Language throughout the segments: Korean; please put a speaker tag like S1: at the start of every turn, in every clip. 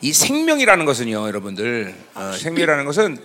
S1: 이 생명이라는 것은요, 여러분들 어, 생명이라는 것은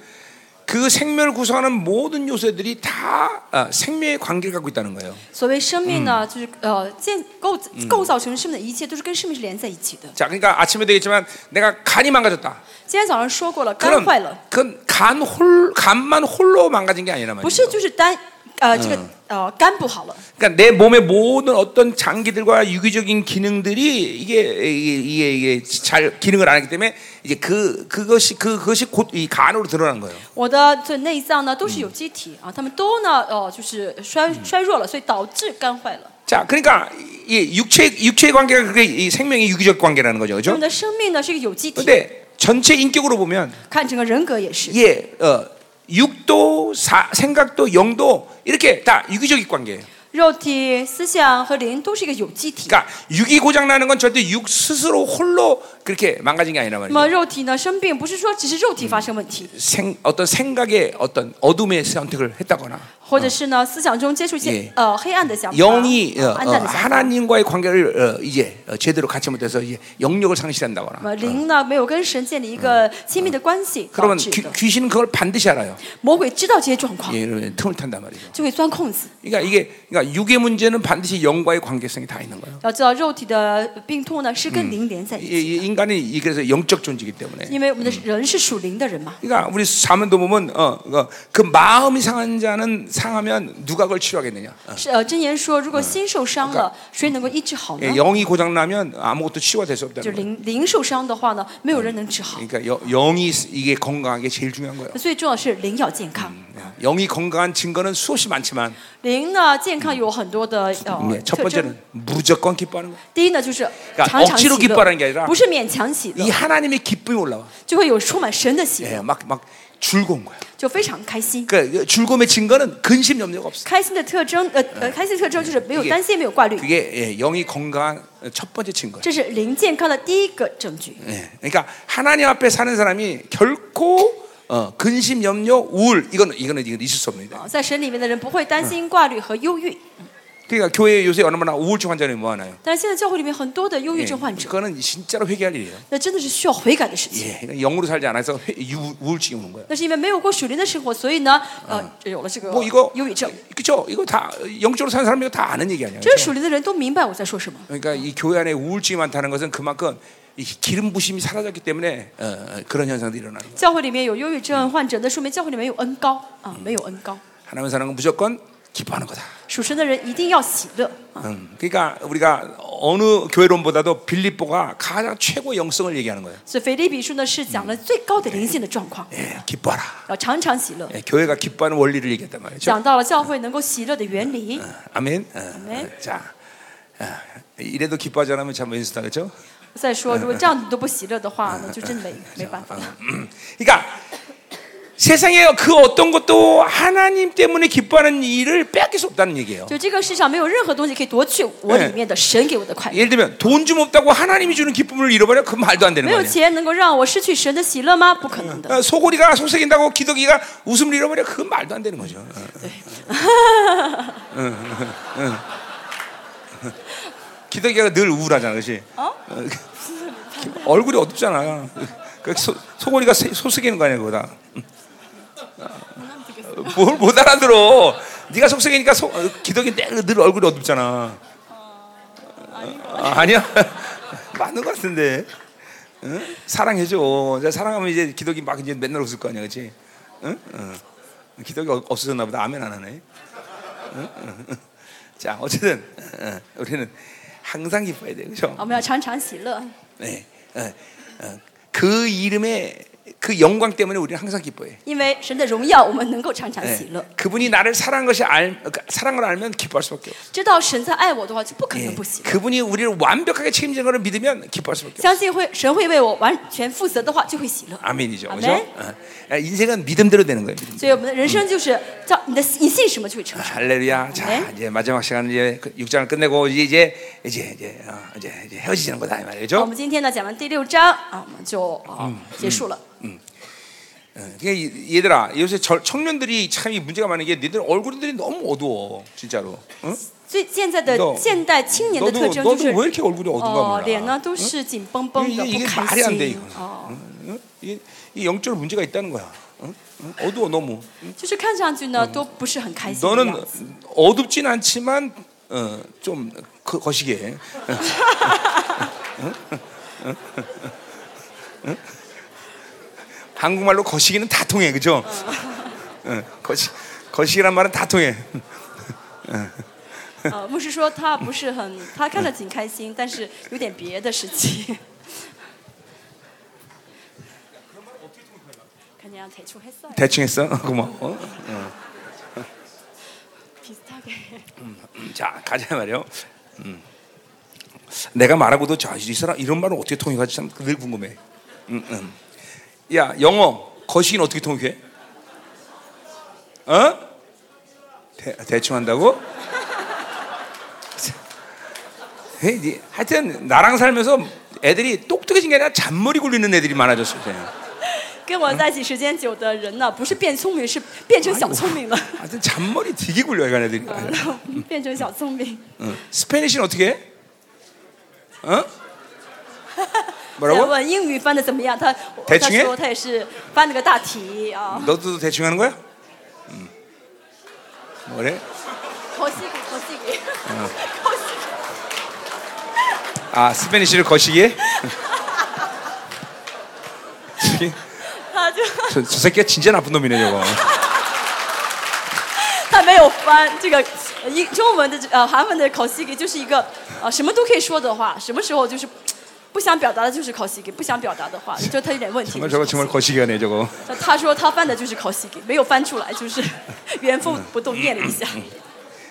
S1: 그 생명을 구성하는 모든 요소들이 다 아, 생명의 관계를 갖고 있다는 거예요.
S2: 所谓生命呢，就是呃建构构造成生命的一切都是跟生命是连在一起的。
S1: 자, 그러니까 아침에 되겠지만 내가 간이 망가졌다.
S2: 今天早上说过了，肝
S1: 그럼
S2: 坏了，
S1: 그간 홀, 간만 홀로 망가진 게 아니란
S2: 不是
S1: 말이에요.
S2: 就是单呃这个呃肝不好了，
S1: 그러니까 내 몸의 모든 어떤 장기들과 유기적인 기능들이 이게 이게 이게, 이게 잘 기능을 안 하기 때문에 이제 그 그것이 그 그것이 곧 이 간으로 드러난 거예요.
S2: 我的这内脏呢都是有机体啊，他们都呢呃就是衰衰弱了，所以导致肝坏了。
S1: 자, 그러니까 이 육체 육체의 관계가 그게 이 생명의 유기적 관계라는 거죠,
S2: 我们
S1: 그렇죠?
S2: 的生命呢是一个有机体，
S1: 근데 전체 인격으로 보면
S2: 看整个人格也是。
S1: 예, 어, 육도 사, 생각도 영도 이렇게 다 유기적인 관계예요.
S2: 肉体、思想和灵都是一个有机体。
S1: 그러니까 육이 고장 나는 건 절대 육 스스로 홀로 그렇게 망가진 게 아니란
S2: 那么
S1: 말이에요.
S2: 肉体呢生病，不是说只是肉体发生问题，
S1: 생, 어떤 생각의 어떤 어둠의 선택을 했다거나
S2: 或者是呢思想中接触一些
S1: 예
S2: 呃黑暗的想法、
S1: 영이 어,
S2: 呃
S1: 어,
S2: 暗淡的想法。
S1: 하나님과의 관계를 어, 이제 어, 제대로 갖지 못해서 이제 영역을
S2: 那么
S1: 상실한다거나
S2: 啊灵呢没有跟神建立一个
S1: 嗯
S2: 亲密的关系导
S1: 그러면
S2: 致
S1: 귀,
S2: 的。
S1: 귀신은 그걸 반드시 알아요.
S2: 魔鬼知道这些状况，
S1: 예, 이러면 틈을 탄단 말이죠.
S2: 就会钻空子。
S1: 그러니까 이게 그러니까 육의 문제는 반드시 영과의 관계성이 다 있는 거예요.
S2: 要知道，肉体的病痛呢是
S1: 嗯
S2: 跟灵连在一
S1: 이,
S2: 起，
S1: 이 인간이 이- 그래서 영적 존재이기 때문에
S2: 因为我们的人是属灵的人嘛。
S1: 그러니까 우리 사면도 보면 어, 어, 그 마음이 상한 자는 상하면 누가 그걸 치료하겠느냐?
S2: 是呃，箴言说，如果心受伤
S1: 嗯
S2: 了，谁能够医治好
S1: 예,
S2: 呢？
S1: 영이 고장 나면 아무것도 치유가 될 수
S2: 就
S1: 없다는 거예요.
S2: 灵灵受伤的话呢，没有人能治好。
S1: 그러니까 여- 영이 스- 이게 건강한 게 제일 중요한 거예요.
S2: 最重要的是灵要健康。
S1: 영이 건강한 증거는 수없이 많지만
S2: 灵呢，健康有很多的呃
S1: 예, 嗯 첫
S2: 特征。
S1: 번째는 무조건 기뻐하는 거예요.
S2: 第一呢，就是
S1: 그러니까
S2: 常常喜
S1: 억지로기뻐하는게아니라
S2: 乐，不是勉强喜
S1: 이哎
S2: 乐，
S1: 하나님의 기쁨이 올라와.
S2: 就会有充满神的喜乐，
S1: 예, 막, 막 즐거운 거야.
S2: 就非常开心。
S1: 그 즐거움의 증거는 근심 염려가 없어.
S2: 开心的特征，呃呃，开心的特征就是没有
S1: 이게
S2: 担心，没有挂虑，
S1: 그게 예, 영이 건강한 첫 번째 증거예요.
S2: 这是灵健康的第一个证据。
S1: 예, 그러니까 하나님 앞에 사는 사람이 결코 어, 근심, 염려, 우울 이거는 이거는 이건 있을 수 없습니다.
S2: 啊，在神里面的人不会担心、挂虑和忧郁。
S1: 그러니까 교회 요새 얼마나 우울증 환자들이 모아나요?
S2: 但是现在教会里面很多的忧
S1: 예,
S2: 郁症患者，
S1: 그거는 진짜로 회개할 일이에요.
S2: 那真的是需要悔改的事情。
S1: 예, 그러니까 영으로 살지 않아서 회- 유- 우울증이 오는 거예요.
S2: 那是因为没有过属灵的生活，所以呢，呃，有了这个
S1: 뭐 이거
S2: 忧郁症。
S1: 그죠? 이거 다 영적으로 사는 사람이 다 아는 얘기 아니에요.
S2: 这是属灵的人都明白我在说什么。
S1: 그러니까 이 교회 안에 우울증이 많다는 것은 그만큼 이 기름 부심이 사라졌기 때문에 어, 어, 그런 현상들이 일어나는 거예요.
S2: 教会里面有忧郁症患者，那说明教会里面有恩高啊，没有恩高。
S1: 하나님 사는 건 무조건 기뻐하는 거다.
S2: 属神的人一定要喜乐啊！
S1: 음, 그러니까 우리가 어느 교회론보다도 빌립보가 가장 최고 영성을 얘기하는 거예요.
S2: 所以腓立比书呢是讲了最高的灵性的状况，
S1: 예, 기뻐하라.
S2: 要常常喜乐，
S1: 예, 교회가 기뻐하는 원리를 얘기했단 말이죠.
S2: 讲到了教会能够喜乐的原理。
S1: 아멘. 어,
S2: 아멘.
S1: 자, 아, 이래도 기뻐하지 않으면 참 왼수다 그렇죠?
S2: 再说，如果这样你都不喜乐的话，那就真没没办法。
S1: 어, 그러니까 세상에 그 어떤 것도 하나님 때문에 기뻐하는 일을 빼앗길 수 없다는 얘기예요.
S2: 就这个世上没有任何东西可以夺去我里面的神给我的快乐。
S1: 예를 들면 돈 좀 없다고 하나님이 주는 기쁨을 잃어버려 그 말도 안 되는
S2: 没有
S1: 거예요.
S2: 钱能够让我失去神的喜乐吗？不可能的。
S1: 어, 소고리가 속삭인다고 기덕이가 웃음을 잃어버려 그건 말도 안 되는 거죠. 어. 응, 응, 응. 기덕이가 늘 우울하잖아, 그렇지? 어, 그- 얼굴이 어둡잖아. 그 소, 소고리가 세- 속삭이는 거 아니야, 그거다. 뭘 못 알아들어? 네가 속삭이니까 소, 어, 기덕이 늘, 늘 얼굴이 어둡잖아. 아, 아니야? 맞는 것 같은데. 응? 사랑해줘. 이제 사랑하면 이제 기덕이 막 이제 맨날 웃을 거 아니야, 그렇지? 응? 응. 기덕이 없- 없어졌나 보다. 아멘 안 하네. 응? 응. 자, 어쨌든 어, 어, 우리는 항상 기뻐야 돼, 그렇죠?
S2: 我们要常常喜乐，
S1: 네. 어, 어. 그 이름의 그 영광 때문에 우리는 항상 기뻐해.
S2: 因为神的荣耀，我们能够常常
S1: 네.
S2: 喜乐。
S1: 그분이 나를 사랑한 것이 알, 그러니까 사랑을 알면 기뻐할 수밖에 없어.
S2: 知道神在爱我的话，就不可
S1: 예.
S2: 能不喜乐。
S1: 그분이 우리를 완벽하게 책임지는 것을 믿으면 기뻐할 수밖에 없어.
S2: 相信会神会为我完全负责的话，就会喜乐。
S1: 아멘이죠, 그렇죠?
S2: 아멘.
S1: 어. 인생은 믿음대로 되는 거예요. 믿음.
S2: 所以我们的人生就是叫你的你信什么就会成。
S1: 哎 할렐루야. 자,
S2: 네.
S1: 이제 마지막 시간 이제 그 6장을 끝내고 이제 이제 이제 이제, 어, 이제, 이제 헤어지는 거다 이
S2: 好我
S1: 말이죠.
S2: 们今天呢讲完第六章啊，我们就啊结束了。
S1: 어, 그러니까 이- 얘들아, 요새 저- 청년들이 참 이 문제가 많은 게 니들 얼굴들이 너무 어두워. 진짜로. 응?
S2: 所以现在的
S1: 너
S2: 现代青年的
S1: 너도
S2: 特征就
S1: 너도
S2: 是
S1: 왜 ， 이렇게 얼굴이 어두가
S2: 哦，
S1: 몰라?
S2: 脸呢都是紧绷绷的，
S1: 이게
S2: 不
S1: 이게
S2: 开
S1: 말이안돼
S2: 心
S1: 이거는 。
S2: 哦，
S1: 응? 이, 이 영적으로 문제가 있다는 거야. 응? 응? 어두워 너무.
S2: 就是看上去呢嗯都不是很开心的
S1: 너는
S2: 样子。
S1: 어둡진 않지만 어, 좀 거, 거시기해. 응? 응? 응? 응? 한국말로 거시기는 다 통해, 그죠? 응, 거시 거시기란 말은 다 통해.
S2: 呃，牧师说他不是很，他看着挺开心，但是有点别的事情。 그냥대충했어요
S1: 대충 했어? 고마워. 응.
S2: 비슷하게
S1: 자 가자 말이요. 음. 내가 말하고도 자이 사람 이런 말은 어떻게 통역하지 참 늘 궁금해. 음, 음. 야 영어 거시긴 어떻게 통역해? 어? 대, 대충 한다고? 에이, 니- 하여튼 나랑 살면서 애들이 똑똑해진 게 아니라 잔머리 굴리는 애들이 많아졌어 그냥.
S2: 跟我在一起时间久的人呢，不是变聪明，是变成小聪明了，
S1: 하여튼 잔머리 되게 굴려 이간 애들이.
S2: 哎 变成小聪明。
S1: 응. 스페니쉬는 어떻게 해? 어?
S2: 再
S1: 뭐라고?
S2: 问英语翻的怎么样？他
S1: 대충
S2: 他
S1: 해
S2: 说他也是翻了个大题啊，
S1: 너도 대충 하는 거야? 음. 뭐래?
S2: 口西给口西给，
S1: 아 스페니쉬를 거시기에?
S2: 他就
S1: 저, 저 새끼가 진짜 나쁜 놈이네 저거.
S2: 他没有翻这个呃英中文的这呃韩文的口西给就是一个呃什么都可以说的话，什么时候就是不想表达的就是口西给，不想表达的话就他有点问题
S1: 정말 。 저거 정말 거시기하네 저거.
S2: 就他说他翻的就是口西给，没有翻出来，就是原封不动念了一下。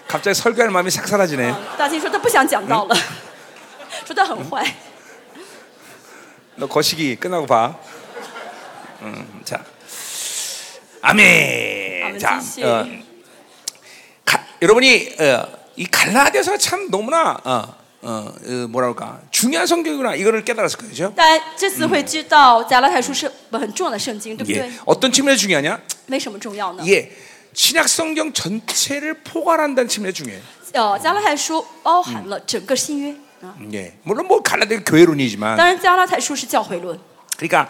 S1: 갑자기 설교할 마음이 싹 사라지네.
S2: 嗯大庆说他不想讲到了， 说他很坏。
S1: 너 거시기 끝나고 봐. 음, 자, 아멘.
S2: 아멘,
S1: 자,
S2: 진실.
S1: 어, 가- 여러분이 어, 이 갈라디아서가 참 너무나 어, 어, 어, 뭐랄까 중요한 성경이구나 이거를 깨달았을 거예요. 그죠?
S2: 大家这次会知道加拉太书是很重要的圣经，对不
S1: 예.
S2: 对？
S1: 어떤 측면에서 중요하냐?
S2: 为什么重要呢？
S1: 예. 신약 성경 전체를 포괄한다는 측면에서 중요해요.
S2: 呃，加拉太书包含了整个新约啊。
S1: 예. 물론 뭐 갈라디아 교회론이지만
S2: 当然，加拉太书是教会论，
S1: 그러니까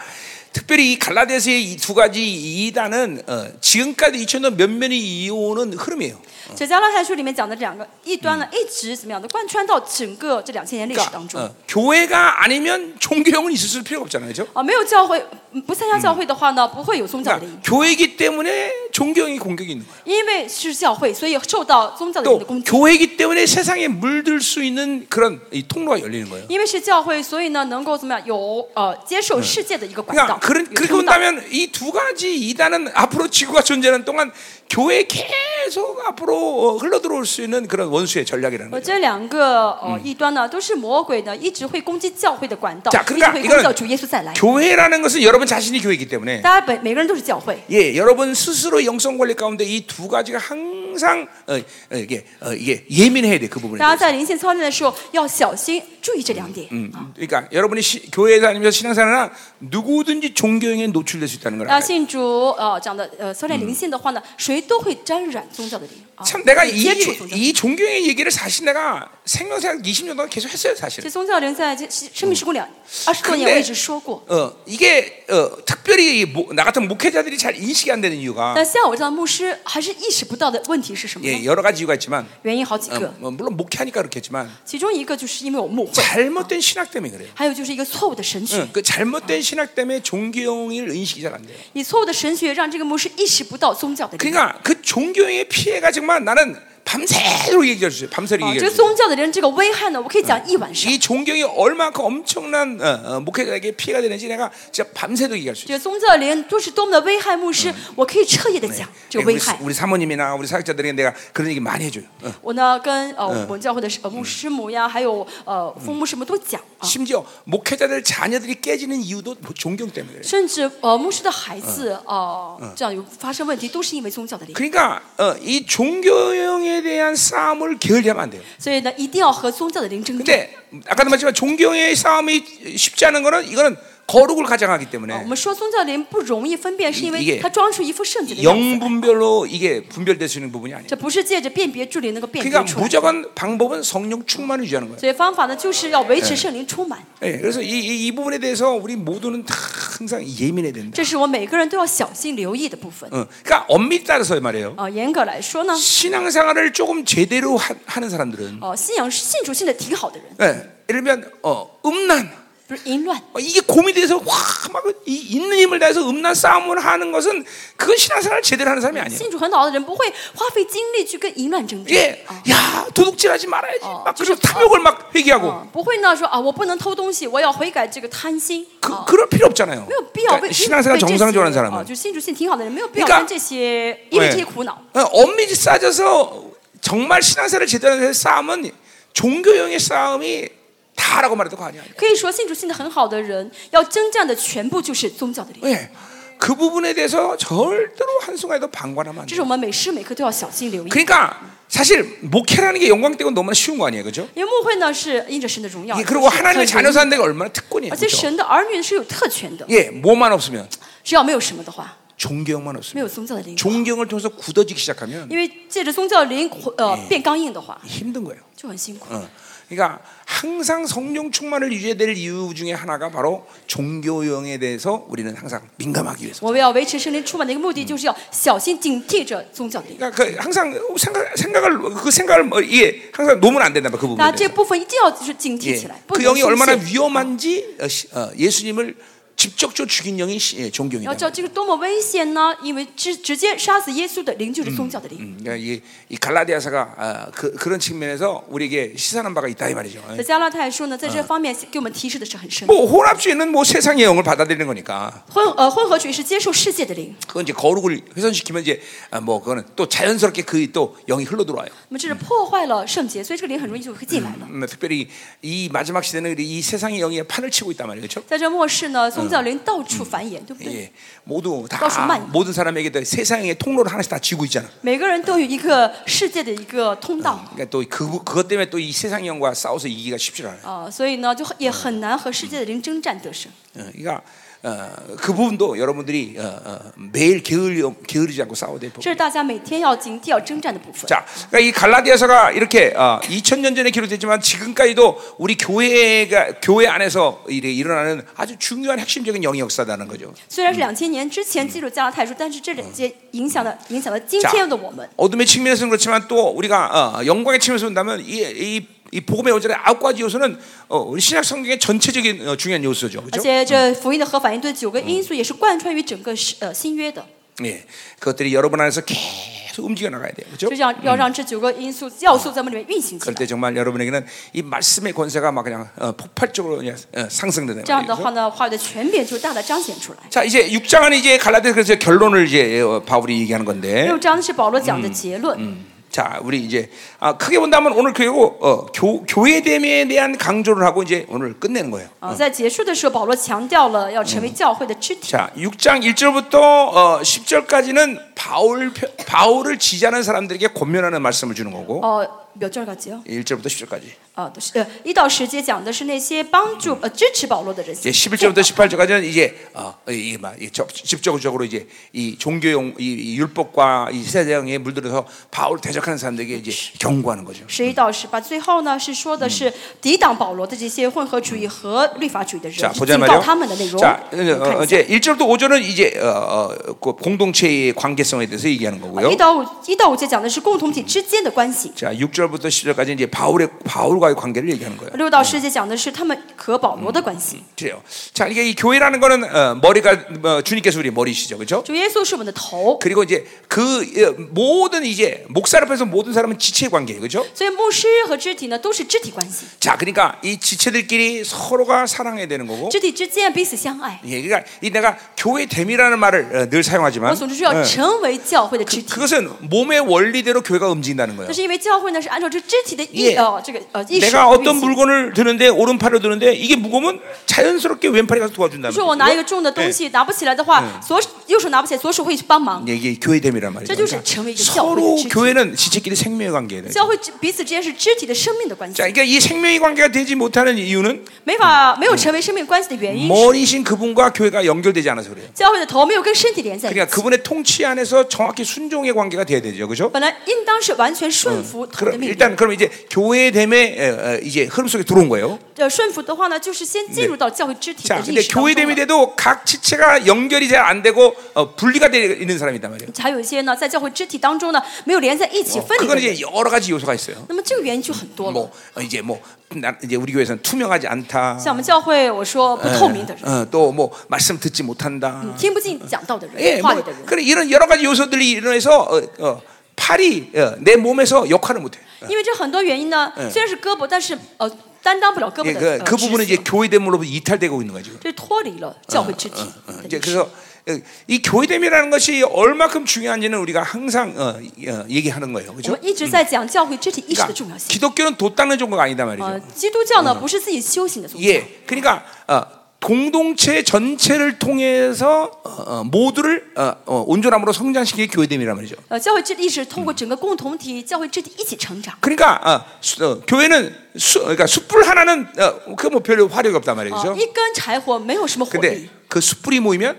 S1: 특별히 이 갈라디아서의 이 두 가지 이단은 어, 지금까지 2000년 몇몇이 이어오는 흐름이에요.
S2: 所以加拉太书里面讲的两个异端呢，一直怎么样的贯穿到整个这两千年历史
S1: 그러니까,
S2: 当中。
S1: 어, 교회가 아니면 종교형은 있을 필요가 없잖아요. 그죠?
S2: 啊，没有教会，嗯不参加教会的话呢，不会有宗教的
S1: 그러니까
S2: 影，
S1: 교회이기 때문에 종교형이 공격이 있는 거예요.
S2: 因为是教会，所以受到宗教的影
S1: 또
S2: 的攻击。
S1: 교회이기 때문에 세상에 물들 수 있는 그런 이 통로가 열리는 거예요.
S2: 因为是教会，所以呢，能够怎么样有呃接受世界的一个管道
S1: 그러니까 ， 그런,
S2: 有
S1: 그렇게
S2: 通道。
S1: 본다면 이 두 가지 이단은 앞으로 지구가 존재하는 동안 교회 계속 앞으로 어, 흘러들어올 수 있는 그런 원수의 전략이라는
S2: 我
S1: 거죠.
S2: 这两个呃异端呢，都是魔鬼呢一直会攻击教会的管道，
S1: 자
S2: 一直
S1: 그러니까
S2: 会攻造
S1: 이거는
S2: 主耶稣再来。
S1: 교회라는 것은 여러분 자신이 교회이기 때문에
S2: 大家本每个人都是教会，
S1: 예, 여러분 스스로 영성 관리 가운데 이 두 가지가 항상 어, 어, 이게 어, 이게 예민해야 돼 그 부분에.
S2: 大家
S1: 대해서.
S2: 在灵性操练的时候要小心注意这两点。
S1: 음, 그러니까 여러분이 시- 교회에 다니면서 신앙생활이나 누구든지 종교형에 노출될 수 있다는 걸
S2: 大家
S1: 알아요.
S2: 信主呃讲的呃操练灵性的话呢，谁都会沾染宗教的灵啊。
S1: 참 내가
S2: 会
S1: 이
S2: 接触宗教。
S1: 이 종교형의 얘기를 사실 내가 생명생활 20년 동안 계속 했어요 사실.
S2: 这宗教灵在这生命时空两二十多年，
S1: 근데
S2: 我一直说过。
S1: 어 이게 어, 특별히 이 모- 나 같은 목회자들이 잘 인식이 안 되는 이유가
S2: 但像我这样的牧师，还是意识不到的问题是什么
S1: 예,
S2: 呢？
S1: 여러 가지 이유가 있지만
S2: 原因好几
S1: 어,
S2: 个，
S1: 뭐, 물론 목회하니까 그렇겠지만
S2: 其中一个就是因为我误会，
S1: 잘못된 신학 때문에 그래요.
S2: 还有就是一个错误的神学
S1: 응, ，그 잘못된 신학 때문에 종교형을 인식이 잘 안 돼요.
S2: 以错误的神学让这个牧师意识不到宗教的灵。
S1: 그러니까 그 종교형의 피해가 정말 나는 밤새도록 얘기할 수 있어요. 밤새도록
S2: 啊，这
S1: 얘기할
S2: 个
S1: 수 있어요.
S2: 宗教的人这个危害呢，我可以讲一晚上。
S1: 이 종교형이 얼마큼 엄청난 어, 어, 목회자에게 피해가 되는지 내가 진짜 밤새도록 얘기할 수 있어요.
S2: 这个宗教灵就是多么的危害牧师，我可以彻夜的讲这个
S1: 예, 우리,
S2: 危害。
S1: 우리 사모님이나 우리 사역자들에게 내가 그런 얘기 많이 해줘요. 어.
S2: 我呢跟呃我们教会的呃牧师母呀，还有呃父母什么都讲
S1: 아.
S2: 啊，
S1: 심지어 목회자들 자녀들이 깨지는 이유도 뭐 존경 때문에 그래요.
S2: 甚至呃牧师的孩子哦、呃这样有发生问题，都是因为宗教的灵。
S1: 그러니까 어, 이 종교형에 대한 싸움을 게을리하면 안 돼요.
S2: 所以呢，一定要和宗教的灵争战。
S1: 근데 아까도 말했지만 종교의 싸움이 쉽지 않은 거는 이거는 거룩을 가장하기
S2: 啊我
S1: 때문에
S2: 们说宗教灵不容易分辨，是因
S1: 一一
S2: 为
S1: 个
S2: 它装出一副圣洁的样子，
S1: 영분별로 이게 분별될 수 있는 부분이 아니에요.
S2: 这不是借着辨别助灵能够辨别
S1: 그러니까
S2: 出来。
S1: 무조건 방법은 성령 충만을 유지하는 거예요.
S2: 所以方法呢，就是要维持圣灵充满，
S1: 예, 그래서 이, 이, 이 부분에 대해서 우리 모두는 다 항상 예민해야 된다.
S2: 这是我每个人都要小心留意的部分。
S1: 어, 그러니까 엄밀히 따라서 말이에요.
S2: 啊，严格来说呢，
S1: 신앙생활을 조금 제대로 하, 는 사람들은
S2: 哦，信仰信主信的挺好的人，
S1: 예, 예를 들면 어, 음란
S2: 不是淫乱。
S1: 어, 이게 고민이 돼서 확막 있는 힘을 다해서 음란 싸움을 하는 것은 그건 신앙생활을 제대로 하는 사람이 아니에요.
S2: 信主很好的人不会花费精力去跟淫乱争
S1: 이게
S2: 争。啊。
S1: 예. 야 도둑질하지 말아야지
S2: 네, 어,
S1: 막 그리고
S2: 진짜-
S1: 탐욕을 막 회귀하고
S2: 嗯，不会呢，说啊，我不能偷东西，我要悔改这个贪心。
S1: 그,
S2: 啊，
S1: 그럴 필요 없잖아요.
S2: 没有必要为
S1: 그러니까 신앙생활
S2: 因为被这些
S1: 정상적으로 하는
S2: 啊，
S1: 사람은
S2: 就信主信挺好的人，没有必要
S1: 그러니까
S2: 跟这些因为
S1: 예.
S2: 这些苦恼。
S1: 어, 엄밀히 싸져서 정말 신앙생활을 제대로 해서 싸움은 종교형의 싸움이 다라고 말해도 과언이 아니에요.
S2: 可以说，信主信的很好的人，要征战的全部就是宗教的领域。
S1: 예. 그 부분에 대해서 절대로 한순간에도 방관하면 안
S2: 这是
S1: 돼요.
S2: 我们每时每刻都要小心留意。
S1: 그러니까 사실 목회라는 게 영광되고 너무나 쉬운 거 아니에요. 그죠?
S2: 因为牧会呢是因着神的荣耀，
S1: 이게
S2: 是
S1: 그리고
S2: 很
S1: 하나님의
S2: 容易
S1: 자녀 사는 데가 얼마나 특권이에요.
S2: 而且
S1: 그죠?
S2: 神的儿女是有特权的，
S1: 예, 뭐만 없으면
S2: 只要没有什么的话，
S1: 존경만
S2: 没
S1: 없으면
S2: 有宗教的灵，
S1: 존경을 통해서 굳어지기 시작하면
S2: 因为借着宗教的灵呃变刚硬的话，
S1: 힘든 거예요.
S2: 就很辛苦。
S1: 어. 그러니까 항상 성령 충만을 유지해야 될 이유 중에 하나가 바로 종교형에 대해서 우리는 항상 민감하기 위해서.
S2: 我们要维持圣灵充满的一个目的，就是要小心警惕着宗教的灵。
S1: 그러니까 그 항상 생각 생각을 그 생각을 뭐 이게 항상 놓으면 안 된다. 그
S2: 大
S1: 부분에
S2: 家这
S1: 대해서.
S2: 部分一定要就是警惕
S1: 예.
S2: 起来，不
S1: 그
S2: 能
S1: 영이
S2: 松
S1: 얼마나
S2: 懈。
S1: 위험한지 어, 시- 어, 예수님을 직접적으로 죽인 영이 시- 예,
S2: 要
S1: 종교형이다.
S2: 知道这个多么危险呢？因为直直接杀死耶稣的灵就是宗教的灵。
S1: 음, 그러니까 이, 이 갈라디아서가 아, 그, 그런 측면에서 우리에게 시사하는 바가 있다 이 말이죠.
S2: 在加拉太书呢，在这方面给我们提示的是很深。
S1: 뭐 혼합주의는 뭐 세상의 영을 받아들이는 거니까
S2: 混呃混合主义是接受世界的灵，
S1: 그건 이제 거룩을 훼손시키면 이제 아, 뭐 그거는 또 자연스럽게 그 또 영이 흘러 들어와요.
S2: 那么这是破坏了圣洁，所以这个灵很容易就会进来了。
S1: 음, 특별히 이 마지막 시대는 이 세상의 영이 판을 치고 있단 말이에요. 그렇죠?
S2: 在这末世呢，宗教灵到处繁衍，对不对？
S1: 예, 모두 다
S2: 가슴만.
S1: 모든 사람에게 다 세상의 통로를 하나씩 다 쥐고 있잖아.
S2: 每个人都有一个世界的一个通道
S1: 그러니까 또 그, 그것 때문에 또 이 세상의 영과 싸워서 이기기가 쉽지 않아요.
S2: 啊、所以呢，就很也很难和世界的灵征战得胜。
S1: 어, 그러니까 어, 그 부분도 여러분들이 어, 어, 매일 게을리, 게으르지 않고 싸워야 될 부분.
S2: 这是大家每天要警惕、要征战的部分。
S1: 자, 그러니까 이 갈라디아서가 이렇게 어, 2000년 전에 기록됐지만 지금까지도 우리 교회가 교회 안에서 이래 일어나는 아주 중요한 핵심적인 영역 사다는 거죠.
S2: 虽然是两千年之前记录加拉太书，但是这两节影响了影响了今天的我们。
S1: 어둠의 측면에서는 그렇지만 또 우리가 어, 영광의 측면에서 본다면 이, 이, 이 복음의 오전의 아홉 가지 요소는 어, 우리 신약 성경의 전체적인 어, 중요한 요소죠.
S2: 而
S1: 그렇죠?
S2: 且这福音的核反应堆九个因素也是贯穿于整个是呃新约的，
S1: 예, 그것들이 여러분 안에서 계속 움직여 나가야 돼요. 그렇죠?
S2: 就像要让这九个因素要素在我们里面运行起
S1: 그럴
S2: 来。
S1: 때 정말 여러분에게는 이 말씀의 권세가 막 그냥 어, 폭발적으로 그냥 어, 상승되는
S2: 这样的
S1: 거예요.
S2: 话呢，话语的权柄就大大彰显出来。
S1: 자, 이제 6장은 이제 갈라디아서 그래서 결론을 이제 어, 바울이 얘기하는 건데.
S2: 六章是保罗讲的结论。
S1: 자, 우리 이제 아, 크게 본다면 오늘 교회고 어, 교, 교회됨에 대한 강조를 하고 이제 오늘 끝내는 거예요.
S2: 啊，在结束的时候，保罗强调了要成为教会的肢体。
S1: 자, 6장 1절부터 어, 10절까지는 바울 편- 바울을 지지하는 사람들에게 권면하는 말씀을 주는 거고
S2: 哦，有这个结哦。
S1: 1절부터 10절까지.
S2: 啊，都是呃，一到十节讲的是那些帮助呃支持保罗的人。
S1: 이제 11절부터 18절까지는 이제 어, 이게 막 이게 접- 집적으로 이제 이 종교용 이, 이 율법과 이 세상에 물들어서 바울 대적하는 사람들에게 이제 경고하는 거죠.
S2: 十一到十八，最后呢是说的是抵挡保罗的这些混合主义和律法主义的人，
S1: 자,
S2: 是
S1: 보자
S2: 警告
S1: 말이요.
S2: 他们的内容。
S1: 자,
S2: 我们
S1: 어,
S2: 看
S1: 어,
S2: 一下
S1: 이제 1절부터 5절은 이제 어, 어, 그 공동체의 관계성에 대해서 얘기하는
S2: 一
S1: 거고요.
S2: 到五一到五节讲的是共同体之间的关系，
S1: 자, 6절부터 10절까지 는 이제 바울의 바울과의 관계를 얘기하는 거예요.
S2: 六到十节讲的是他们和保罗的关系。
S1: 그래요. 자, 이게 이 교회라는 거는 어, 머리가 어, 주님께서 우리 머리시죠. 그렇죠?
S2: 主耶稣是我们的头，
S1: 그리고 이제 그 어, 모든 이제 목사를 앞에서 모든 사람은 지체 관계예요. 그렇죠?
S2: 所以牧师和肢体呢都是肢体关系，
S1: 자, 그러니까 이 지체들끼리 서로가 사랑해야 되는 거고.
S2: 肢体之间彼此相爱。
S1: 예, 그러니까 이 내가 교회 됨이라는 말을 어, 늘
S2: 我
S1: 사용하지만
S2: 总之是要
S1: 예,
S2: 成为教会的
S1: 嗯
S2: 肢体。
S1: 그것은 몸의 원리대로 교회가 움직인다는 거예요.
S2: 但是因为教会呢是按照这肢体的意
S1: 예
S2: 呃这个呃意识来
S1: 내가
S2: 运
S1: 어떤
S2: 行
S1: 물건을 드는데 오른팔로 드는데 이게 무거우면 자연스럽게 왼팔이 가서 도와준다는
S2: 就是我拿一个重的东西拿不起来的话，左右手拿不起来，左手会去帮忙。
S1: 이게 교회됨이란 말이죠.
S2: 这就是
S1: 그러니까
S2: 成为一个教会
S1: 서로
S2: 的肢体。
S1: 교회는 지체끼리 생명의 관계예요.
S2: 教会之彼此之间是肢体的生命的关系
S1: 자, ， 그러니까 이 생명의 관계가 되지 못하는 이유는
S2: 没法没有成为生命关系的原因是，
S1: 머리신 그분과 교회가 연결되지 않아서 그래요.
S2: 教会的头没有跟身体连在一起。
S1: 그러니까 그분의 통치 안에서 정확히 순종의 관계가 돼야 되죠, 그렇죠?
S2: 本来应当是完全顺服头的
S1: 그럼
S2: 命令，
S1: 일단 그럼 이제 교회됨에 에, 에, 이제 흐름 속에 들어온 거예요.
S2: 呃，顺服的话呢，就是先进入到教会肢体的
S1: 자,
S2: 历
S1: 근데
S2: 史当中
S1: 교회됨이
S2: 了。
S1: 돼도 각 지체가 연결이 잘 안 되고 어, 분리가 되 있는 사람이 있단 말이에요.
S2: 还有一些呢，在教会肢体当中呢，没有连在一起
S1: 어,
S2: 分哦
S1: 그건
S2: 离的嗯人。
S1: 이제 여러 가지 요소가 있어요.
S2: 那么这个原因就很多了。
S1: 뭐 어, 이제 뭐 나, 이제 우리 교회에서는 투명하지 않다. 어,
S2: 像我们教会，我说不透明的人，
S1: 또 뭐 말씀 듣지 못한다.
S2: 听不进讲道的
S1: 예,
S2: 人，话语
S1: 뭐
S2: 的人，
S1: 그래 음, 이런 여러 가지 요소들이 일어나서 어, 어, 팔이 어, 내 몸에서 역할을 못해.
S2: 因为这很多原因呢，虽然是胳膊，但是呃，担当不了胳膊
S1: 예,
S2: 的
S1: 그
S2: 呃
S1: 그
S2: 职
S1: 부분은 이제
S2: 责，
S1: 교회됨으로부터 이탈되고 있는 거죠.
S2: 这脱离了教会肢体
S1: 어,
S2: 的
S1: 이제
S2: 意识。
S1: 그래서 어, 이 교회됨이라는 것이 얼마큼 중요한지는 우리가 항상 어, 이- 어, 얘기하는 거예요.
S2: 我
S1: 그렇죠?
S2: 们一直在讲教会肢体意识的
S1: 그러니까
S2: 重要性。
S1: 기독교는 돛 닦는 종교가 아니다 말이죠.
S2: 呃，基督教呢不是自己修行的宗教，
S1: 예, 그러니까 어, 공동체 전체를 통해서 어, 어, 모두를 어, 어, 온전함으로 성장시키는 게 교회됨이란 말이죠.
S2: 呃，教会肢体意识通过整个共同体、教会肢体一起成长。
S1: 그러니까 어, 수- 어, 교회는 수, 그러니까 숯불 하나는 어, 그뭐 별로 화력이 없단 아, 말이죠.
S2: 啊，一根柴火没有什么火
S1: 근데
S2: 力，
S1: 그 숯불이 모이면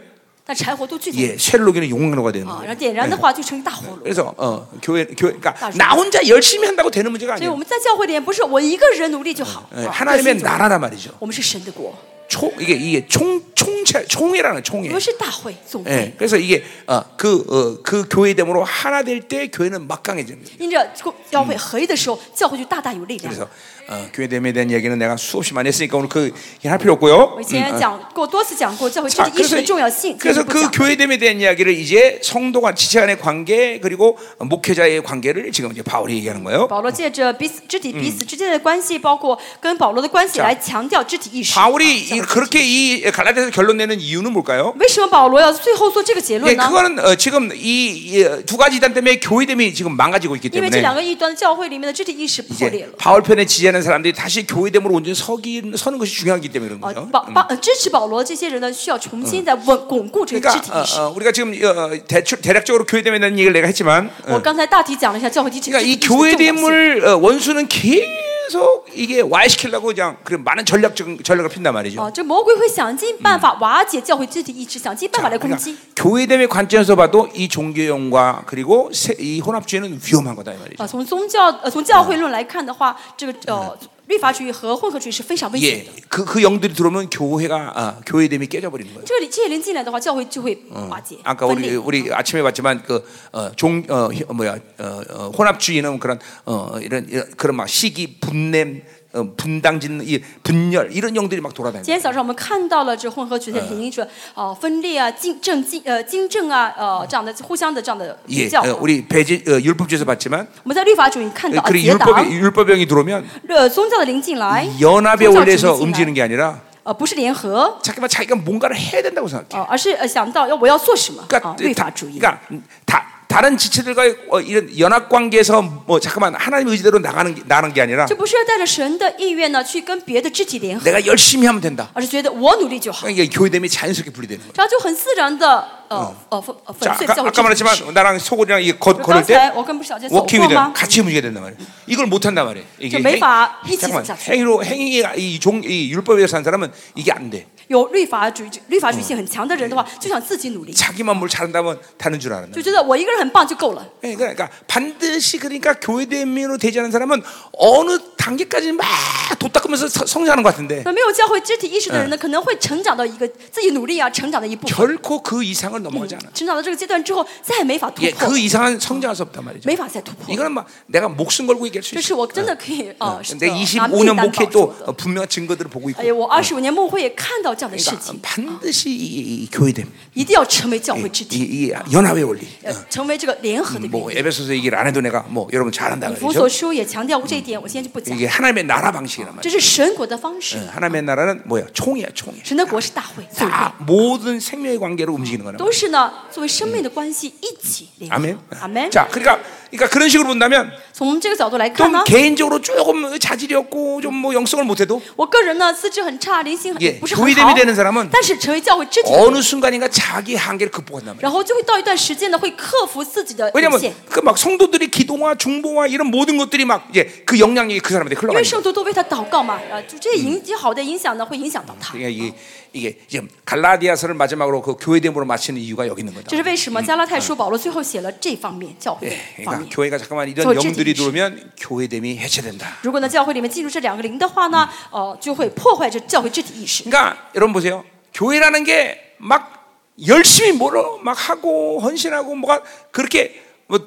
S2: 但柴火都聚在一起
S1: 예, 쇠를 아, 녹이는 용광로가 되는
S2: 啊，然
S1: 거예요.
S2: 后点燃的话就成一大火炉。
S1: 그래서 어, 교회 교회 그러니까
S2: 다시.
S1: 나 혼자 열심히 한다고 되는 문제가
S2: 所以我
S1: 아니에요.
S2: 们在教会里面不是我一个人努力就好，
S1: 예,
S2: 啊
S1: 하나님의
S2: 热心就好
S1: 나라란 말이죠.
S2: 我们是神的国，
S1: 총 이게 이게 총 총체 총회라는
S2: 我
S1: 총회.
S2: 们是大会总会。
S1: 예, 그래서 이게 어, 그그 교회됨으로 하나 될 때 교회는 막강해지는 거예요.
S2: 因着教会合一的时候，教会就大大有力量。
S1: 그래서 어, 교회됨에 대한 얘기는 내가 수없이 많이 했으니까 오늘 그 얘기는 할 필요 없고요.
S2: 我以前讲过多次讲过教会肢
S1: 자,
S2: 体意识
S1: 그래서,
S2: 的重要性，
S1: 그래서
S2: 今天
S1: 그
S2: 不讲。
S1: 교회됨에 대한 이야기를 이제 성도와 지체 간의 관계 그리고 목회자의 관계를 지금 이제 바울이 얘기하는 거예요.
S2: 保罗借着彼此肢体彼此之间的关系，包括跟保罗的关系，
S1: 자
S2: 来强调肢体意识。
S1: 바울이
S2: 啊
S1: 이- 그렇게 이 갈라디아서 결론 내는 이유는 뭘까요?
S2: 为什么保罗要最后做这个结
S1: 예,
S2: 论呢？
S1: 그거는 어, 지금 이 두 가지 이단 때문에 교회됨이 지금 망가지고 있기
S2: 因为这
S1: 때문에
S2: 两个异端的教会里面的肢体意识破裂
S1: 이제
S2: 了。
S1: 바울 편에 지지하는 사람들이 다시 교회됨으로 온전히 서기, 서는 것이 중요하기 때문에 그런
S2: 啊
S1: 거죠. ，
S2: 保保呃支持保罗这些人呢，需要重新再稳巩固嗯这个肢体
S1: 그러니까
S2: 意识。
S1: 어, 어, 우리가 지금 어, 대출, 대략적으로 교회됨에 대한 얘기를 내가 했지만 어,
S2: 我刚才大体嗯讲了一下教会肢体肢
S1: 그러니까
S2: 体
S1: 이
S2: 意识的重要性。
S1: 교회됨을 어, 원수는 계속 이게 와해시키려고 그냥 그런 많은 전략적 전략을 핀단 말이죠.
S2: 啊，这魔鬼会想尽办法瓦解教会肢体意识，想尽办法来攻
S1: 그러니까
S2: 击。
S1: 교회됨의 관점에서 봐도 이 종교형과 그리고 세- 이 혼합주의는 위험한 거다 이
S2: 啊，
S1: 말이죠.
S2: 从宗教呃从教会论来看的话，这个呃律法主义和混合主义是非常危险
S1: 예,
S2: 的。
S1: 그, 그 영들이 들어오면 교회가 아, 교회됨이 깨져버리는 거예요.
S2: 这里这些人进来的话，教会就会瓦解
S1: 어. 아까
S2: 分
S1: 우리
S2: 裂。
S1: 우리 아침에 봤지만 그종 어, 혀- 뭐야 어, 어, 혼합주의는 그런 어, 이런, 이런 그런 막 시기 분냄 어, 분당진 이 분열 이런 영들이 막 돌아다니는.
S2: 今天早上我们看到了这混合主义的引领者，哦，分裂啊，竞争竞呃竞争啊，呃这样的互相的这样的
S1: 예,
S2: 教。
S1: 어, 우리 배제 어, 율법주의에서 봤지만
S2: 我们在律法主义看到啊，
S1: 그리
S2: 结党
S1: 율법의 ， 율법형이 들어오면
S2: 呃宗教的灵进来，
S1: 연합의
S2: 宗教主义
S1: 원리에서
S2: 进来
S1: 움직이는 게 아니라
S2: 呃不是联合，
S1: 잠깐만 자기가 뭔가를 해야 된다고 생각해.
S2: 呃而是呃想到要我要做什么啊，
S1: 어. 그러니까
S2: 律
S1: 다,
S2: 法主义。
S1: 그러니까 다, 다른 지체들과의 어, 이런 연합 관계에서 뭐 잠깐만 하나님의 의지대로 나가는 게, 나가는 게 아니라
S2: 这不是带着神的意愿呢去跟别的肢体联合，
S1: 내가 열심히 하면 된다.
S2: 而是觉得我努力就好。
S1: 그러니까 이게 교회됨이 자연스럽게 분리되는 거야.
S2: 这样就很自然的呃呃粉呃粉
S1: 자,
S2: 碎
S1: 아까,
S2: 教会
S1: 아까
S2: 肢体意识
S1: 말했지만 나랑 소고리랑 이 거,
S2: 就
S1: 걸을
S2: 刚
S1: 때
S2: 才我跟不是小姐走过
S1: 워킹이든
S2: 吗？
S1: 같이 움직여야 된단 말이야. 이걸 못 한단 말이야. 이게
S2: 저 매파
S1: 행-
S2: 이
S1: 잠깐만
S2: 지속자.
S1: 행위로 행위가 이종이 율법에서 산 사람은 이게 안 돼.
S2: 有律法主义律法主义性很强的人的话，就想自己努力，
S1: 자기만 뭘 잘한다면 다는 줄 알았나.
S2: 就觉得我一个人很棒就够了。
S1: 예, 그러니까 반드시 그러니까 교회됨으로 되지 않은 사람은 어느 단계까지 막도 닦으면서 서- 성장하는 것 같은데
S2: 那没有教会肢体意识的人呢，可能会成长到一个自己努力啊，成长的一部分，
S1: 결코 그 이상을 넘어가지 않아.
S2: 成长到这个阶段之后，再也没法突
S1: 예,
S2: 破
S1: 그 ， 이상은 성장할 수 없단 말이죠.
S2: 没法再突破。
S1: 이거는 막 내가 목숨 걸고 얘기할 수
S2: 这
S1: 있어.
S2: 是我真的可以呃，是的
S1: 내
S2: 拿命
S1: 25년
S2: 担保
S1: 목회 또
S2: 说的
S1: 어, 분명한 증거들을 보고 있고.
S2: 哎呀，我二十五年牧会也看到这样的事
S1: 그러니까
S2: 情，
S1: 반드시 이, 이 교회됨, 예,
S2: 一定要成为教会肢
S1: 이,
S2: 体，
S1: 이 연합의 원리.
S2: 呃成为为这个联合的原
S1: 뭐
S2: 因。
S1: 에베소서 얘기를 안 해도 내가 뭐 여러분 잘한다
S2: 以弗所
S1: 그러죠.
S2: 书也强调过这一点，我现在就不讲。
S1: 이게 하나님의 나라 방식이란
S2: 这
S1: 말이에요. 예,
S2: 是神国的方式，
S1: 하나님의 나라는 뭐야? 총이야, 총이.
S2: 神的国是大会，组会
S1: 다 모든 생명의 관계로 움직이는 거란 말이에요.
S2: 都是呢作为生命的关系一起联
S1: 음.
S2: 合。
S1: 아멘.
S2: 嗯阿门。
S1: 자, 그러니까 그러니까 그런 식으로 본다면
S2: 从我们这个角度来看呢
S1: 좀 ， 개인적으로 조금 자질이 없고 좀 뭐 영성을 못해도
S2: 我个人呢资质很差，灵性很
S1: 예
S2: 也不是
S1: 교회
S2: 很
S1: 대비
S2: 好
S1: 되는사람은 ，
S2: 但哦是成为教会肢体的人，
S1: 어느 순간인가 자기 한계를 극복한단 말이에요.
S2: 然后就会到一段时间呢会克服自己的局
S1: 왜냐면
S2: 限。
S1: 그 막 성도들이 기도와 중보와 이런 모든 것들이 막 이제 그 영향이 그 사람한테
S2: 因为
S1: 흘러가는 거예요.
S2: 圣徒都为他祷告嘛，啊，就这些影这好的影响呢，会影响到他。
S1: 그러니까 이게 이게 지금 갈라디아서를 마지막으로 그 교회 대모로 마치는 이유가 여기 있는 거다.
S2: 这是为什么加拉太书保罗最后写了这方面教会
S1: 예,
S2: 方
S1: 그러니까
S2: 面。
S1: 교회가 잠깐만 이런
S2: 저
S1: 영들이
S2: 찌질이
S1: 들어오면 교회됨이 해체된다.
S2: 如果呢教会里面进入这两个灵的话呢，呃，就会破坏这教会肢体意识。
S1: 그러니까 여러분 보세요. 교회라는 게 막 열심히 뭐로 막 하고 헌신하고 뭐가 그렇게 뭐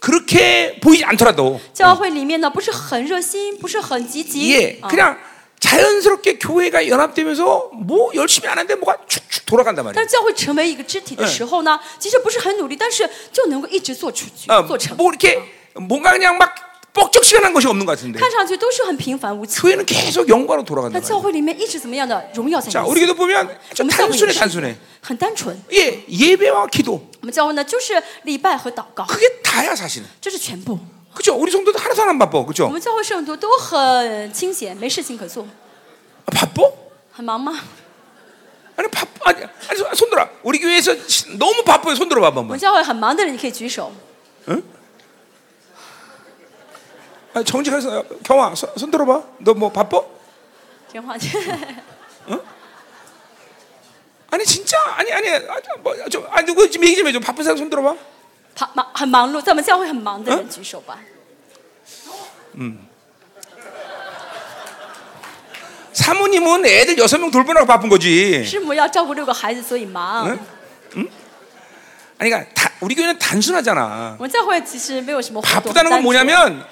S1: 그렇게 보이지 않더라도
S2: 教会里面呢不是很热心，不是很积极
S1: 예, ，
S2: 啊
S1: 그냥 자연스럽게 교회가 연합되면서 뭐 열심히 안 하는데 뭐가 축축 돌아간단 말이에요.
S2: 但是教会成为一个肢体的时候呢，其实不是很努力，但是就能够一直做出去
S1: 어, ，
S2: 做成。
S1: 뭐 이렇게 뭔가 그냥 막 뻑적시간한 것이 없는 것 같은데
S2: 看上去都是很平凡无奇，
S1: 교회는 계속 영광으로
S2: 但
S1: 돌아간단
S2: 教
S1: 말이에요.
S2: 会里面一直怎么样的荣耀在
S1: 자
S2: 彰显。
S1: 우리도 보면 좀
S2: 我们教会
S1: 단순해
S2: 也是
S1: 단순해.
S2: 很单纯，
S1: 예, 예배와 기도
S2: 我们教会呢就是礼拜和祷告，
S1: 그게 다야 사실은.
S2: 这是全部。
S1: 그죠? 우리 성도도 하나도 안 바빠.
S2: 我
S1: 그죠?
S2: 们教会圣徒都很清闲，没事情可做，
S1: 아, 바빠?
S2: 很忙吗？
S1: 아니 바빠. 아니, 아니 손- 손들어. 우리 교회에서 시- 너무 바빠요. 손들어 봐봐 한 번.
S2: 我们教会很忙的人，你可以举手。
S1: 아니, 정직해서 경아 손, 손 들어봐. 너 뭐 바빠?
S2: 真话，
S1: 아니 진짜 아니 아니 아, 저, 뭐, 저, 아니 누구 지금 얘기 좀 해줘. 바쁜 사람 손 들어봐.
S2: 他忙很忙碌，在我们教会很忙的人举手吧。
S1: 사모님은 애들 여섯 명 돌보느라 바쁜 거지.
S2: 师母要照顾六个孩子，所以忙。
S1: 응? 아니 그러니까 다- 우리 교회는 단순하잖아.
S2: 我们教会其实没有什么活动。
S1: 바쁘다는 건
S2: 很单纯
S1: 뭐냐면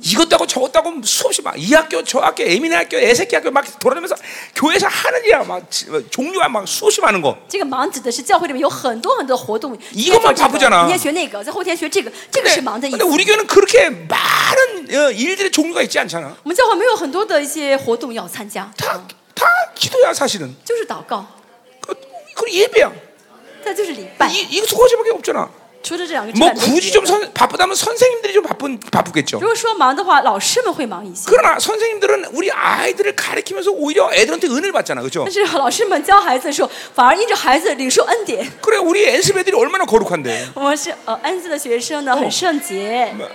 S1: 이것도 하고 저것도 하고 수없이 막 이 학교 저 학교 애미네 학교 애새끼 학교 막 돌아다니면서 교회에서 하는 일야 막 지- 막 종류가 막 수없이 많은 거
S2: 这个忙指的是教会里面有很多很多活动，
S1: 一个忙
S2: 在做
S1: 바쁘
S2: 这
S1: 잖아
S2: 个明天学那个，在后天学这个，这个
S1: 근데,
S2: 是忙的意
S1: 근데
S2: 思。
S1: 우리 교회는 그렇게 많은 어, 일들의 종류가 있지 않잖아
S2: 我们教会没有很多的一些活动要参加，
S1: 다, 다 기도야 사실은
S2: 就是祷告，
S1: 그, 그 예배야
S2: 再就是礼拜。
S1: 이, 이거 두 가지밖에 없잖아
S2: 除了这两个之
S1: 뭐
S2: 外，没有
S1: 굳이
S2: 别
S1: 좀
S2: 的
S1: 선- 바쁘다면 선생님들이 좀 바쁜, 바쁘겠죠
S2: 如果说忙的话，老师们会忙一些。
S1: 그러나 선생님들은 우리 아이들을 가르치면서 오히려 애들한테 은혜를 받잖아 그렇죠? 그죠
S2: 但是老师们教孩子的时候，反而依着孩子领受恩典。
S1: 그래 우리 연습 애들이 얼마나 거룩한데
S2: 我们是呃恩赐的学生呢，很圣洁。
S1: 뭐,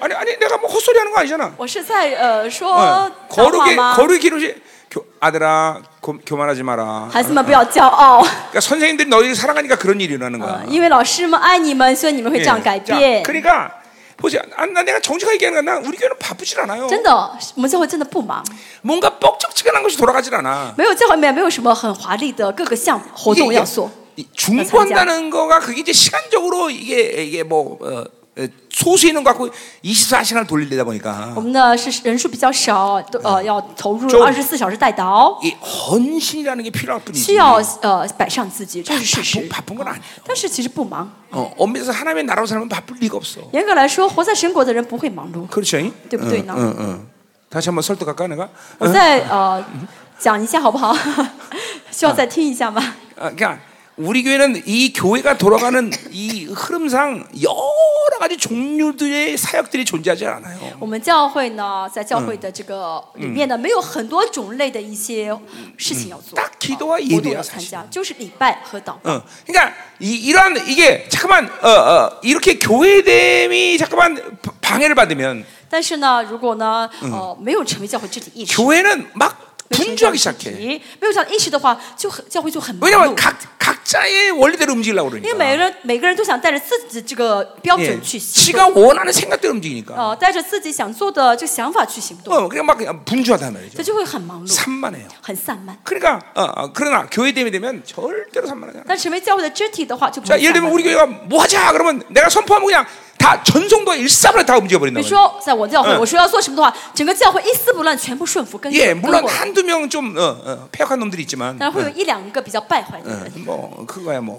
S1: 아니 아니 내가 뭐 헛소리 하는 거 아니잖아
S2: 我是在呃说
S1: 어,
S2: 脏话
S1: 거룩의
S2: 吗？
S1: 거룩의 기록이 교- 아들아 고, 교만하지 마라
S2: 孩子们不要骄傲，
S1: 그러니까 선생님들이 너희를 사랑하니까 그런 일이 일어나는 거야
S2: 呃因为老师们爱你们，所以你们会
S1: 예.
S2: 这样改
S1: 자,
S2: 变。
S1: 그러니까 보세요. 아, 나 내가 정직하게 얘기하는 건나 우리 교회는 바쁘질 않아요.
S2: 真的，哦我们教会真的不忙，
S1: 뭔가 뻑적지근한 것이 돌아가질 않아.
S2: 没有教会里面没有什么很华丽的各个项目活
S1: 이게-
S2: 动要做。
S1: 이게 중보한다는 거가 그게 이제 시간적으로 이게 이게 뭐 어, 어, 소수 있는 것 같고 24시간을 돌리다
S2: 我
S1: 보니까
S2: 们呢是人数比较少，都呃要投
S1: 嗯就
S2: 入二十四小时带祷，
S1: 이 헌신이라는 게 필요할 뿐이지.
S2: 需要呃摆上自己，这是
S1: 바쁜,
S2: 事实。
S1: 바쁜 건 아니에요.
S2: 但是其实不忙，
S1: 어, 엄밀해서 하나님의 나라로 살면 바쁠 리가 없어.
S2: 严格来说，活在神国的人不会忙碌。
S1: 그렇죠?
S2: 对不对呢
S1: 응, 응. 다시 한번 설득할까 내가?
S2: 我再呃讲一下好不 好？需要再听一下吗？
S1: 아, 그러니까 우리 교회는 이 교회가 돌아가는 이 흐름상 여러 가지 종류들의 사역들이 존재하지 않아요.
S2: 我们教会呢，在教会的这个
S1: 嗯
S2: 里面呢，没有很多种类的一些事情要做，
S1: 嗯嗯
S2: 呃
S1: 딱기도와예배야
S2: 活动要参
S1: 사실
S2: 加，就是礼拜和祷告。
S1: 어, 그러니까 이, 이러한 이게 잠깐만 어, 어, 이렇게 교회됨이 잠깐만 바- 방해를 받으면
S2: 但是呢，如果呢，呃，没有成为教会肢体意识，
S1: 교회는 막
S2: 没有成
S1: 분주하기
S2: 为教会肢
S1: 시작해.
S2: 体，没有这样的意识的话，就很教会就很忙
S1: 왜냐면
S2: 碌。
S1: 각 각자의 원리대로 움직이려고
S2: 因为
S1: 그러니까.
S2: 每个人每个人都想带着自己的这个标
S1: 예,
S2: 准去行
S1: 지가
S2: 动，
S1: 원하는 생각대로 움직이니까.
S2: 呃，带着自己想做的这个想法去行动，
S1: 어, 그냥 막 그냥 분주하단
S2: 这
S1: 말이죠.
S2: 就会很忙碌，
S1: 산만해요.
S2: 很散漫。
S1: 그러니까 어, 어, 그러나 교회됨이 되면 절대로 산만하지 않아.
S2: 但成为教会的肢体的话，就不
S1: 자
S2: 会
S1: 예를
S2: 散
S1: 들면
S2: 漫
S1: 우리 。 교회가 뭐 하자 그러면 내가 선포하면 그냥 다 전성도가 일사불란 다 움직여
S2: 比
S1: 버린다
S2: 如说，在我教会，
S1: 嗯
S2: 我说要做什么的话，整个教会一丝不乱，全部顺服跟
S1: 예
S2: 跟过
S1: 물론 。 한두 명좀 어, 어, 폐역한 놈들이 있지만 嗯
S2: 当然会有一两个比较败坏的人，
S1: 어, 뭐 그거야 뭐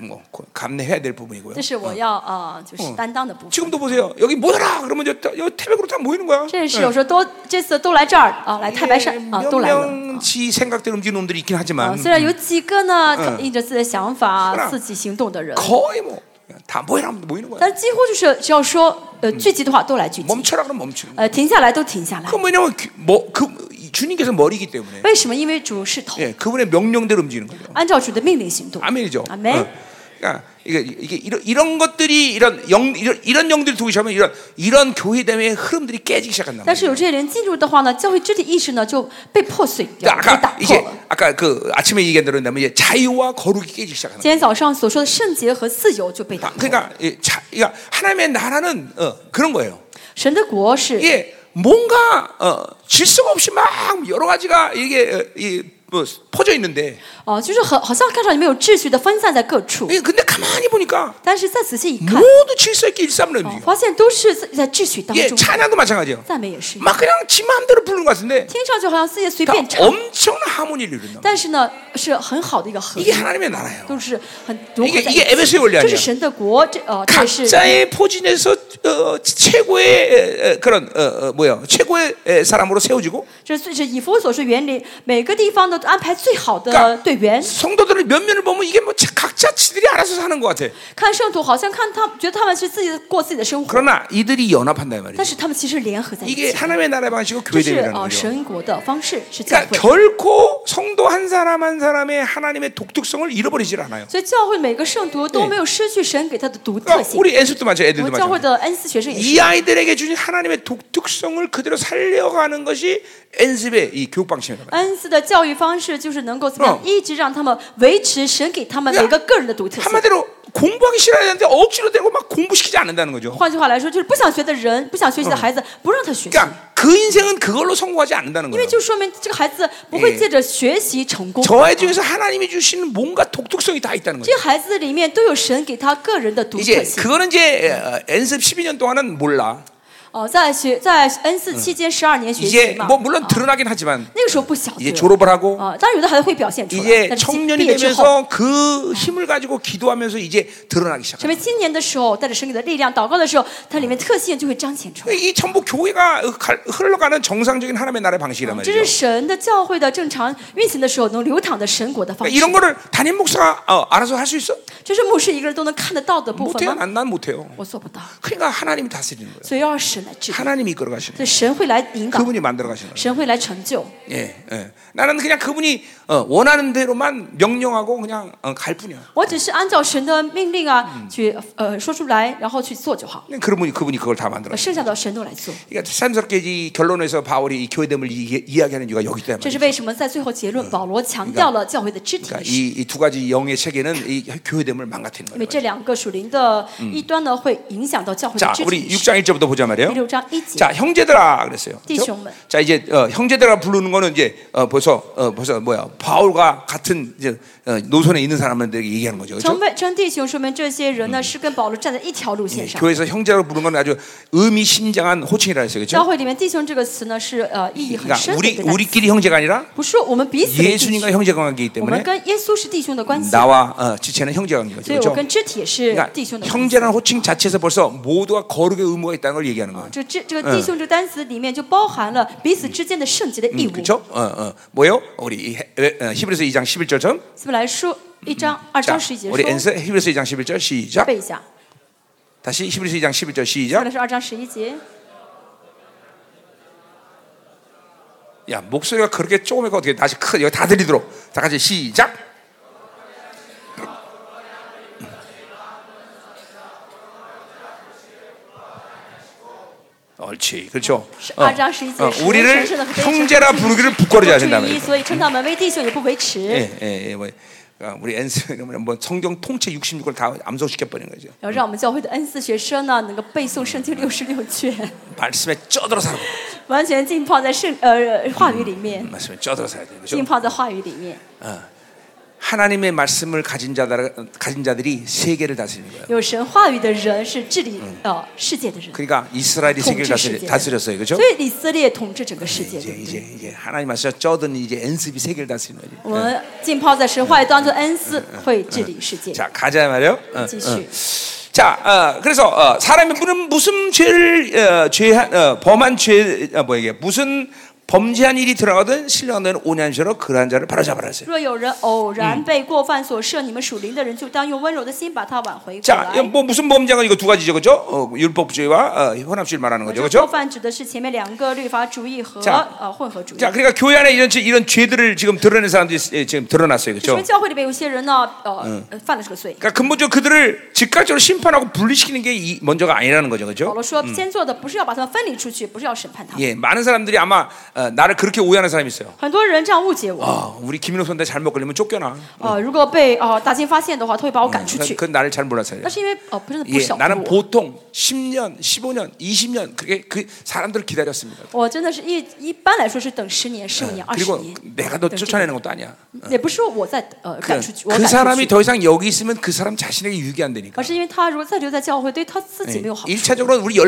S1: 뭐 고- 감내해야 될 부분이고요.
S2: 这是我要啊、就是担当的部分。
S1: 지금도 보세요. 여기 모여라 그러면 저, 저 태백으로 다 모이는 거야. 예.
S2: 这是我说都这次都来这儿啊，来太白山
S1: 哎
S2: 啊，都来了。啊
S1: 지 생각대로 움직이는 놈들이 있긴
S2: 啊，
S1: 하지만
S2: 虽然有几个呢，
S1: 嗯
S2: 印着自己的想法、自己行动的人，
S1: 거의 뭐 다 모여라 하면 모이는 거야.
S2: 但几乎就是只要说呃聚集的话，都来聚集；
S1: 멈춰라 그러면 멈추는 거야.
S2: 呃停下来都停下来
S1: 그 。 뭐냐면 그- 뭐, 그, 이 주님께서 머리이기 때문에
S2: 为什么？因为主是头，
S1: 예, 그분의 명령대로 움직이는 거죠.
S2: 按照主的命令行动。
S1: 아멘이죠.
S2: 아멘.
S1: 어. 그러니까 이게, 이게 이런, 이런 것들이 이런 영 이런, 이런 영들이 도시하면 이런 이런 교회 때문에 흐름들이 깨지기 시작한다.
S2: 但是有这些人进入的话呢，教会肢体意识呢就被破碎掉，
S1: 그러니까
S2: 被打
S1: 아까
S2: 破
S1: 이게
S2: 了。
S1: 아까 그 아침에 얘기한 대로 다면 이제 자유와 거룩이 깨지기 시작하는.
S2: 今天早上所说的圣洁和自由就被打
S1: 거예요.
S2: 破。
S1: 그러니까 이 자, 그러니까 하나님의 나라는 어, 그런 거예요.
S2: 神的国是
S1: 이게 뭔가 어, 질서가 없이 막 여러 가지가 이게 어, 이, 뭐, 퍼져 있는데
S2: 哦、就是很好像看上去没有秩序的分散在各处，
S1: 예, 근데 가만히 보니까
S2: 但是再仔细一看，
S1: 모두 질서 있게 일삼을
S2: 哦
S1: 움직여.
S2: 发现都是在在秩序当
S1: 예,
S2: 中。
S1: 찬양도 마찬가지예요.
S2: 赞美也是一样，
S1: 막 그냥 지 마음대로 부르는 것 같은데
S2: 听上去好像自己随
S1: 다
S2: 便唱，
S1: 엄청난 하모니를 이룬다.
S2: 但是呢是很好的一个合一
S1: 이게 ， 하나님의 나라예요.
S2: 都是很融合在
S1: 一个一个
S2: 一
S1: FSA 원리
S2: 起。
S1: 아니야
S2: 这是神的国，这呃这也是
S1: 각자의 포진에서 어, 최고의 에, 에, 그런 어, 어, 뭐야 최고의 에, 사람으로 세워지고
S2: 这是是以佛所说原理，每个地方都安排最好
S1: 까
S2: 的队
S1: 네.
S2: 员。
S1: 성도들을 몇 면을 보면 이게 뭐 자- 각자 지들이 알아서 사는 것 같아.
S2: 看圣徒好像看他觉得他们是自己的过自己的生活，
S1: 그러나 이들이 연합한다 이
S2: 但
S1: 말이죠.
S2: 是他们其实联合在一
S1: 이게
S2: 起，
S1: 하나님의 나라의 방식이고
S2: 这
S1: 교회
S2: 是
S1: 대회라는
S2: 呃
S1: 거죠.
S2: 神国的方式，是教
S1: 그러니까
S2: 会。
S1: 결코 성도 한 사람 한 사람의 하나님의 독특성을 잃어버리질 않아요.
S2: 所以教会每个圣徒都没有失去神给他的独特
S1: 그러니까
S2: 性。
S1: 우리 애들도 마찬가지,
S2: 我
S1: 애들도
S2: 们教会
S1: 마찬가지.
S2: 的恩赐学生也是，
S1: 이 아이들에게 주신 하나님의 독특성을 그대로 살려가는 것이 엔습의 이 교육 방식입니다.
S2: 恩赐的教育方式就是能够怎么样
S1: 嗯，
S2: 一直让他们维持神给他们每个个人的独特性。
S1: 한마디로 공부하기 싫어야 되는데 억지로 되고 막 공부시키지 않는다는 거죠.
S2: 换句话来说，就是不想学的人，不想学习的孩子，不让他学习，
S1: 그러니까 그 인생은 그걸로 성공하지 뭐 않는다는
S2: 因为
S1: 거예요.
S2: 就说明这个孩子不会借着学习嗯成功。
S1: 저 아이 중에서 하나님이 주시는 뭔가 독특성이 다 있다는
S2: 这
S1: 거죠.
S2: 个孩子里面都有神给他个人的独
S1: 이제
S2: 特性。
S1: 그거는 이제 어, 엔습 12년 동안은 몰라.
S2: 哦，在学在 N 四期间十二年学习
S1: 이제
S2: 嘛，
S1: 뭐 물론
S2: 啊
S1: 드러나긴 하지만
S2: 那个时候不晓得。
S1: 이제 졸업을 하고
S2: 啊，当然有的孩子会表现出来，
S1: 이제
S2: 但是毕
S1: 청년이
S2: 业之后，
S1: 되면서 그 힘을 가지고 기도하면서 이제 드러나기 시작합니다.
S2: 成为青年的时候，带着神给的力量祷告的时候，它里面特性就会彰显出来。
S1: 그 이 전부 교회가 갈- 흘러가는 정상적인 하나님의 나라의 방식이란
S2: 这
S1: 말이죠.
S2: 是神的教会的正常运行的时候能流淌的神国的方
S1: 그러니까
S2: 式
S1: 이런 。 거를 담임 목사가 어, 알아서 할 수 있어?
S2: 这是牧师一个人都能看得到的部
S1: 못해요.
S2: 分吗？
S1: 난, 난 못해요.
S2: 我做不到，
S1: 그러니까 하나님이 다스리는 거예요.
S2: 所以要让神来治理，
S1: 하나님이 이끌어 가시는 그러니까
S2: 所以神会来引导，
S1: 그분이 만들어 가시는 거예요.
S2: 神会来成就。
S1: 예, 예. 나는 그냥 그분이 어, 원하는 대로만 명령하고 그냥 어, 갈 뿐이야.
S2: 我只是按照神的命令啊，去呃说出来，然后去做就好，
S1: 그냥 그분이 그분이 그걸 다 만들어.
S2: 呃剩下的神都来做。
S1: 그러니까 참스럽게 이 결론에서 바울이 이 교회됨을 이, 이야기하는 이유가 여기
S2: 这
S1: 때문에.
S2: 是为什么在最后结论，保罗强调了教会的肢体意
S1: 그러니까
S2: 识，
S1: 이두 가지 영의 체계는 이 교회됨을 망가뜨리는
S2: 因为
S1: 거예요.
S2: 这两个属灵的异端呢，会影响到教会的
S1: 자,
S2: 肢体
S1: 우리
S2: 意识。
S1: 6장 1절부터 보자
S2: 第
S1: 말이에요.
S2: 六章一节，
S1: 자, 형제들아 그랬어요. 그죠?
S2: 띠숑은.
S1: 자, 이제 어, 형제들아 부르는 거는 이제 어, 벌써 어, 벌써 뭐야 바울과 같은 이제 어, 노선에 있는 사람들에게 얘기하는 거죠. 그렇죠?
S2: 称为称弟兄，说明这些人呢是跟保罗站在一条路线上。
S1: 예, 교회에서 형제라고 부르는 건 아주 의미심장한 호칭이라 했어요.
S2: 教
S1: 그렇죠?
S2: 会里面“弟兄”这个词呢是呃意义很
S1: 그러니까
S2: 深的一
S1: 우리
S2: 个单词，
S1: 우리끼리 형제가 아니라
S2: 不是我们彼此的弟
S1: 예수님과
S2: 兄，
S1: 형제 관계이기
S2: 我
S1: 때문에
S2: 们跟耶稣是弟兄的关系，
S1: 나와 어, 지체는 형제 관계인 거죠.
S2: 所以我
S1: 그렇죠?
S2: 跟肢体也是
S1: 그러니까
S2: 弟兄的关系。
S1: 형제라는 호칭 자체에서 벌써 모두가 거룩의 의무가 있다는 걸 얘기하는 거예요.
S2: 这这这个“弟兄”这个单词里面就包含了彼此之间的圣洁的义务。
S1: 그렇죠? 어, 어. 뭐요? 우리 이 해- 어, 히브리서 2장 11절처럼
S2: 希伯来书一章
S1: 아,
S2: 二章十一节
S1: 우리
S2: 说，
S1: 엔서 히브리서 2장 11절 시작.
S2: 背一下。
S1: 다시 히브리서 2장 11절
S2: 希伯
S1: 시작.
S2: 来书二章十一节，
S1: 야 목소리가 그렇게 조금이니까 어떻게 다시 크 여기 다 들리도록 다 같이 시작. 옳지, 그렇죠.
S2: 是
S1: 어,
S2: 二章十一节
S1: 어,
S2: 是，
S1: 우리를
S2: 嗯神圣的和非神圣的
S1: 형제라 부르기를 부끄러워하지
S2: 不
S1: 않는다
S2: 注意，
S1: 말이에요.
S2: 所以称他们为弟兄也不维持，
S1: 예, 예, 예, 뭐, 그러니까 우리 엔스 이러면 뭐 성경 통째 66을 다 암송시켜 버리는 거죠.
S2: 要让我们教会的恩赐学生呢能够背诵圣经六十六卷，
S1: 말씀에 쪄들어 살고,
S2: 完全浸泡在圣呃话语里面，
S1: 말씀에 쪄들어 살아야 되죠.
S2: 浸泡在话语里面。
S1: 어. 하나님의 말씀을 가진 자들 가진 자들이 세계를 다스리는 거예요.
S2: 有神话语的人是治理呃世界的人，
S1: 그러니까 이스라엘이 세계를
S2: 统治
S1: 다스리,
S2: 世界的
S1: 다스렸어요, 그렇죠?
S2: 所以以色列统治整个世界，
S1: 이제
S2: 对不
S1: 이제
S2: 对？
S1: 이제 하나님 말씀 쩌든 이제 엔습이 세계를 다스리는 거지.
S2: 我们浸泡在神话语当中，恩赐会治理世界。
S1: 자 가자 말이요. 어,
S2: 继
S1: 어.
S2: 续，
S1: 자, 어, 그래서 어, 사람이 무슨 무슨 죄를 어, 죄한 어, 범한 죄 어, 뭐에게 무슨 범죄한 일이 드러나거든 신령된 오년시로 그러한 자를 바로잡아라 했어요.
S2: 若有人偶然被过犯所摄，你们属灵的人就当用温柔的心把他挽回过
S1: 자,
S2: 来。
S1: 뭐 무슨 범죄가 이거 두 가지죠, 그죠? 어, 율법주의와 어, 혼합주의를 말하는
S2: 我
S1: 거죠,
S2: 这过
S1: 그죠?
S2: 犯指的是前面两个律法主义和
S1: 자
S2: 呃混合主义。
S1: 자, 그러니까 교회 안에 이런 죄- 이런 죄들을 지금 드러낸 사람들이 예, 지금 드러났어요,
S2: 说明
S1: 그죠?
S2: 教会里面有些人呢，呃，呃犯了这个罪。
S1: 그러니까 근본적으로 그들을 즉각적으로 심판하고 분리시키는 게 이, 먼저가 아니라는 거죠,
S2: 保
S1: 그죠?
S2: 罗说，先做的不是要把他们分离出去，不是要审判他们。
S1: 예, 많은 사람들이 아마 어, 나를 그렇게 오해하는 사람이 있어요.
S2: 很多人这样误解我，
S1: 아, 우리 김인호 선대 잘못 걸리면 쫓겨나.
S2: 呃，如果被呃大金发现的话，他会把我赶出
S1: 그,
S2: 去。
S1: 그 나를 잘 몰랐어요.
S2: 那是因为呃，不是不
S1: 예,
S2: 晓得
S1: 나는
S2: 我，
S1: 보통 10년, 15년, 20년 그게 그 사람들을 기다렸습니다.
S2: 我真的是一一般来说是等十年、十五年、二十
S1: 그리고
S2: 年，
S1: 내가 너
S2: 等这个
S1: 쫓아내는 것도 아니야.
S2: 也不是说我在呃
S1: 그냥
S2: 赶出去，我
S1: 그
S2: 赶
S1: 사람이
S2: 出去，
S1: 더 이상 여기 있으면 그 사람 자신에게 유익이 안
S2: 而
S1: 되니까. 예,
S2: 是因为他如果再留在教会，对他自己没有好处。
S1: 일차적으로 우리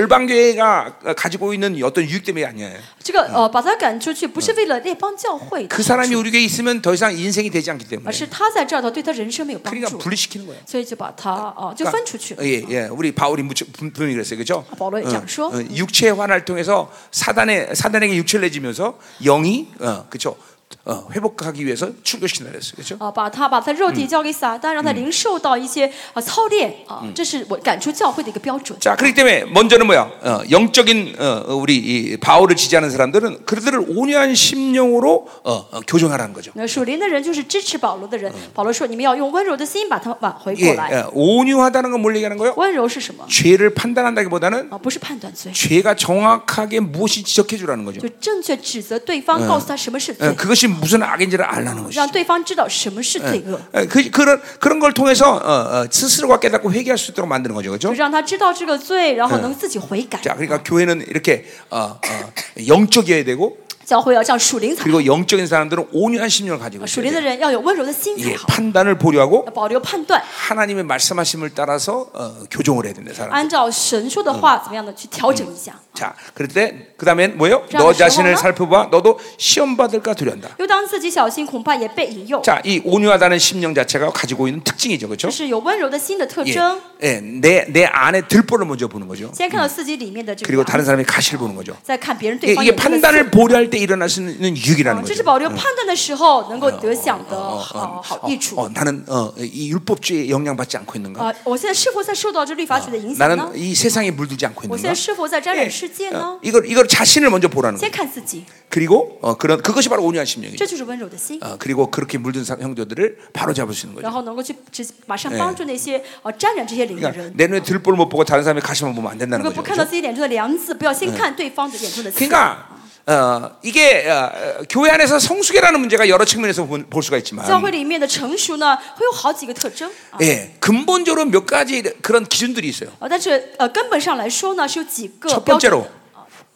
S1: 열방교회가 가지고 있는 어떤 유익 때문에 아니에요.
S2: 这个呃，把他赶出去不是为了列邦教会的
S1: 그
S2: 好
S1: 사람이
S2: 处，
S1: 우리 교회에 있으면 더 이상 인생이 되지 않기
S2: 而
S1: 때문에.
S2: 是他在这儿的对他人生没有帮
S1: 그러니까
S2: 助，
S1: 분리시키는 거예요.
S2: 所以就把他呃就分出去了。
S1: 그러니까 예, 예. 우리 바울이 무척 분- 분명히 그랬어요. 그죠?
S2: 바울이
S1: 어,
S2: 장수?
S1: 어, 육체의 환을 통해서 사단의 사단에게 육체를 내지면서 영이 어, 그죠? 어, 회복하기 위해서 출교시킨다 그랬어요. 그죠?
S2: 啊，把他把他肉体交给撒旦，让他灵受到一些啊操练啊，这是我赶出教会的一个标准。
S1: 자, 그렇기 때문에 먼저는 뭐야? 어, 영적인 어, 어, 우리 이 바울을 지지하는 사람들은 그들을 온유한 심령으로 어, 어, 교정하라는 거죠.
S2: 那属灵的人就是支持保罗的人。保罗说：“你们要用温柔的心把他们挽回
S1: 예,
S2: 过来。
S1: 예, 온유하다는 건 뭘 얘기하는 거예요?
S2: 温柔是什么？
S1: 죄를 판단한다기보다는
S2: 啊，不是判断罪，
S1: 죄가 정확하게 무엇이 지적해 주라는 거죠.
S2: 就正确指责对方，告诉他什么是
S1: 어,
S2: 罪，
S1: 그것이 무슨 악인지를 알라는 것이죠.
S2: 让对方知道什么是
S1: 嗯
S2: 罪恶，
S1: 예, 그, 그런 그런 걸 통해서 어, 어, 스스로가 깨닫고 회개할 수 있도록 만드는 거죠, 그렇죠?
S2: 就让他知道这个罪，然后能自己悔改。
S1: 자, 그러니까 교회는 이렇게 어, 어, 영적이어야 되고
S2: 教会要这样属灵才好，
S1: 그리고 영적인 사람들은 온유한 심령을 가지고
S2: 属
S1: 있어야
S2: 灵的
S1: 돼요.
S2: 人要有温柔的心
S1: 예,
S2: 才好，
S1: 판단을 보류하고
S2: 要保留判断，
S1: 하나님의 말씀하심을 따라서 어, 교정을 해야 된다, 사람.
S2: 按照神说的话怎么样的去调整一下。
S1: 자, 그럴 때 그다음엔 뭐예요?
S2: 그러나
S1: 너 자신을
S2: 그러나?
S1: 살펴봐. 너도 시험 받을까 두려운다.
S2: 又当自己小心，恐怕也被引诱。
S1: 자, 이 온유하다는 심령 자체가 가지고 있는 특징이죠, 그렇죠?
S2: 这是有温柔的心的特
S1: 예,
S2: 征。
S1: 예, 내, 내 안에 들보를 먼저 보는 거죠.
S2: 先看到自己里面的这
S1: 그리고
S2: 个，
S1: 다른 사람의 가시를 보는 거죠.
S2: 再看别人
S1: 예, 이게,
S2: 对方
S1: 이게
S2: 眼睛的
S1: 판단을 보류할 때 일어날 수 있는 유익이라는
S2: 嗯这是
S1: 거죠.
S2: 保留判断的时候能够得享的
S1: 哦
S2: 好好益处
S1: 어, 。 나는 어, 이 율법주의에 영향받지 않고 있는가?
S2: 啊，我现在是否在受到这律法学的影响呢
S1: 나는 ？이 세상에 물들지 않고
S2: 我现
S1: 있는가?
S2: 在是否在沾
S1: 예,
S2: 染世界
S1: 어,
S2: 呢？
S1: 이걸 이걸 자신을 먼저 보라는
S2: 先
S1: 거예요.
S2: 看自己，
S1: 그리고 어, 그런 그것이 바로 온유한 심령이죠.
S2: 这就是温柔的心，
S1: 어, 그리고 그렇게 물든 사- 형제들을 바로 잡을 수 있는
S2: 然
S1: 거죠.
S2: 后能够去直马上帮助那些呃沾染这些灵的
S1: 그러니까
S2: 人。
S1: 내 눈에 들보를 못 보고 다른 사람의 가시만 보면 안
S2: 如
S1: 된다는
S2: 果
S1: 거죠.
S2: 不看到
S1: 그렇죠?
S2: 自己眼中的梁子，不要先看对方的眼中的刺。
S1: 그러니까 어, 이게 어, 어, 교회 안에서 성숙이라는 문제가 여러 측면에서 본- 볼 수가
S2: 教
S1: 있지만
S2: 会里面的成熟呢，会有好几个特征啊。
S1: 예, 근본적으로 몇 가지 그런 기준들이 있어요.
S2: 呃，但是呃，根本上来说呢，是有几个
S1: 첫
S2: 标准
S1: 번째로
S2: 的。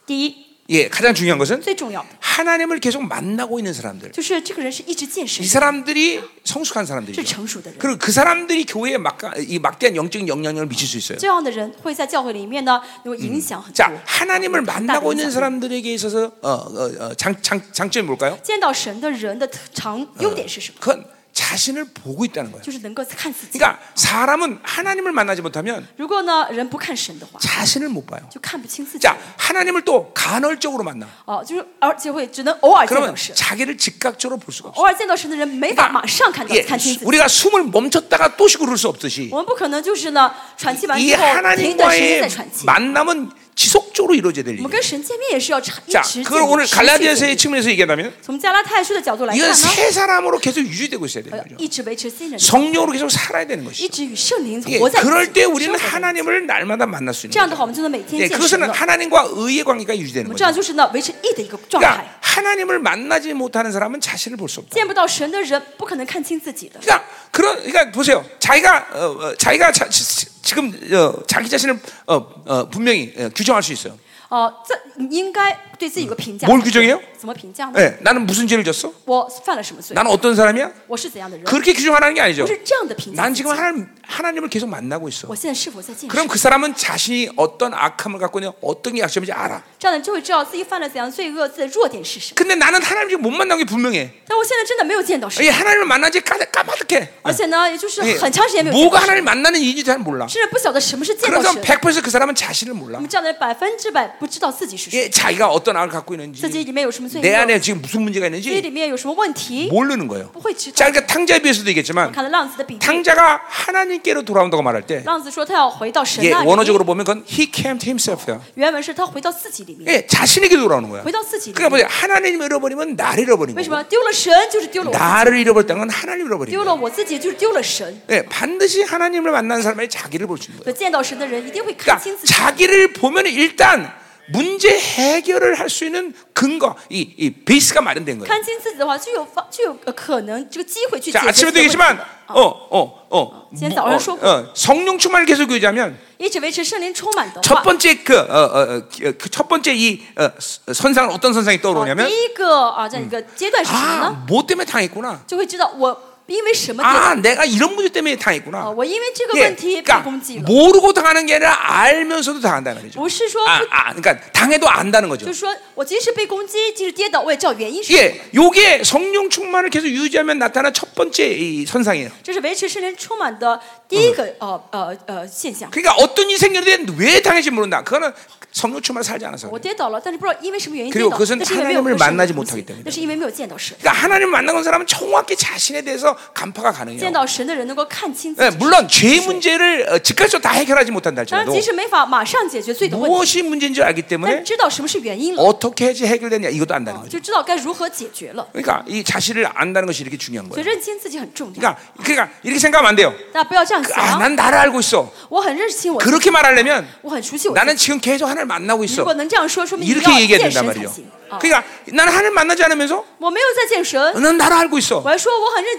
S2: 第一，
S1: 예, 가장 중요한 것은
S2: 最重要的
S1: 하나님을 계속 만나고 있는 사람들.
S2: 就是这个人是一直见神
S1: 이 ， 사람들이 성숙한
S2: 是
S1: 사람들이죠.
S2: 成熟的人。
S1: 그리고 그 사람들이 교회에 막가, 이 막대한 영적인 영향력을 미칠 수 있어요.
S2: 这样的人会在教会里面呢，有影响很多。
S1: 자, 하나님을 만나고 있는 사람들에게 있어서 어, 어, 어, 장, 장, 장점이 뭘까요?
S2: 见到神的人的特长优点是什么？
S1: 그건 자신을 보고 있다는 거예요.
S2: 就是能够看自己。
S1: 그러니까 사람은 하나님을 만나지 못하면
S2: 如果呢，人不看神的话，
S1: 자신을 못 봐요.
S2: 就看不清自己。
S1: 자, 하나님을 또 간헐적으로 만나.
S2: 哦、就是而且会只能偶尔见到
S1: 그러면
S2: 神，
S1: 자기를 즉각적으로 볼 수가 없어요.
S2: 偶尔见到神的人没法马上看到
S1: 예,
S2: 看清自己。
S1: 우리가 숨을 멈췄다가 또 쉬고 그럴 수 없듯이
S2: 我们不可能就是呢，喘气完
S1: 이
S2: 之后停一段时间再
S1: 하나님과의
S2: 喘气。
S1: 만남은 지속적으로 이루어져야 될
S2: 我们
S1: 일이에요.
S2: 跟神见面也是要长一
S1: 자,
S2: 直见面
S1: 그걸 오늘
S2: 持续见面
S1: 갈라디아서의 측면에서 얘기한다면
S2: 从加拉太书的角度来看
S1: 이건
S2: 呢，
S1: 세 사람으로 계속 유지되고 있어야 되는
S2: 呃
S1: 거죠.
S2: 一直维持新人的，
S1: 성령으로 계속 살아야 되는
S2: 一
S1: 것이죠.
S2: 直与圣灵
S1: 예,
S2: 活在一起。
S1: 그럴 때 우리는
S2: 生活在一起
S1: 하나님을 날마다 만날 수
S2: 这
S1: 있는
S2: 样的
S1: 거죠.
S2: 话，我们就能每天
S1: 예,
S2: 见神
S1: 그것은
S2: 了。
S1: 하나님과 의의 관계가 유지되는
S2: 这样
S1: 거죠.
S2: 就是呢，维持义的一个状态。
S1: 그러니까 하나님을 만나지 못하는 사람은 자신을 볼 수 없다.
S2: 见不到神的人，不可能看清自己的。
S1: 그러니까 그런 그러니까 보세요. 자기가 어, 어, 자기가 자, 지- 지금 어, 자기 자신을 어, 어, 분명히 어, 규정할 수 있어요.
S2: 哦、这你应该对自己有哎个评价。
S1: 뭘규정해요
S2: 怎么评价呢？
S1: 예, 나는 무슨 죄를 졌어?
S2: 我犯了什么罪？
S1: 나는 어떤 사람이야?
S2: 我是怎样的人？
S1: 그렇게 규정하라는 게 아니죠.
S2: 不是这样的评价
S1: 난
S2: 自己。
S1: 지금 하나님, 하나님을 계속 만나고 있어.
S2: 我现在是否在进步？
S1: 그럼 그 사람은 자신이 어떤 악함을 갖고 있냐, 어떤 게 약점인지 알아.
S2: 这样的人就会知道自己犯了怎样罪恶，自己的弱点是什么。
S1: 근데 나는 하나님 지금 못 만난 게 분명해.
S2: 但我现在真的没有见到
S1: 이
S2: 神，
S1: 하나님을 만난 지 까- 까마득해.
S2: 而且呢，也就是很长时间没
S1: 예,
S2: 有见到
S1: 뭐가
S2: 神，
S1: 하나님 만나는 이인지 잘 몰라.
S2: 甚至不晓得什么是见到
S1: 그러니까
S2: 神。
S1: 100%그 사람은 자신을 몰라.
S2: 我们这样的人百分之百不知道自己是谁，
S1: 예, 자기가 어떤 악을 갖고
S2: 自己
S1: 있는지,
S2: 里面有什么罪
S1: 내
S2: 恶，
S1: 안에 지금 무슨 문제가
S2: 自己
S1: 있는지
S2: 里面有什么问题，
S1: 모르는 거예요.
S2: 不会知道。
S1: 자, 그러니까 탕자에 비해서도 얘기했지만
S2: 看了浪子的比喻，
S1: 탕자가 하나님께로 돌아온다고 말할 때
S2: 浪子说他要回到神
S1: 예,
S2: 那里，
S1: 원어적으로 보면 그건 he came to himself야.
S2: 原文是他回到自己里面，
S1: 예, 자신에게 돌아오는 거야.
S2: 回到自己里
S1: 그러니까
S2: 面。
S1: 뭐야? 하나님을 잃어버리면 나를 잃어버린
S2: 为什
S1: 거고
S2: 么丢了神就是丢了我，
S1: 나를 잃어버렸다는 건 하나님을 잃어버린
S2: 丢
S1: 거야.
S2: 了我自己就是丢了神？
S1: 예, 반드시 하나님을 만난 사람의 자기를 볼 수 있는 거야.
S2: 所以见到神的人一定会看
S1: 그러니까
S2: 清自己。
S1: 자기를 보면 일단 문제 해결을 할 수 있는 근거, 이, 이 베이스가 마련된 거예요.
S2: 看清自己的话，就有方就有呃可能这个机会去解
S1: 자,
S2: 决自己
S1: 아침에도
S2: 的问题啊
S1: 얘기했지만,
S2: 的。
S1: 어, 어, 어,
S2: 지난
S1: 뭐,
S2: 오늘 수업.
S1: 어, 성령 충만을 계속 교제하면
S2: 一直维持圣灵充满的
S1: 첫
S2: 话。
S1: 번째 그, 어, 어, 어, 그첫 번째 이 어, 선상은 어떤 선상이
S2: 哦
S1: 떠오르냐면,
S2: 第一个啊，这样一个阶段是什么呢？
S1: 아, 뭐 때문에 당했구나.
S2: 就会知道我因为什么地方
S1: 아, 내가 이런 문제 때문에
S2: 啊，
S1: 당했구나.
S2: 我因为这个
S1: 예,
S2: 问题被
S1: 그러니까
S2: 攻击了，
S1: 모르고 당하는 게 아니라 알면서도 당한다는 거죠.
S2: 不是说
S1: 아,
S2: 不，
S1: 아, 그러니까 당해도 안다는
S2: 就
S1: 거죠.
S2: 是说我即使被攻击，即使跌倒，我也知道原因是什么。
S1: 예, 요게 성령 충만을 계속 유지하면 나타난 첫 번째 이 선상이에요.
S2: 这是维持圣灵充满的第一个呃呃呃现象。
S1: 그러니까 어떤 일이 생겼는데 왜 당했지 모른다. 그거는 성령 충만 살지 않아서.
S2: 我
S1: 그래요.
S2: 跌倒了，但是不知道因为什么原因
S1: 그리
S2: 跌
S1: 고
S2: 倒，
S1: 그것은
S2: 但是因为没有
S1: 하나님을
S2: 和神
S1: 만나지
S2: 同行
S1: 못하기때문이다
S2: 那是因为没有见到神。
S1: 그러니까 하나님 만난 사람은 정확히 자신에 대해서 간파가 가능해요.
S2: 见到神的人能够看清自
S1: 예,
S2: 己。
S1: 물론 죄 문제를 어, 즉각적으로 다 해결하지 못한다
S2: 当然，
S1: 할지라도
S2: 即使没法马上解决罪的问题，
S1: 무엇이 문제인지 알기
S2: 但
S1: 때문에
S2: 知道什么是原因了，
S1: 어떻게 어. 해야지 해결되냐 이것도 안다는 거죠.
S2: 就知道该如何解决了。
S1: 그러니까 이 자신을 안다는 것이 이렇게 중요한
S2: 所以
S1: 거예요.
S2: 认清自己很重要。
S1: 그러니까 그러니까 이렇게 생각하면 안 돼요.
S2: 大家不要这样
S1: 아,
S2: 想，啊
S1: 난 나를 알고 있어.
S2: 我很认清我自己，
S1: 그렇게 말하려면
S2: 我很熟悉我自
S1: 나는 지금 계속 하나님을 만나고
S2: 己。如果
S1: 있어.
S2: 能这样说，说明你要
S1: 이렇게
S2: 见
S1: 얘기해야
S2: 神
S1: 된단
S2: 才
S1: 말이에요.
S2: 行。啊，
S1: 그러니까 나는 하나님 만나지 않으면서
S2: 我没有在见神，
S1: 난 나를 알고 있어.
S2: 我还说我很认，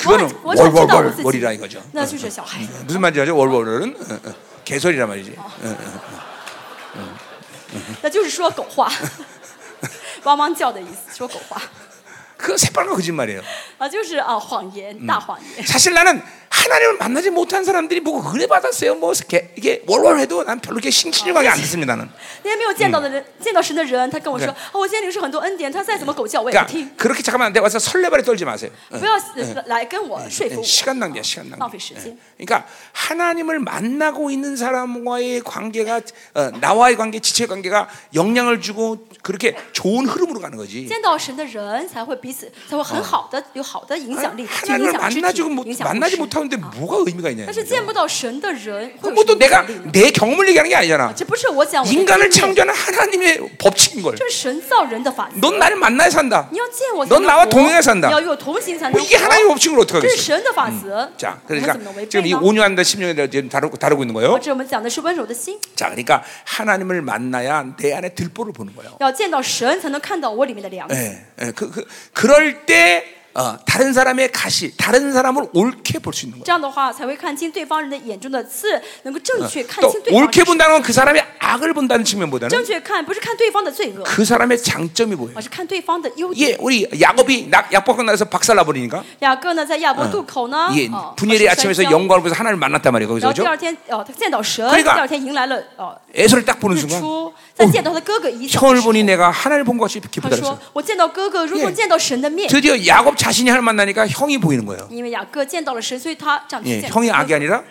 S1: 그거는
S2: 我很嗯我很知道我
S1: 월월월월이라이거
S2: 自
S1: 죠
S2: 己，那就是嗯小孩子。
S1: 무슨 말인지 알죠? 월월월은 어, 어, 개소리란 말이지. 어,
S2: 那就是说狗 话，汪汪叫的意思，说狗话
S1: 그건 새빨간 거짓말이에요.
S2: 啊，就是啊谎言，大谎言。
S1: 사실 나는 하나님을 만나지 못한 사람들이 뭐 은혜 받았어요. 뭐 이렇게 이게 월월해도 난 별로 이렇게 신신하게 안 듣습니다. 나는.
S2: 那些没有见到的人，见到神的人，他跟我说
S1: 对
S2: 啊，我今天领受很多恩典，他再怎么狗叫我也不
S1: 그러니까
S2: 听，
S1: 그렇게 잠깐만 내 와서 설레발에 떨지 마세요.
S2: 不要呃来跟我说服
S1: 예,
S2: 我，
S1: 시간 낭비야, 시간 낭비.
S2: 浪费时间。
S1: 그러니까 하나님을 만나고 있는 사람과의 관계가 어, 나와의 관계, 지체 관계가 영향을 주고 그렇게 좋은 흐름으로 가는 거지. 어?
S2: 见到神的人才会彼此才会很好的有好的影响力，去影
S1: 하나님을
S2: 响肢体
S1: 만나지고 못,
S2: 影响牧
S1: 만나지
S2: 师。
S1: 못하는데 뭐가 의미가 있냐?
S2: 但是见不到神的人会有什
S1: 그것도
S2: 么影
S1: 내가
S2: 响力呢？
S1: 내 경험을 얘기하는 게 아니잖아.
S2: 这不是我讲我的经
S1: 인간을
S2: 验，
S1: 창조하는 하나님의 법칙인 걸.
S2: 这是神造人的法则。
S1: 넌 나를 만나야 산다.
S2: 你要见我才
S1: 넌
S2: 能
S1: 나와
S2: 活
S1: 동행해서산다
S2: 你要与我同行才能
S1: 뭐
S2: 活。
S1: 이게 하나님의 법칙으로 어떻게
S2: 这是
S1: 하겠어?
S2: 神嗯的法则，
S1: 자,
S2: 我们
S1: 그러니까
S2: 怎么能违
S1: 지금
S2: 背
S1: 이
S2: 呢？
S1: 온유한다 10년에 대해 지금 다루고 다루고 있는
S2: 我
S1: 거예요.
S2: 这我们讲的是温柔的心，
S1: 자, 그러니까 하나님을 만나야 내 안에 들보를 보는 거예요.
S2: 要见到神才能看到我里面的良心。
S1: 예, 예, 그, 그, 그럴 때 어, 다른 사람의 가시, 다른 사람을 옳게 볼 수 있는 거예요.
S2: 这样的话才会看清对方人的眼中的刺，能够正确看
S1: 또
S2: 清对嗯方人
S1: 옳게
S2: 的事。
S1: 본다는 건 그 사람의 악을 본다는 측면보다는
S2: 正确看不是看对方的罪恶，
S1: 그 사람의 장점이 보여요.
S2: 而是看对方的优点。
S1: 예, 우리 야곱이 낙- 약복한 나라에서 박살 나버리니까
S2: 雅各呢，在亚伯渡口呢，
S1: 예,
S2: 哦
S1: 분열의
S2: 发生
S1: 아침에서
S2: 摔跤
S1: 영광을 보면서 하나님을 만났단 말이에요.
S2: 然
S1: 거기서
S2: 后第
S1: 그죠?
S2: 二天，哦，他见到蛇，
S1: 그러니까
S2: 第二天迎来了哦
S1: 애서를 딱 보는
S2: 日
S1: 순간
S2: 出，再见到他的哥哥以扫的
S1: 형을
S2: 时候，
S1: 보니 내가 하나님을 본 것 같이 기쁘다 그랬어.
S2: 他说：“我见到哥哥，如果
S1: 예
S2: 见到神的面，
S1: 드디어 야곱 자신이 하나님 만나니까 형이 보이는 거예요.
S2: 因为雅各见到了神，所以他这样去
S1: 예,
S2: 见。
S1: 형이 악이 아니라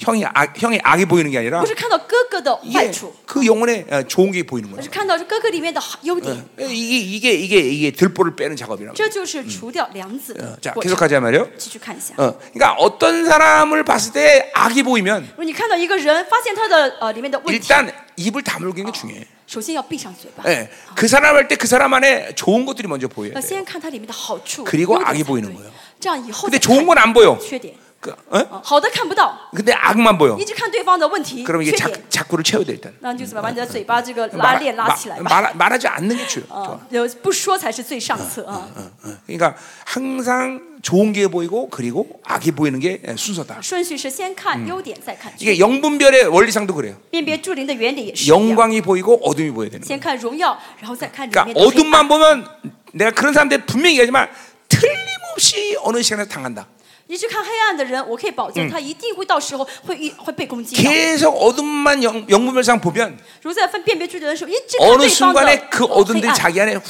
S1: 형이 악, 형이 악이 보이는 게 아니라
S2: 不是看到哥哥的坏
S1: 예,
S2: 处，
S1: 그 영혼의 어, 좋은 게 보이는
S2: 而
S1: 거예요.
S2: 是看到这哥哥里面的好优点。
S1: 예, 이게 이게 이게 이게 들보를 빼는 작업이라고.
S2: 这就是除掉梁子的
S1: 어, 자,
S2: 过程。
S1: 계속하자 말이요.
S2: 继续看一下，
S1: 어, 그러니까 어떤 사람을 봤을 때 악이 보이면
S2: 如果你看到一个人，发现他的呃里面的问题，
S1: 일단 입을 다물기는 게 중요해.
S2: 首先要闭上嘴巴，
S1: 예, 그 사람 할 때 그 사람 안에 좋은 것들이 먼저 보여요.
S2: 要先看他里面的好处，
S1: 그리고
S2: 优点
S1: 악이
S2: 才
S1: 보이는
S2: 对
S1: 거예요
S2: 这样以后
S1: 근데
S2: 再
S1: 좋은
S2: 看
S1: 건 안 보여.
S2: 缺点，
S1: 그, 어?
S2: 啊好的看不到，
S1: 근데 악만 보여.
S2: 一直看对方的问题、
S1: 그럼 이게 嗯
S2: 缺
S1: 자,
S2: 点，
S1: 자꾸를 채워야 돼 일단.
S2: 那你就怎么把你的嘴巴这个拉
S1: 말,
S2: 链拉起来吧，嗯
S1: 말,
S2: 어.
S1: 말하지 않는 게 좋아. 嗯
S2: 啊，有不说才是最上策啊。
S1: 어, 어. 그러니까 항상 좋은 게 보이고 그리고 악이 보이는 게 순서다.
S2: 顺序是先
S1: 嗯
S2: 看优点，再看缺点
S1: 이게 。 영분별의 원리상도 그래요.
S2: 辨别诸灵的原理也是一样，
S1: 영광이 보이고 어둠이 보여야 되는 거예요.
S2: 先看荣耀，然后再看里面
S1: 그러니까
S2: 的黑暗。
S1: 어둠만 보면 내가 그런 사람들 분명히 얘기하지만 틀림없이 어느 시간에 당한다.
S2: 一直看黑暗的人，我可以保
S1: 嗯
S2: 证他一定会到时候会一会被攻击
S1: 예.
S2: 到。
S1: 계속 어둠만 영, 영분별상 보면
S2: 如果在分辨别诸灵的时候，一直看
S1: 어느
S2: 对方的
S1: 순간에 그
S2: 呃黑
S1: 어둠들이
S2: 暗，
S1: 자기 안에 훅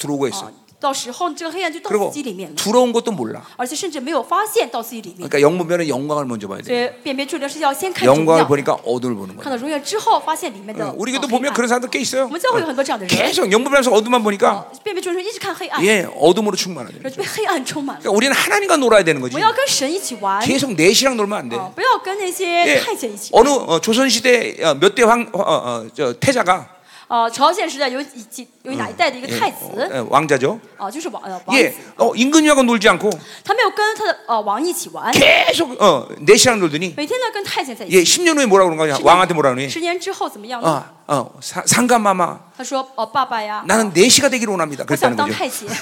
S1: 들어오고
S2: 啊
S1: 있어.
S2: 到时候这个黑暗就到自
S1: 그리고
S2: 己里面了，
S1: 들어온 것도 몰라.
S2: 而且甚至没有发现到自己里面。
S1: 그러니까 영분별은 영광을 먼저 봐야
S2: 所
S1: 돼.
S2: 以辨别诸灵是要先看荣
S1: 영광을
S2: 耀，
S1: 보니까 어둠을 보는
S2: 看
S1: 거야.
S2: 到荣耀之后，发现里面的
S1: 어,
S2: 呃
S1: 우리
S2: 黑
S1: 교도 보면
S2: 暗。
S1: 그런 사람들 꽤 있어요.
S2: 我们教会有很多这样的人，
S1: 계속 영분별에서 어둠만 보니까
S2: 辨别诸灵的时候一直看黑暗，
S1: 예, 어둠으로 충만하네.
S2: 然后就被黑暗充满了。
S1: 그러니까 우리는 하나님과 놀아야 어. 되는
S2: 我
S1: 거지.
S2: 们要跟神一起玩，
S1: 계속 내시랑 놀면 안 돼.
S2: 啊，不要跟那些
S1: 예,
S2: 太监一起。
S1: 어느 어, 조선시대 어, 몇대 황, 어, 어, 저, 태자가
S2: 啊，朝鲜时代有几几有哪一代的一个
S1: 예,
S2: 太
S1: 어,
S2: 子
S1: 예, 왕자죠.
S2: 啊，就是王呃王
S1: 예,
S2: 子，
S1: 어, 임금님하고 놀지 않고
S2: 他没有跟他的呃王一起玩，
S1: 계속 어, 내시랑 놀더니
S2: 每天呢跟太监在一
S1: 예,
S2: 起。
S1: 10년 후에 뭐라 그런 거냐?
S2: 10
S1: 왕한테 뭐라 그러니?
S2: 十年之后怎么样呢？
S1: 어, 어, 사- 상감마마
S2: 他说哦，爸爸呀，
S1: 나는 내시가 되기로 원합니다.
S2: 我想
S1: 그랬다는
S2: 当
S1: 거죠.
S2: 太监。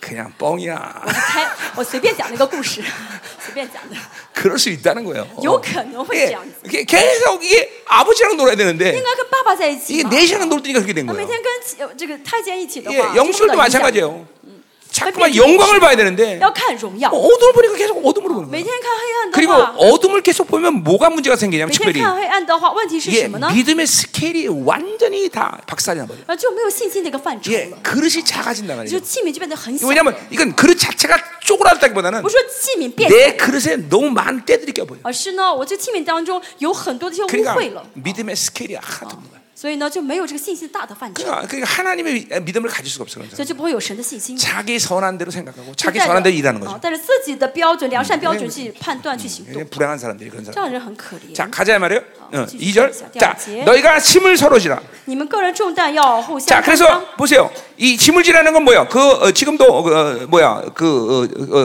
S1: 그냥 뻥이야.
S2: 开，我随便讲了一个故事， 随便讲的。
S1: 그럴 수 있다는 거예요. 어.
S2: 요 가능,
S1: 예,
S2: 지 않습니까?
S1: 이게 계속 이게 아버지랑 놀아야
S2: 应
S1: 되는데
S2: 该跟爸爸在一起
S1: 이게
S2: 嘛。
S1: 내시랑 놀더니까 그렇게 된
S2: 那每
S1: 거예요.
S2: 天跟其呃这个太监一起的
S1: 예,
S2: 话，就受到
S1: 영술도
S2: 影响
S1: 마찬가지예요.
S2: 음.
S1: 자꾸만 영광을 봐야 되는데
S2: 要看荣耀
S1: 어, ， 어둠을 보니까 계속 어둠으로 보는
S2: 每
S1: 거예요.
S2: 天看黑暗的
S1: 그리고
S2: 话，
S1: 어둠을 계속 보면 뭐가 문제가 생기냐면
S2: 每
S1: 특별히
S2: 天看黑暗的话，问题是
S1: 예,
S2: 什么呢？
S1: 믿음의 스케일이 완전히 다 박살이 나버려요.
S2: 啊，就没有信心的一个范畴
S1: 예,
S2: 了，
S1: 그릇이 작아진단 말이에요.
S2: 就器皿就变得很小。
S1: 왜냐하면 이건 그릇 자체가 쪼그라들다기보다는
S2: 不是说器皿变小，
S1: 내 그릇에 너무 많은 때들이 껴보여.
S2: 而是呢，我这器皿当中有很多的这些污秽
S1: 그러니까
S2: 了，
S1: 믿음의 스케일이 하나도 없는 거야.
S2: 所以呢就没有这个信心大的范畴，
S1: 아, 그러니까, 그러니까 하나님의 믿음을 가질 수가 없어. 그런 사람.
S2: 所以就不会有神的信心。
S1: 자기 선한 대로 생각하고
S2: 就
S1: 자기
S2: 带
S1: 선한 대로
S2: 着
S1: 일하는
S2: 啊
S1: 거죠. 아,
S2: 带着自己的标准、良善标准去判断、去行动
S1: 그냥 ， 불행한 사람들이 그런
S2: 这
S1: 사람.
S2: 样的人很可
S1: 자
S2: 怜。
S1: 가자 말이에요. 어,
S2: 지금
S1: 2절.
S2: 시작.
S1: 자
S2: 자,
S1: 너희가 짐을 서로 지라.
S2: 你们个人重担要互
S1: 자
S2: 相担当
S1: 그래서 보세요. 이 짐을 지라는 건 뭐야? 그 어, 지금도 어, 어, 뭐야? 그 어, 어,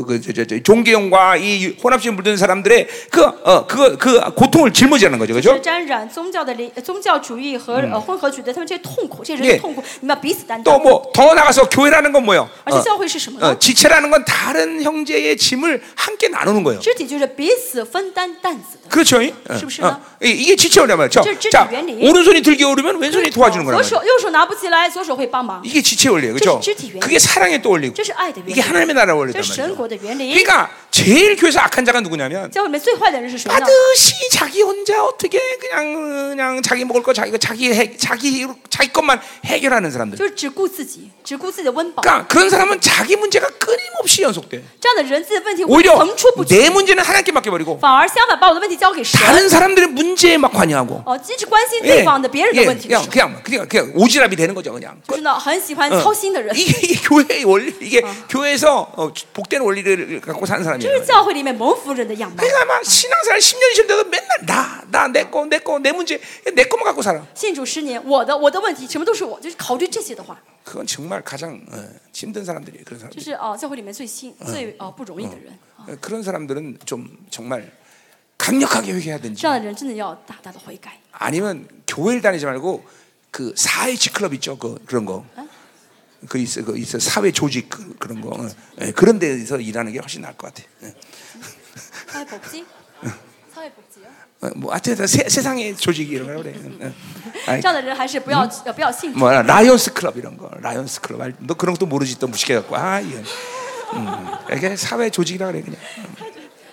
S1: 어, 그, 저, 저, 저, 종교형과 이 혼합심 물든 사람들의 그 어, 그거 그 고통을 짊어지라는 거죠,
S2: 是
S1: 그렇죠?
S2: 沾染宗教的灵、呃宗教主义和呃混合主义的，他们这些痛苦，这些人
S1: 예
S2: 的痛苦，你们要彼此担当
S1: 또 。뭐 더 나가서 교회라는 건 뭐예요?
S2: 而且教会是什么
S1: 어,
S2: 呢
S1: 어, ？ 지체라는 건 다른 형제의 짐을 함께 나누는 거예요.
S2: 肢体就是彼此分担担子的。
S1: 그렇죠? 이? 어,
S2: 쉽습니다.
S1: 어. 이- 이게 지체오냐 말이죠.
S2: 저- 저-
S1: 자,
S2: 원리.
S1: 오른손이 들기 어려면 왼손이 도와주는
S2: 左
S1: 거란 말이에요.
S2: 手右手拿不起来，左手会帮忙，
S1: 이게 그렇죠. 지체 원리예요. 그렇죠?
S2: 저- 저- 저-
S1: 그게 사랑의 또 원리고.
S2: 这是爱的
S1: 이게
S2: 原理，
S1: 하나님의 나라
S2: 这
S1: 원리란
S2: 是神
S1: 말이에요.
S2: 国的原理。
S1: 그러니까 제일 교회에서 악한 자가 누구냐면
S2: 教会里面最坏的人是谁呢？
S1: 반드시 자기 혼자 어떻게 그냥 그냥 자기 먹을 거 자기 거 자기 해, 자기 자기 것만 해결하는 사람들.
S2: 就是只顾自己，只顾自己的温饱。
S1: 그러니까 그런 사람은 자기 문제가 끊임없이 연속돼.
S2: 这样的人自己的问题无
S1: 오히려
S2: 层出不穷，
S1: 내 문제는 하나님께 맡겨버리고
S2: 反而相反把我的问题交给神。
S1: 다른 사람들의 문제에 막 관여하고.
S2: 哦，一直关心
S1: 예,
S2: 对方的别人的
S1: 예,
S2: 问题的
S1: 그냥
S2: 时候，
S1: 그냥 그냥 그냥 오지랖이 되는 거죠 그냥.
S2: 就是呢很喜欢
S1: 어.
S2: 操心的人。
S1: 이게, 이게 교회의 원리 이게 교회에서 어, 복된 원리를 갖고 사는
S2: 这是
S1: 사람이에요.
S2: 教会里面蒙福人的样貌。
S1: 그러니까 아마 신앙생활 10년이 돼도 맨날 나 나 내 거 내 거 내 문제 내 것만 갖고 살아.
S2: 信主十年，我的我的问题全部都是我，就是考虑这些的话，
S1: 그건 정말 가장 어, 힘든 사람들이에요 그런
S2: 就
S1: 사람들.
S2: 是哦、呃教会里面最辛最呃不容易的人，
S1: 어, 그런 사람들은 좀 정말 강력하게 회개하든지
S2: 这样的人真的要大大的悔改。
S1: 아니면 교회를 다니지 말고 그 사회치 클럽 있죠 그 그런 거. 그 있어 그 있어 사회 조직 그, 그런 거 어, 예, 그런 데서 일하는 게 훨씬 나을 것 같아. 예.
S2: 사회복지 사회복지
S1: 어, 뭐 하여튼 다 세, 세상의 조직이 이런 거라 그래. 응, 응.
S2: 这
S1: 아이,
S2: 样的人还是不
S1: 嗯
S2: 要、呃不要信主。
S1: 뭐 라이언스 클럽 이런 거. 라이언스 클럽. 알- 너 그런 것도 모르지 또 무식해 갖고. 아, 이건. 음, 이게 사회 조직이라 그래 그냥.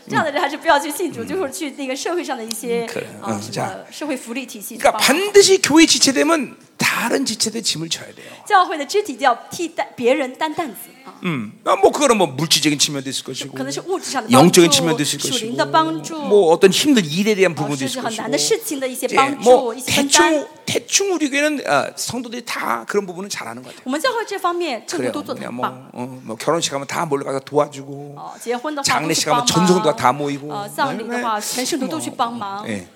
S2: 这样的人还是不要去信主，就是去那个社会上的一些
S1: 可能
S2: 啊、
S1: 嗯
S2: 什
S1: 这样
S2: 么社会福利体系去帮
S1: 그러니까
S2: 忙。
S1: 반드시 교회 지체되면 다른 지체들 짐을 져야 돼요.
S2: 教会的肢体要替代别人担担子啊，
S1: 음. 아, 뭐 그거는 뭐 물질적인 측면도 있을 것이고
S2: 可能是物质上的帮
S1: 영적인
S2: 助、
S1: 측면도 있을
S2: 属
S1: 것이고
S2: 灵的帮助，
S1: 뭐 어떤 힘든 일에 대한
S2: 啊
S1: 부분도
S2: 甚
S1: 있을
S2: 至很难的
S1: 것이고
S2: 事情的一些
S1: 예,
S2: 帮助、
S1: 뭐
S2: 一些分担。
S1: 대충 대충 우리 교회는 아, 성도들이 다 그런 부분은 잘하는 것 같아요.
S2: 我们教会这方面政府
S1: 그래요.
S2: 都做得
S1: 그냥
S2: 很
S1: 뭐
S2: 棒。
S1: 어, 뭐 결혼식 하면 다 몰려가서 도와주고
S2: 哦，结婚的话都去
S1: 장례식 하면
S2: 帮
S1: 전성도가 다
S2: 忙，
S1: 모이고
S2: 呃，葬礼
S1: 哎
S2: 的话，全圣徒都去帮忙。
S1: 예.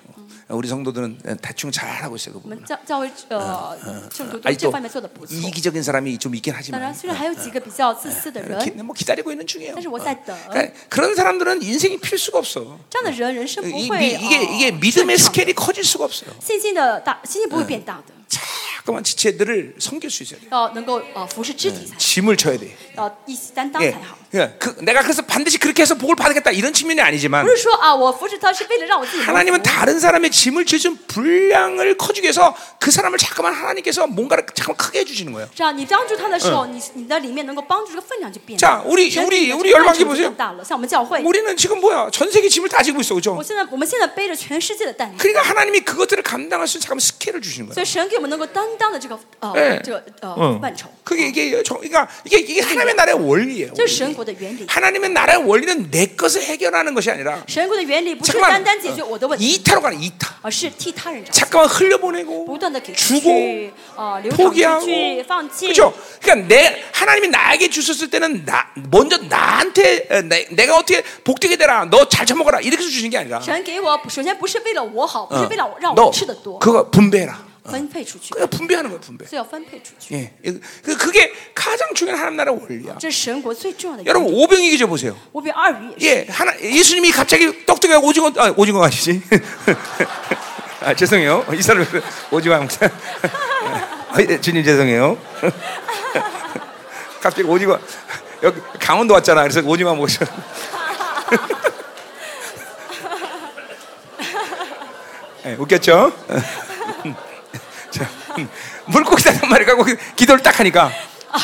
S1: 우리 성도들은 대충 잘 하고 있어요. 그
S2: 我
S1: 부분.
S2: 们教教会
S1: 嗯
S2: 呃圣徒都
S1: 아직도 뭐
S2: 这方面做得不错。
S1: 이기적인 사람이 좀 있긴
S2: 当然，
S1: 하지만
S2: 虽然还有几个比较自私的
S1: 기,
S2: 人，
S1: 뭐 기다리고 있는 중이에요.
S2: 但是我在等。
S1: 그러니까 그런 사람들은 인생이 필 수가 없어.
S2: 这样的人，人生
S1: 이,
S2: 不
S1: 미-
S2: 会
S1: 이게
S2: 呃
S1: 이게 믿음의
S2: 顺畅的
S1: 스케일이 커질 수가 없어요.
S2: 信心的大，信心不会变大的。
S1: 자, 잠깐만 지체들을 섬길 수 있어야 돼.
S2: 要能够呃服侍肢体才，
S1: 짐을 져야 돼.
S2: 要一起担当
S1: 예.
S2: 才好。
S1: 예. 그, 내가 그래서 반드시 그렇게 해서 복을 받겠다 이런 측면이
S2: 不
S1: 아니지만
S2: 是说啊，我服侍他是为了让我自己蒙
S1: 하나님은
S2: 福。
S1: 다른 사람의 짐을 지준 분량을 커주기 위해서 그 사람을 잠깐만 하나님께서 뭔가를 잠깐 크게 해주시는 거예요.
S2: 这啊样，你帮助他的时候，你你的里面能够帮助嗯这个分量就变
S1: 자
S2: 大。
S1: 우리
S2: 우
S1: 우리우리열방기보세요
S2: 更大了。像我们教会，
S1: 우리는 지금 뭐야? 전 세계 짐을 다 지고 있어, 그죠?
S2: 我现在我们现在背着全世界的担子，
S1: 그러니까 하나님이 그것들을 감당할 수 있는 잠깐 스킬을 주시는 거예요.
S2: 所以神给我们能够担当的这个
S1: 哎
S2: 呃这个呃范畴，
S1: 그게 이게 저, 그러니까 이게 이게 하나님의 나라의 원리예요.
S2: 这是
S1: 원리.
S2: 神国的原理。
S1: 하나님의 나라의 원리는 내 것을 해결하는 것이 아니라
S2: 神国的原理不是
S1: 잠깐만
S2: 单单解决我的问题，
S1: 이타로 가는 이타.
S2: 而是替他人着想，
S1: 잠깐만
S2: 不
S1: 흘려보내고
S2: 断的给出
S1: 주고
S2: 去，啊，流淌出
S1: 포기하고
S2: 去，放弃。
S1: 그죠? 그러니까 내 하나님이 나에게 주셨을 때는 나 먼저 나한테 에, 내, 내가 어떻게 복되게 되라 너 잘 처먹어라 이렇게 해서 주신 게 아니라
S2: 神给我，首先不是为了我好，不是
S1: 어,
S2: 为了我让
S1: 너
S2: 我吃的多，
S1: 그거 분배해라
S2: 分配出去，
S1: 그냥 분배하는 거야 분배
S2: 所以要分配出去。
S1: 예, 이- 그- 그게 가장 중요한 하나님 나라의 원리야
S2: 这是神国最重要的原理。
S1: 여러분 오병이 기적 보세요
S2: 我比二 鱼也是，
S1: 예, 하나 예수님이 갑자기 떡떡이가 오징어 아, 오징어 아시지? 아 죄송해요 이 사람 오징어 목사 아, 예, 주님 죄송해요 갑자기 오징어 여기 강원도 왔잖아 그래서 오징어 먹으셔 예, 웃겼죠? 자, 음, 물고기 사단 말이 가고 기도를 딱 하니까
S2: 啊，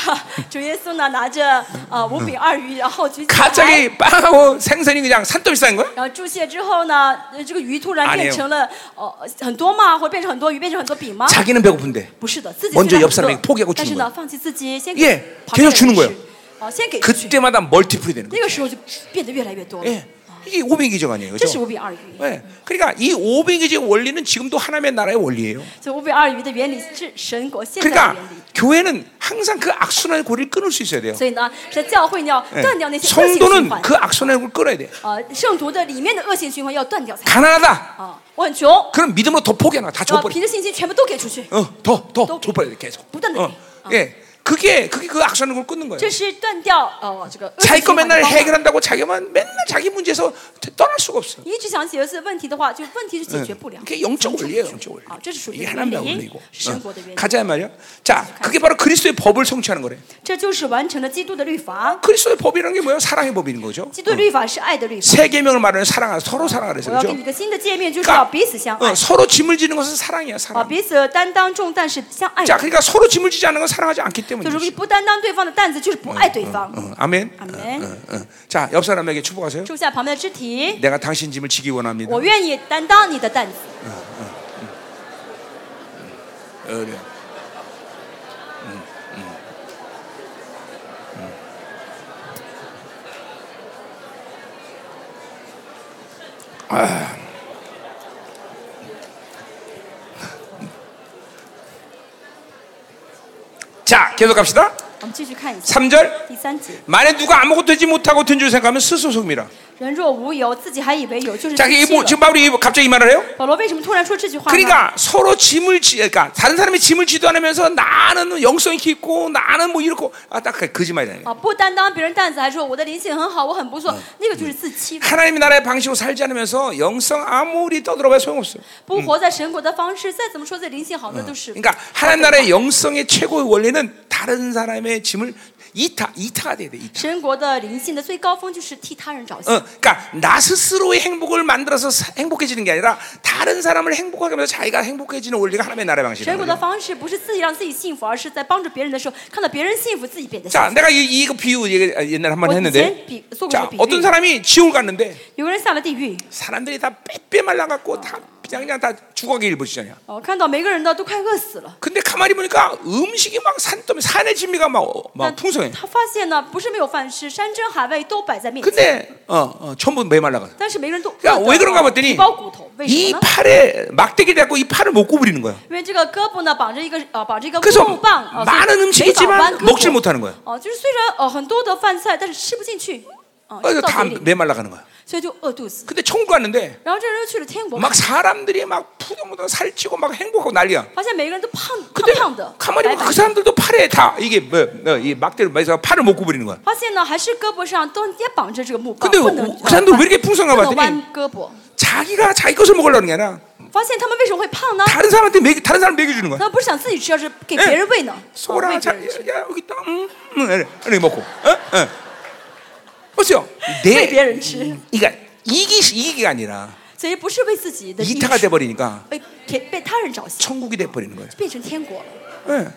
S2: 主耶稣呢拿着呃五饼二鱼，然后举起来，
S1: 갑자기 빵하고 생선이 그냥 산더미 쌓인 거야?
S2: 然后注泻之后呢，呃这个鱼突然
S1: 아니에요
S2: 变成了哦、呃很多吗？或者变成很多鱼，变成很多饼吗？
S1: 자기는 배고픈데
S2: 不是的，自己
S1: 먼저
S2: 虽然
S1: 옆사람에게포기하고주는
S2: 但是
S1: 거야
S2: 呢，放弃自己，先
S1: 예
S2: 给旁边
S1: 계속주는거예요
S2: 人吃哦，先给出去
S1: 그때마다 멀티플이 되는 거예요.
S2: 那个时候就变得越来越多了。
S1: 예. 이게 오병 기적 아니에요.
S2: 这是
S1: 그렇죠?
S2: 五饼二鱼，
S1: 예. 그러니까 이 오병 기적 원리는 지금도 하나님의 나라의 원리예요.
S2: 所以五饼二鱼的原理是神国现在
S1: 네,
S2: 的
S1: 그러니까
S2: 原理。
S1: 교회는 항상 그 악순환의 고리를 끊을 수 있어야 돼요.
S2: 所以呢，在教会你要
S1: 예.
S2: 断掉那些恶性循
S1: 성도는
S2: 环。
S1: 그 악순환의 고리를 끊어야 돼.
S2: 呃，圣徒的里面的恶性循环要断掉才。
S1: 가난하다.
S2: 啊，我呃很穷，
S1: 그럼 믿음으로 더 포기하나 다
S2: 啊，
S1: 줘버려.
S2: 凭着信心全部都给出去，
S1: 어, 더더
S2: 또-
S1: 줘버려야 돼 계속.
S2: 부담되게.
S1: 어. 예. 그게 그게 그 악순환의 고리를 끊는
S2: 这
S1: 거예요.
S2: 是断掉哦这个恶性
S1: 자기 그렇죠. 거
S2: 循环的
S1: 맨날
S2: 方法。
S1: 해결한다고 자기만 맨날 자기 문제에서 떠날 수가 없어.
S2: 你一直想解决问题的话，就问题
S1: 어,
S2: 就解决不了。
S1: 그게 영적 아, 원리예요, 영적 원리.
S2: 啊，这是属于
S1: 이게
S2: 原
S1: 하나님의
S2: 因
S1: 원리고. ，
S2: 是神国的原
S1: 어.
S2: 因。
S1: 가자 말이야. 자, 그게 바로 그리스도의 법을 성취하는 거래.
S2: 这就是完成了基督的律法。
S1: 그리스도의 법이라는 게 뭐예요? 사랑의 법인 거죠.
S2: 基督的律法是爱的律法。
S1: 세 계명을 말하는 사랑하 서로 사랑하라 그래서
S2: 我要给
S1: 그죠?
S2: 你一个新的界面，就是要彼此相爱
S1: 어, ， 서로 짐을 지는 것은 사랑이야,
S2: 啊，
S1: 사랑.
S2: 彼此担当重担是相爱
S1: 자,
S2: 的。
S1: 그러니까 서로 짐을 지지 않는 건 사랑하지 않기
S2: 就
S1: 때문이죠.
S2: 如果你不担当对方的担子，就是不爱对方。
S1: 어, 아멘.
S2: 아멘.
S1: 어, 어, 어. 자, 옆 사람에게 축복하세요.
S2: 住下旁边的肢体，
S1: 내가 당신 짐을 지기 원합니다.
S2: 我愿意担当你的担子。
S1: 어, 그래. 음, 음. 음. 아. 자, 계속 갑시다.
S2: 我们继续看一下
S1: 3절.
S2: 第三节。
S1: 만에 누가 아무것도 하지 못하고 된 줄 생각하면 스스로 속미라.
S2: 人若无有，自己还以为有，就是自
S1: 자, 이게
S2: 欺了
S1: 뭐, 지금 바울이 갑자기 이 말을 해요?
S2: 保罗为什么突然说这句话呢？
S1: 그러니까 서로 짐을 지, 그러니까 다른 사람이 짐을 지도 않으면서 나는 영성이 깊고 나는 뭐 이렇고 아딱 거짓말이잖아요.
S2: 啊，不担当别人担子，还说我的灵性很好，我很不错，那个就是自欺，
S1: 하나님의 나라의 방식으로 살지 않으면서 영성 아무리 떠들어봐야 소용없어. 요
S2: 不活在神国的方式，再怎么说自己灵性好，那都是
S1: 그러니까 하나님 나라의 영성의 최고의 원리는 다른 사람의 짐을 이타 이타가 돼야 돼. 이타.
S2: 神国的灵性的最高峰就是替他人着想
S1: 어, 。 그러니까 나 스스로의 행복을 만들어서 사- 행복해지는 게 아니라 다른 사람을 행복하게 하면서 자기가 행복해지는 원리가 하나님의 나라의
S2: 神国
S1: 방식이에요.
S2: 的方式不是自己让自己幸福，而是在帮助别人的时候，看到别人幸福，自己变得幸
S1: 자,
S2: 福。
S1: 내가 이, 이거 비유 얘기- 옛날에 한 번
S2: 我以
S1: 했는데
S2: 前比做过这
S1: 자
S2: 个比
S1: 어떤
S2: 喻，
S1: 사람이 지옥을 갔는데
S2: 有个人下了地狱，
S1: 사람들이 다 빼빼 말라갖고 다 그냥 그냥 다 죽어가기 일보시잖아요.
S2: 哦，看到每个人的都快饿死了。
S1: 근데 가만히 보니까 음식이 막 산더미 산의 진미가 막 막
S2: 但
S1: 풍성해.
S2: 他发现呢，不是没有饭吃，山珍海味都摆在面前，
S1: 근데 어, 어 전부 메말라가.
S2: 但是每个人都饿
S1: 야
S2: 得
S1: 왜 그런가
S2: 皮
S1: 봤더니
S2: 包骨头，为什
S1: 이
S2: 么呢？
S1: 팔에 막대기를 갖고 이 팔을 못 구부리는 거야.
S2: 因为这个胳膊呢绑着一个呃绑着一个
S1: 어, 그래서
S2: 木棒，呃、所以
S1: 많은
S2: 没法弯
S1: 음식이지만
S2: 胳膊
S1: 먹질 못하는 거야.
S2: 哦、就是虽然呃很多的饭菜，但是吃不进去，啊、
S1: 그래서
S2: 呃，到
S1: 다
S2: 嘴里，
S1: 메말라가는 거야.
S2: 所以就饿肚子。
S1: 근데 천국 갔는데
S2: 然后这人就去了天国，
S1: 막 사람들이 막 푸동푸동 살찌고 막 행복하고 난리야.
S2: 发现每个人都胖胖
S1: 근데
S2: 胖的，
S1: 가만히
S2: 白
S1: 보면
S2: 白
S1: 그
S2: 的。
S1: 사람들도 팔에 다 이게 뭐이 막대를 매서 팔을 못 구부리는 거야.
S2: 发现呢，还是胳膊上都也绑着这个木棒，
S1: 근데
S2: 不能啊
S1: 그 사람들 왜 이렇게 풍성한가
S2: 不能
S1: 봤더니
S2: 弯胳膊。
S1: 자기가 자기 것을 먹으려는 게 아니라
S2: 发现他们为什么会胖呢？
S1: 다른 사람한테 먹이 다른 사람 먹여주는 거야.
S2: 他们不是想自己吃，而是给别人喂呢，啊
S1: 소라
S2: 喂别
S1: 자, 야
S2: 人吃，
S1: 야, 여기 있다. 음, 음, 이래, 이렇게 먹고. 어? 어. 보세요. 내
S2: 喂别人吃，
S1: 그러니까 이기 이기가 아니라
S2: 所以不是为自己的利益
S1: 네, 이타가 ，돼 버리니까
S2: 被天被他人着想，
S1: 천국이 돼 버리는 거예요.
S2: 变成天国了。
S1: 예.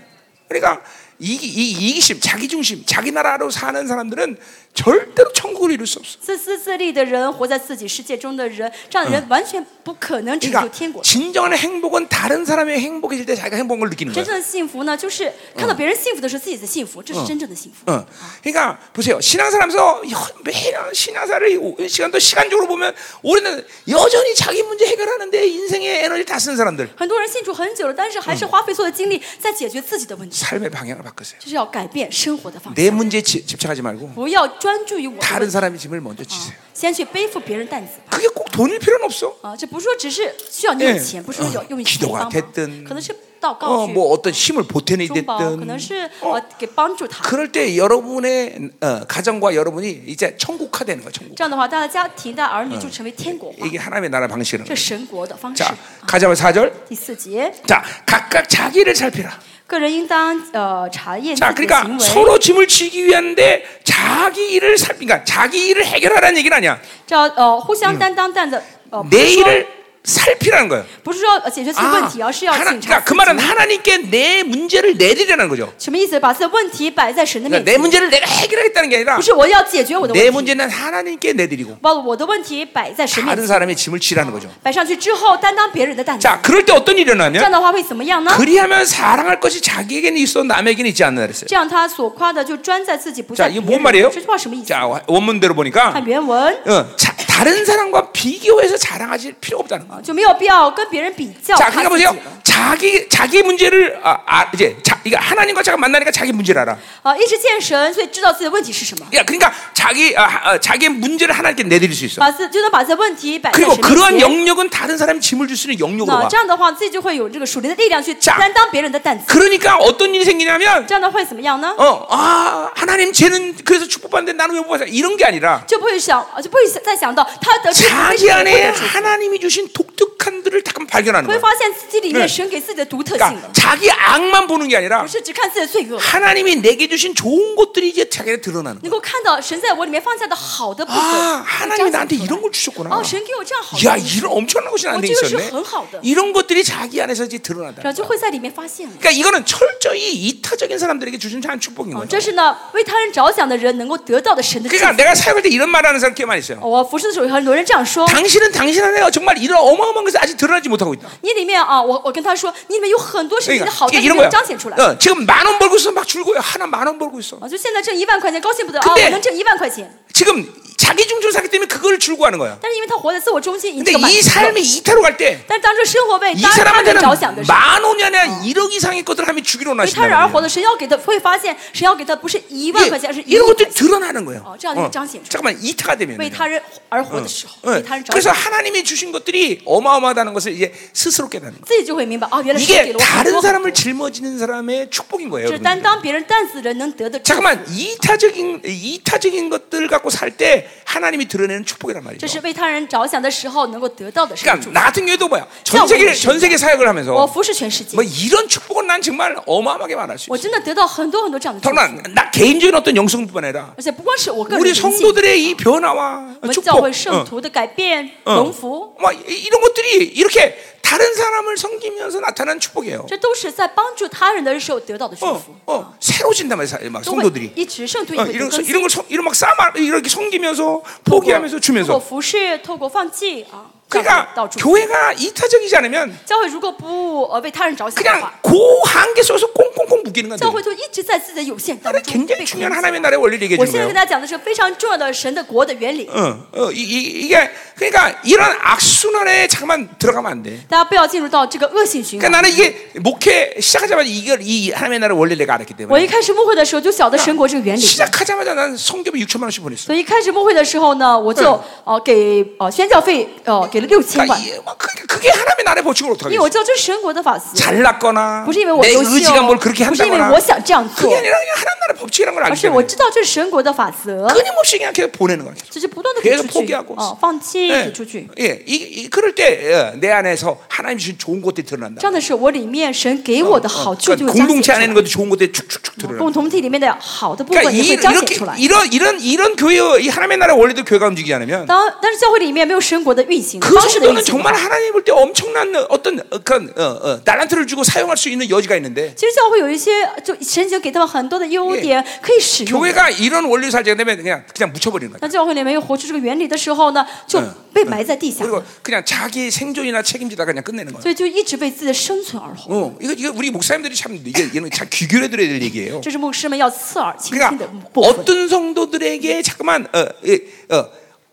S1: 그러니까 이기 이, 이기심, 자기 중심, 자기 나라로 사는 사람들은 절대로 천국을 이룰 수 없어.
S2: 自私自利的人，活在自己世界中的人，这样的人完全不可能成就
S1: 그러니까
S2: 天国。
S1: 진정한 행복은 다른 사람이 행복해질 때 자기가 행복한 걸 느끼는
S2: 真
S1: 거예요.
S2: 正的幸福呢，就是看到别人幸福的时候，自己的幸福，这是真正的幸福。
S1: 어. 그러니까 보세요. 신앙사람에서 매일 신앙사를 오- 시간도 시간적으로 보면 우리는 여전히 자기 문제 해결하는데 인생의 에너지 다 쓰는 사람들
S2: 很多人信主很久了，但是还是花费所有的精力在解决自己的问题，
S1: 삶의 방향을 바꾸세요.
S2: 就是要改变生活的方
S1: 내
S2: 向，
S1: 문제에 지- 집착하지 말고
S2: 不要专注于我的
S1: 다른
S2: 问题，
S1: 사람의 짐을 먼저 지세요.
S2: 先去背负别人担子。
S1: 그게 꼭 돈일 필요는 없어.
S2: 啊，这不是说只是需要你有
S1: 예
S2: 钱，不是说有用你
S1: 기도가
S2: 帮忙
S1: 됐든 ，
S2: 可能是祷告
S1: 어,
S2: 去
S1: 뭐 어떤 힘을 보태내
S2: 中保，可能
S1: 됐든
S2: 是呃给帮助他。
S1: 그럴 때 여러분의 어, 가정과 여러분이 이제 천국화 되는 거야. 천국.
S2: 这样的话，大家家庭的儿女就成为天国化，
S1: 이게 하나님의 나라 방식이라는
S2: 这
S1: 거야.
S2: 神国的方式。
S1: 자 가자마자 4절.
S2: 第四节，
S1: 자 각각 자기를 살피라. 个
S2: 个人应当呃查验自
S1: 자
S2: 己的
S1: 그러니까
S2: 行为，
S1: 서로 짐을 지기 위한데 자기 일을 살 그러니까 자기 일을 해결하라는 얘기는 아니야.
S2: 这样呃互相担当担的呃不
S1: 내
S2: 是说
S1: 일을 살피라는 거예요. 아,
S2: 不是说呃解决自己问题，而是要
S1: 하나,
S2: 警察
S1: 그러니까 그
S2: 自己。
S1: 말은 하나님께 내 문제를 내리라는 거죠.
S2: 什么意思？把自己的问题摆在神的
S1: 그러니까
S2: 面
S1: 내
S2: 前，
S1: 문제를 내가 해결하겠다는 게 아니라
S2: 不是我要解决我的
S1: 내
S2: 问题，
S1: 문제는 하나님께 내드리고
S2: 把我的问题摆在神面
S1: 다른
S2: 前，
S1: 사람의 짐을 지라는 거죠.
S2: 摆上去之后担当别人的担子。
S1: 자 그럴 때 어떤 일이
S2: 这
S1: 일어나냐?
S2: 样的话会怎么样呢？
S1: 그리하면 사랑할 것이 자기에게는 있어 남에게는 있지 않나 그랬어요.
S2: 这样他所夸的就专在自己，不在
S1: 자 이게
S2: 别
S1: 뭔
S2: 人
S1: 말이에요?
S2: 这句话什么意思？
S1: 자 원문대로 보니까
S2: 看原文
S1: 어, 자, 다른 사람과 비교해서 자랑하지 필요 없다는 거.
S2: 就没有必要跟别人比较。
S1: 자, 그러니까
S2: 看自己
S1: 보세요.
S2: 了
S1: 자기 자기 문제를 아, 아 이제 자, 이거 하나님과 자가 만나니까 자기 문제를 알아.
S2: 啊，一直见神，所以知道自己的问题是什么，
S1: 야, 그러니까 자기 아, 아, 자기 문제를 하나님께 내드릴 수 있어.
S2: 把自就能把自己的问题摆在
S1: 아, 그리고
S2: 神
S1: 그러한
S2: 面前。
S1: 영역은 다른 사람이 짐을 줄 수 있는 영역으로
S2: 那
S1: 와.
S2: 啊这样的话，自己就会有这个属灵的力量去
S1: 자
S2: 担当别人的担子。
S1: 그러니까 어떤 일이 생기냐면
S2: 这样的话会怎么样呢？
S1: 어, 아, 하나님 쟤는 그래서 축복받는데 나는 왜못 받아? 이런 게 아니라
S2: 就不会想，啊就不会再想到他得知为什
S1: 자기
S2: 么不
S1: 안에
S2: 得主，
S1: 하나님이 주신 독특한들을 잠깐 발견하는
S2: 会
S1: 거야.
S2: 发现自己里面
S1: 네
S2: 神给自己的独特性
S1: 그러니까
S2: 了，
S1: 자기 악만 보는 게 아니라
S2: 不是只看自己的罪恶，
S1: 하나님이 내게 주신 좋은 것들이 이제 자기한테 드러나는 거야.
S2: 能够看到神在我里面放下的好的部分。
S1: 아,
S2: 彰
S1: 하나님이
S2: 显
S1: 나한테 아,
S2: 出来
S1: 이런 걸 주셨구나.
S2: 哦，神给我这样好的
S1: 야
S2: 东西
S1: 이런 엄청난 것이 나한테
S2: 어, 이것이
S1: 있었네.
S2: 很好的。
S1: 이런 것들이 자기 안에서 이제
S2: 然
S1: 드러난다.
S2: 后就会在里面发现了。
S1: 그러니까 이거는 철저히 이타적인 사람들에게 주신 한 축복인
S2: 哦
S1: 거죠.
S2: 这是呢，为他人着想的人能够得到的神的祝福
S1: 그러니까 。 내가 사역할 때 이런 말하는 사람 꽤 많이 있어요. 어.
S2: 哦我服侍的时候，很多人这样说：
S1: 당신은 당신 안에 정말 이런 어마어마한 것을 아직 드러나지 못하고 있다.
S2: 你里面啊，我我跟他说，你里面有很多事情
S1: 그러니까
S2: 的好，
S1: 이게
S2: 但是
S1: 이런 거야.
S2: 没有彰显出来。
S1: 어, 지금 만 원 벌고 있어 막 줄고 하나 만 원 벌고 있어.
S2: 啊，就现在挣一万块钱，高兴不得啊！
S1: 근데
S2: 我能挣一万块钱，
S1: 지금 자기 중심 사기 때문에 그걸 줄고 하는 거야.
S2: 但是因为他活在自我中心，已
S1: 근데
S2: 经满
S1: 이
S2: 足了。
S1: 삶이 이타로 갈 때 이
S2: 但是当这生活为当他人
S1: 사람한테는
S2: 着想的时候，
S1: 만 원이 아니라 1억 이상의 것들을 하면 주기로
S2: 为他人
S1: 나신다.
S2: 而活的，神要给他会发现，神要给他不是一万块钱，而是一亿
S1: 이런
S2: 块
S1: 것들이
S2: 钱。
S1: 드러나는 거예요.
S2: 어, 这样就彰显出来。
S1: 잠깐만 이타가 되면.
S2: 为他人而活的时候，
S1: 嗯
S2: 为他人着
S1: 그래서
S2: 想，
S1: 하나님이 주신 것들이 어마어마하다는 것을 이제 스스로 깨닫는 거예요.
S2: 自己就会明白哦，原来神给
S1: 이게
S2: 了我很
S1: 다른
S2: 多很
S1: 사람을
S2: 多。
S1: 짊어지는 사람의 축복인 거예요.
S2: 是担
S1: 여러분들.
S2: 当别人担子人能得的祝福。
S1: 잠깐만 이타적인 이타적인 것들 갖고 살 때 하나님이 드러내는 축복이란
S2: 这
S1: 말이죠.
S2: 是为他人着想的时候能够得到的神
S1: 그러니까
S2: 助。
S1: 나 같은 경우도 뭐야? 전 세계 전 세계 사역을
S2: 我
S1: 하면서
S2: 服侍全世界
S1: 뭐 ， 이런 축복은 난 정말 어마어마하게 말할 수
S2: 我
S1: 있어.
S2: 真的得到很多很多这样的祝
S1: 더구나
S2: 福。
S1: 나 개인적인 어떤 영성뿐만 아니라
S2: 而且不光是我个人的
S1: 우리
S2: 灵性，
S1: 성도들의 이 변화와
S2: 我们教
S1: 축복,
S2: 会圣
S1: 어.
S2: 徒的改变、
S1: 어.
S2: 蒙福，
S1: 막 이- 이런 것들이 이렇게 다른 사람을 섬기면서 나타난 축복이에요.
S2: 这都是在帮助他人的时候得到的祝
S1: 어,
S2: 福。
S1: 어, 새로워진단 말이야, 사- 막
S2: 都会
S1: 성도들이.
S2: 嗯一直圣徒也
S1: 어,
S2: 会得
S1: 이런
S2: 更
S1: 거-
S2: 新
S1: 이런 걸 섬- 이런 막 싸마 이렇게 섬기면서
S2: 透过
S1: 포기하면서
S2: 透过
S1: 주면서.
S2: 服侍，透过放弃啊，这样
S1: 그러니까
S2: 到祝福。
S1: 교회가 이타적이지 않으면
S2: 教会如果不呃为他人着想的
S1: 그냥
S2: 话，
S1: 그 한계 속에서 꽁꽁꽁 묶이는
S2: 教
S1: 건데.
S2: 会就一直在自己的有限当
S1: 나는
S2: 中被
S1: 굉장히
S2: 控
S1: 중요한
S2: 制。
S1: 하나님의 나라의 원리를 얘기해
S2: 我
S1: 주는
S2: 现在
S1: 거예요.
S2: 跟大家讲的是非常重要的神的国的原理。
S1: 어, 어, 이, 이, 이게 그러니까 이런 악순환에 잠깐만 들어가면 안 돼.
S2: 大家不要进入到这个恶性循环。
S1: 그러니까 나는 이게 목회 시작하자마자 이걸 이 하나님의 나라의 원리를 내가 알았기
S2: 我
S1: 때문에
S2: 一开始牧会的时候就晓得神国这个原理，
S1: 시작하자마자 난 성경비 6천만 원씩 보냈어.
S2: 嗯哦所以一开始牧会的时候呢，我就呃给呃宣教费呃给了了六千
S1: 그러니까
S2: 万，
S1: 이- 뭐 그- 그게 하나님의 나라의 법칙을 어떻게 뭐
S2: 因为我
S1: 하겠어?
S2: 知道这是神国的法则，
S1: 잘났거나
S2: 不是因为我
S1: 내
S2: 优秀，
S1: 의지가 뭘 그렇게
S2: 不是因为
S1: 한다거나
S2: 我想这样做
S1: 그게 ， 아니라 그냥 하나님 나라의 법칙이라는 걸
S2: 而
S1: 알기
S2: 是我
S1: 때문에
S2: 知道这是神国的法则，
S1: 끊임없이 그냥 계속 보내는 거야. 계속.
S2: 就是不断的给
S1: 계속
S2: 出
S1: 포기
S2: 去
S1: 하고 ，
S2: 哦，放弃给
S1: 예,
S2: 出去。
S1: 예, 이, 이 그럴 때 예, 내 안에서 하나님 주신 좋은 것들이 드러난다.
S2: 这样的时候，我里面神给我的好处就
S1: 그러니까
S2: 会彰显
S1: 공동체
S2: 出
S1: 안에
S2: 来
S1: 있는 。 것도 좋은 것들이 축축축
S2: 哦
S1: 드러나.
S2: 共同体里面的好的部
S1: 그러니까
S2: 分也
S1: 이,
S2: 会彰显
S1: 이렇게
S2: 出来。
S1: 이런 이런 이런 교회 이 하나님의 나라 원리도 교회가 움직이지 않으면
S2: 当但是教会里面没有神国的运行，
S1: 그
S2: 方式的运
S1: 성도는
S2: 行。
S1: 정말 하나님 볼 때 엄청난 어떤 어, 그런 어, 어, 나란트를 주고 사용할 수 있는 여지가 있는데
S2: 其实教会有一些，就神已经给他们很多的优点可以使用。
S1: 교회가 이런 원리 살지 되면 그냥 그냥 묻혀버리는 거야.
S2: 那教会里面又活出这个原理的时候呢，就被埋在地下，
S1: 그리고 그냥 자기 생존이나 책임지다가 그냥 끝내는 거야.
S2: 所以就一直为自己的生存而活。
S1: 어, 이거 이거 우리 목사님들이 참 이게 이는 참 귀결해 드려야 될 얘기예요.
S2: 这是牧师们要侧耳倾听的
S1: 그러니까
S2: 部分。
S1: 어떤 성도들에게 잠깐만 어, 예, 어,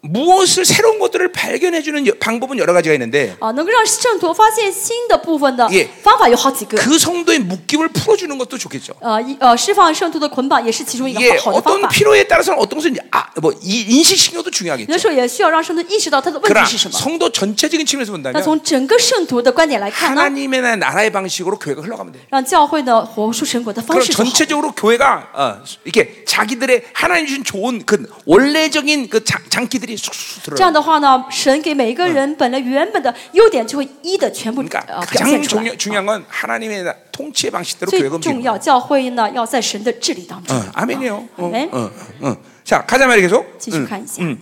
S1: 무엇을 새로운 것들을 발견해 주는 방법은 여러 가지가 있는데
S2: 啊，能够让圣徒发现新的部分的
S1: 예
S2: 方法有好几个。
S1: 그 성도의 묶임을 풀어 주는 것도 좋겠죠.
S2: 呃，一呃，释放圣徒的捆绑也是其中一个
S1: 이게
S2: 好好的方
S1: 어떤
S2: 法。
S1: 필요에 따라서는 어떤 것은 아뭐 인식 신경도
S2: 有的
S1: 중요하겠죠.
S2: 时候也需要让圣徒意识到他的问题
S1: 그러나
S2: 是啊什么。
S1: 성도 전체적인 측면에서
S2: 那
S1: 본다면
S2: 从整个圣徒的观点来看呢，
S1: 뭐. 하나님의 나라의 방식으로 교회가 흘러가면 돼.
S2: 让教会呢活出神国的方
S1: 그럼
S2: 式就好。
S1: 전체적으로 교회가 어, 이렇게 자기들의 하나님 주신 좋은 그 원래적인 그 장, 장기들이 쑥쑥
S2: 这
S1: 들어요.
S2: 样的话呢，神给每一个人本来原本的优点就会一的全部呃
S1: 그러니까
S2: 表现
S1: 가장
S2: 出来
S1: 중요, 。 중요한 건 하나님의 나- 통치의 방식대로
S2: 最
S1: 교회가 움직이는
S2: 重
S1: 거예요.
S2: 要，教会呢要在神的治理当中
S1: 어, 。 아멘이요. 어,
S2: 아멘.
S1: 어, 어. 자 가자 말이 계속.
S2: 继续看一下
S1: 嗯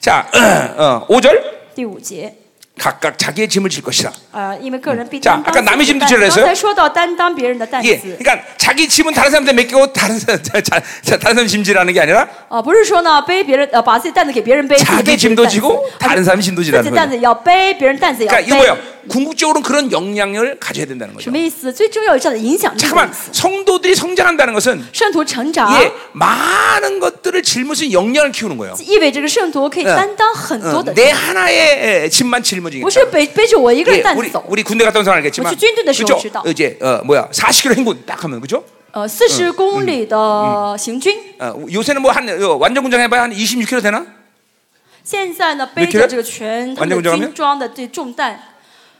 S1: 자, 어, 5절
S2: 第五节，
S1: 각각 자기의 짐을 질 것이다.
S2: 呃，因为个人必
S1: 자
S2: 担
S1: 아까
S2: 当自己的
S1: 남의짐도
S2: 担
S1: 질렀어요
S2: 刚才说到担当别人的担
S1: 예,
S2: 子，
S1: 그러니까 자기 짐은 다른 사람한테 맡기고 다른 사람, 자, 자, 자, 다른 사람 짐질하는 게 아니라
S2: 啊，不是说呢背别人呃把自己担子给别人背，
S1: 자기
S2: 自己背别人
S1: 짐도
S2: 担子
S1: 지고
S2: 而
S1: 다른
S2: 是
S1: 사람 짐도
S2: 自己
S1: 지라는
S2: 担
S1: 거예요.
S2: 子要背，别人担子也要
S1: 그러니까
S2: 背
S1: 이거 ， 뭐예요? 궁극적으로는 그런 영향력을 가져야 된다는
S2: 什
S1: 거죠.
S2: 么意思？最重要有这样的影响力的意
S1: 잠깐만
S2: 思。
S1: 성도들이 성장한다는 것은
S2: 圣徒成长，
S1: 예, 많은 것들을 짊어진 영향을 키우는 거예요.
S2: 意味着这个圣徒可以
S1: 嗯
S2: 担当很多
S1: 어,
S2: 的，
S1: 내 하나의 예, 짐만 짊어지는
S2: 不是背背着我一个人
S1: 예,
S2: 担子
S1: 우리,
S2: 走。
S1: 우리 군대 갔다 온 사람 알겠지만
S2: 그렇죠, 찐든데
S1: 그죠?
S2: 저거 싫다.
S1: 이제 어, 뭐야 40km 행군 딱 하면 그죠?
S2: 呃，四
S1: 嗯
S2: 十公里的行军，
S1: 어, 요새는 뭐 한 완전 군장 해봐야 한 26km 되나?
S2: 现在呢背
S1: 몇 킬로?
S2: 着这个全他们
S1: 완전군장하면
S2: 的军装的这重担，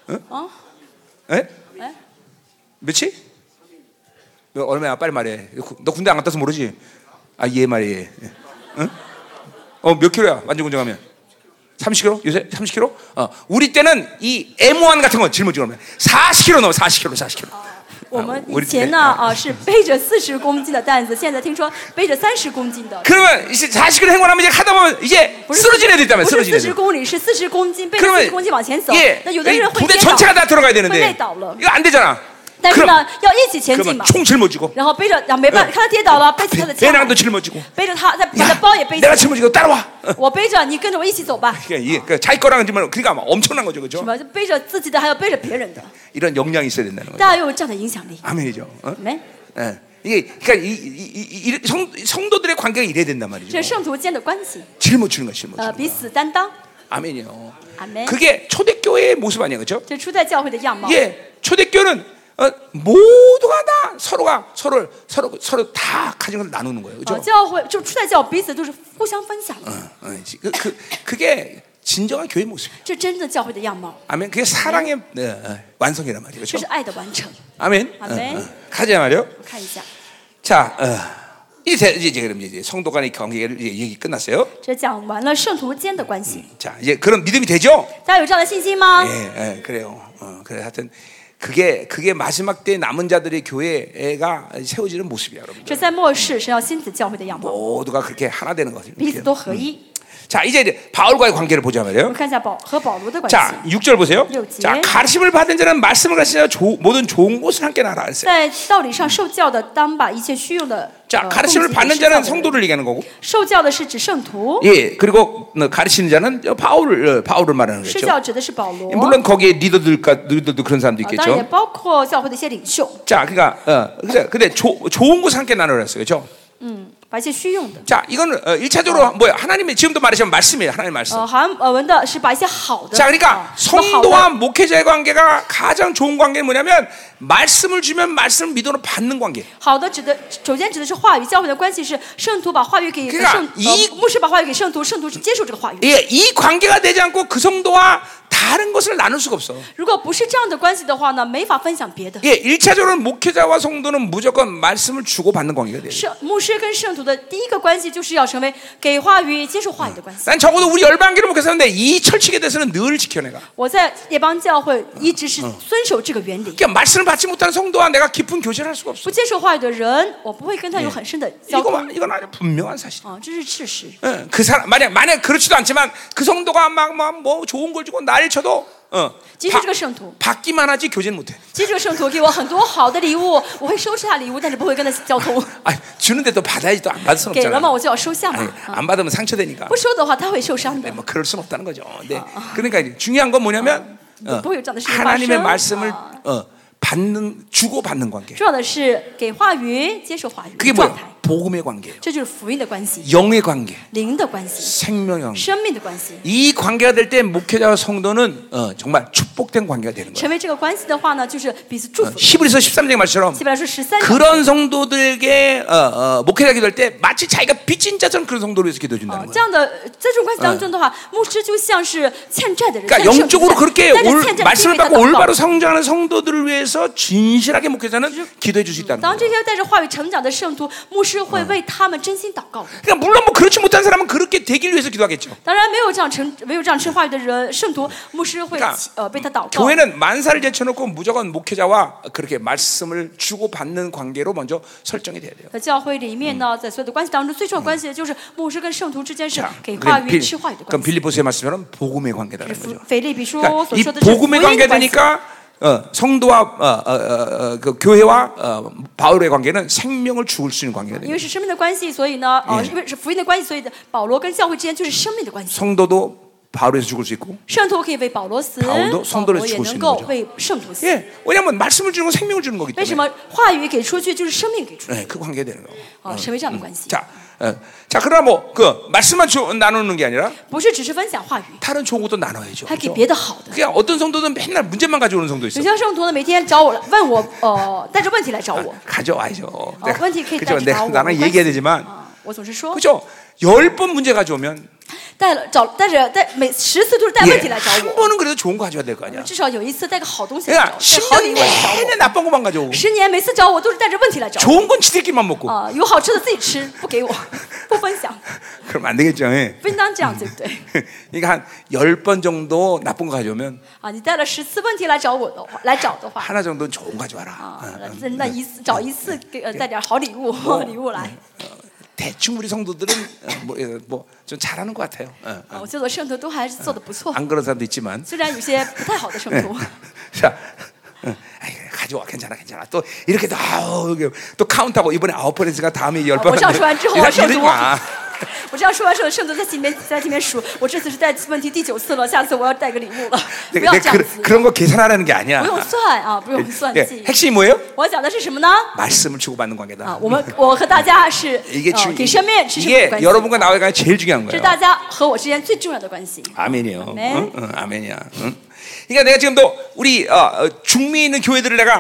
S2: 嗯啊
S1: 에?
S2: 에?
S1: 며칠? 너 얼마야? 빨리 말해. 구- 너 군대 안 갔다서 모르지? 아, 얘 말이야. 얘. 예. 응? 어, 몇 킬로야? 완전 군장하면? 30kg? 요새 30kg? 어, 우리 때는 이 M1 같은 거 짊어지고 그러면 40kg 넘어, 40kg, 40kg.
S2: 我们
S1: 我
S2: 以
S1: 的
S2: 前呢
S1: 天
S2: 啊是背着四十公斤的担子，现在听说背着三十公斤的，
S1: 그러면 이제 40km 행군하면 이제 하다 보면 이제
S2: 不是
S1: 쓰러진 애들 있다면
S2: 不是
S1: 쓰러진
S2: 四十
S1: 애들.
S2: 公里，是四十公斤背着四
S1: 그러면
S2: 十公斤往前走
S1: 예, ，
S2: 那有的人
S1: 이
S2: 会
S1: 부대
S2: 跌倒，
S1: 전체가 다 들어가야
S2: 会累
S1: 되는데
S2: 倒了，
S1: 이거 안 되잖아.
S2: 但是
S1: 그럼
S2: 呢要一起前进
S1: 그러면
S2: 嘛，
S1: 총 짊어지고
S2: 然后背着，然后没办法，看他跌倒了，背起他的枪，
S1: 배낭도 짊어지고
S2: 背着他，再把他
S1: 야,
S2: 包也背起
S1: 내가
S2: 来，
S1: 짊어지고 따라와.
S2: 我背着你跟着我一起走吧，
S1: 그러니까 이게 그 자기 거랑은 정말 그러니까 막 엄청난 거죠, 그죠?
S2: 什么就背着自己的，还要背着别人的，
S1: 이런 역량이 있어야 된다는 거죠.
S2: 大家要有这样的影响力，
S1: 아멘이죠. 어?
S2: 没？
S1: 예. 이게 그러니까 이, 이, 이, 이- 성, 성도들의 관계가 이래야 된단
S2: 这
S1: 말이죠.
S2: 圣徒间的关系，
S1: 짊어지는 거, 짊어지는
S2: 呃，
S1: 거.
S2: 彼此担当，
S1: 아멘이요.
S2: 아, 아멘. 뭐?
S1: 그게 초대교회의 모습 아니에요, 그렇죠?
S2: 这初代教会的样貌。
S1: 예, 초대교회는 어, 모두가 다 서로가 서로를 서로 서로 다 가진 걸 나누는 거예요,
S2: 呃，
S1: 그렇죠?
S2: 教会就嗯初代教彼此都是互相分享的，
S1: 어, 어, 그, 그 그게 진정한 교회 모습. 이에요
S2: 这真的教会的样貌，
S1: 아멘. 그게 사랑의 어, 어, 완성이란 말이에요,
S2: 这
S1: 그렇죠?
S2: 是爱的完成。
S1: 아멘. 어,
S2: 아멘.
S1: 어. 가자 말이요.
S2: 我看一下，
S1: 자, 어, 이제 이제 그럼 이제 성도 간의 관계를 이제 얘기 끝났어요.
S2: 这讲完了圣徒间的关系，
S1: 자, 이제 그런 믿음이 되죠?
S2: 大家有这样的信心吗？
S1: 예, 예, 그래요. 어, 그래 하여튼 그게 그게 마지막 때 남은 자들의 교회가 세워지는 모습이야, 여러분.
S2: 这在末世是要新子教会的样貌， 모두가
S1: 모두가 그렇게 하나 되는 거죠.
S2: 彼此都合一。
S1: 자, 이제 이제 바울과의 관계를 보자
S2: 我
S1: 말이에요.
S2: 们看一下保和保罗的关系。
S1: 자, 6절 보세요.
S2: 육지.
S1: 자, 가르침을 받은 자는 말씀을 가르치자 조- 모든 좋은 곳을 함께 나라 했어요.
S2: 在道理上受教的，当把一切虚用的呃
S1: 자,
S2: 供给
S1: 가르침을
S2: 给
S1: 받는
S2: 受教的
S1: 자는
S2: 人
S1: 성도를 얘기하는 거고,
S2: 受教的是指圣徒，
S1: 예, 그리고 가르치는 자는 바울을 어, 바울을 말하는
S2: 施
S1: 거죠.
S2: 教指的是保罗，
S1: 물론 거기에 리더들까 리더도 그런 사람도
S2: 啊当然也
S1: 있겠죠.
S2: 包括教会的一些领袖，
S1: 자, 그러니까 어, 근데, 근데 조, 좋은 곳을 함께 나누라 했어요, 그렇죠?
S2: 嗯，把一些虚用的。
S1: 자, 이거는 어, 1차적으로 뭐야? 하나님의 지금도 말하시면 말씀이에요. 하나님 말씀.
S2: 呃，韩呃文的是把一些好的，
S1: 자,
S2: 啊
S1: 그러니까
S2: 什么好的
S1: 성도와 목회자의 관계가 가장 좋은 관계는 뭐냐면 말씀을 주면 말씀을 믿음으로 받는 관계.
S2: 好的指的，首先指的是话语，教会的关系是圣徒把话语给
S1: 그러니까
S2: 圣、
S1: 이
S2: 呃、牧师把话语给圣徒，圣徒是接受这个话语。
S1: 예, 이 관계가 되지 않고 그 성도와 다 다른 것을 나눌 수가 없어.
S2: 如果不是这样的关系的话呢，没法分享别的。
S1: 예, 일차적으로는 목회자와 성도는 무조건 말씀을 주고 받는 관계가 돼요.
S2: 圣牧师跟圣徒的第一个关系就是要成为给话语、接受话语的关系。
S1: 난 적어도 우리 열방기를 목회사인데 이 철칙에 대해서는 늘 지켜내가.
S2: 我在列邦教会一直是遵守这个原理，
S1: 그러니까 말씀을 받지 못하는 성도와 내가 깊은 교제를 할 수가 없어.
S2: 不接受话语的人，我不会跟他有很深的交通
S1: 이거 이건 아주 분명한 사실.
S2: 啊，这是事实。
S1: 응, 그 사람 만약 만약 그렇지도 않지만 그 성도가 막막뭐 좋은 걸 주고 날 쳐도 어,
S2: 지수 씨가 성도.
S1: 받기만 하지 교제는 못해.
S2: 其实这个圣徒给我很多好的礼物，我会收拾他礼物，但是不会跟他交 通。
S1: 아 주는데 또 받아야지 또 안 받을 순
S2: 给了
S1: 없잖아.
S2: 嘛，我就要收下
S1: 아니,
S2: 嘛。啊
S1: 안 받으면 상처되니까.
S2: 不收的话，他会受伤的
S1: 네, 。뭐 그럴 순 없다는 거죠. 네. 그러니까 이제 중요한 건 뭐냐면
S2: 어, 뭐 있잖아, 신발
S1: 하나님의
S2: 신-
S1: 말씀을
S2: 아.
S1: 어, 받는 주고 받는 관계.
S2: 重要的是给话语，接受话语
S1: 그게
S2: 状态
S1: 뭐야? ， 복음의 관계예요.
S2: 这就是福音的关系，
S1: 영의 관계,
S2: 灵的关系，
S1: 생명의 관계.
S2: 生命的关系。
S1: 이 관계가 될 때 목회자와 성도는 어, 정말 축복된 관계가 되는 거예요.
S2: 成为这个关系的话呢，就是彼此祝福。
S1: 히브리서 13장 말처럼
S2: 基本上是十三章，
S1: 그런 성도들에게 어, 어, 목회자 기도할 때 마치 자기가 빚진 자처럼 그런 성도를 위해서 기도해
S2: 哦
S1: 준다는
S2: 这
S1: 거예요.
S2: 样的呃在这种关系当中的话，牧师就像是欠债的人，
S1: 그러니까
S2: 向圣徒
S1: 영적으로
S2: 欠债
S1: 그렇게
S2: 但
S1: 올
S2: 是欠债
S1: 말씀을
S2: 并为他
S1: 받고
S2: 祷告
S1: 올바로 성장하는 성도들을 위해서 진실하게 목회자는 기도해 줄 수 있다는
S2: 当
S1: 거예요.
S2: 这些带着话语成长的圣徒，牧师会为他们真心祷告。
S1: 그러니까 물론 뭐 그렇지 못한 사람은 그렇게 되길 위해서 기도하겠죠.
S2: 当然，没有这样成没有这样吃话语的人，圣徒牧师会
S1: 그러니까
S2: 呃为他祷告。
S1: 교회는 만사를 제쳐놓고 무조건 목회자와 그렇게 말씀을 주고 받는 관계로 먼저 설정이 돼야 돼요.
S2: 在教会里面呢，在所有的关系当中，最重要的关系就是牧师跟圣徒之间是
S1: 자,
S2: 给话
S1: 그럼
S2: 语、
S1: 빌-
S2: 吃话语的
S1: 그럼
S2: 关系。
S1: 빌리포스의 말씀처럼 복음의
S2: 这
S1: 관계라는
S2: 是
S1: 거죠.
S2: 腓利比书
S1: 그러니까
S2: 所
S1: 이
S2: 说的是福音
S1: 복음의
S2: 的
S1: 관계
S2: 关系。
S1: 되니까 어, 성도와 어, 어, 어, 어, 그 교회와 어, 바울의 관계는 생명을 죽을 수 있는 관계가
S2: 因
S1: 돼요.
S2: 为是生命的关系，所以呢，哦，因为是福音的关系，所以保罗跟教会之间就是生命的关系。
S1: 성도도 바울에서 죽을 수 있고,
S2: 圣徒可以为保罗死，
S1: 保罗
S2: 保罗也能够
S1: 성도를죽일수있는거죠
S2: 为圣徒死。
S1: 예, 왜냐하면 말씀을 주는 건 생명을 주는 거기
S2: 为什
S1: 때문에
S2: 么话语给出去就是生命给出去？
S1: 예, 그 관계 되는 거예요.
S2: 啊，成为这样的关系，
S1: 자, 어, 자 그러나 뭐 그 말씀만 주, 나누는 게 아니라
S2: 不是只是分享话语，
S1: 다른 좋은 것도 나눠야죠.
S2: 还给
S1: 그죠?
S2: 别的好的。
S1: 그냥 어떤 성도는 맨날 문제만 가져오는 성도
S2: 有
S1: 있어.
S2: 些圣徒呢，每天找我来问我，呃，带着问题来找我，
S1: 가져와야죠. 내가-
S2: 问题可以带
S1: 그죠?
S2: 着
S1: 내가
S2: 找我。
S1: 나랑
S2: 没关系
S1: 얘기해야 되지만,
S2: 啊，我总是说，
S1: 그죠? 열 번 문제 가져오면
S2: 带了找带着带每十次都是带哎
S1: 예,
S2: 问题来找
S1: 한
S2: 我，
S1: 번은 그래도 좋은 거 가져야 될 거 아니야.
S2: 至少有一次带个好东西来
S1: 그러니까
S2: 找我，带好
S1: 10년
S2: 礼物来找
S1: 내내
S2: 我。
S1: 나쁜 것만 가져오고
S2: 十年每次找我都是带着问题来找我，
S1: 좋은 건 지들끼리만 먹고
S2: 啊，有好吃的自己吃，不给 我，不分享，
S1: 그럼 안 되겠죠. 예.
S2: 不应当这样，对不对？
S1: 그러니까 한 열 번 정도 나쁜 거 가져오면
S2: 啊，你带了十次问题来找我的话，来找的话，
S1: 하나 정도는 좋은 거 가져와라. 어,
S2: 啊，那那一次找一次给呃带点好礼物 礼物来。
S1: 대충 우리 성도들은 어, 뭐좀 잘하는 것 같아요. 어.
S2: 啊，我觉得我圣徒都还是做的不错，
S1: 안 그런 사람도 있지만
S2: 虽然有些不太好的圣徒。
S1: 자, 응. 아이, 가져와 괜찮아 괜찮아 또 이렇게 또 아우 이게 또 카운트하고 이번에 아홉 번 했으니까 다음에 열
S2: 어,
S1: 번.
S2: 뭐 샤워 샤워한 줄 알았어,
S1: 이러지 마.
S2: 我这样说完之后，圣徒在心里面在这边数，我这次是带问题第九次了，下次我要带个礼物了，不
S1: 내가,
S2: 要这
S1: 내가
S2: 样
S1: 그,
S2: 子，
S1: 그런 거 계산하라는 게 아니야.
S2: 不用算啊，不用算
S1: 예,
S2: 计。
S1: 핵심이 뭐예요?
S2: 我讲的是什么呢？
S1: 아, 뭐 말씀을 어, 주고받는 관계다.
S2: 啊，我们我和大家是
S1: 이게
S2: 呃
S1: 중,
S2: 给身边是什么
S1: 이게
S2: 关系？
S1: 여러분과 나와의 관계 제일 중요한
S2: 这是
S1: 거예요.
S2: 大家和我之间最重要的关系。
S1: 아멘이요.
S2: 아멘.
S1: 응? 응, 아멘이야. 응? 그러니까 내가 지금도 우리 어, 어, 중미에 있는 교회들을 내가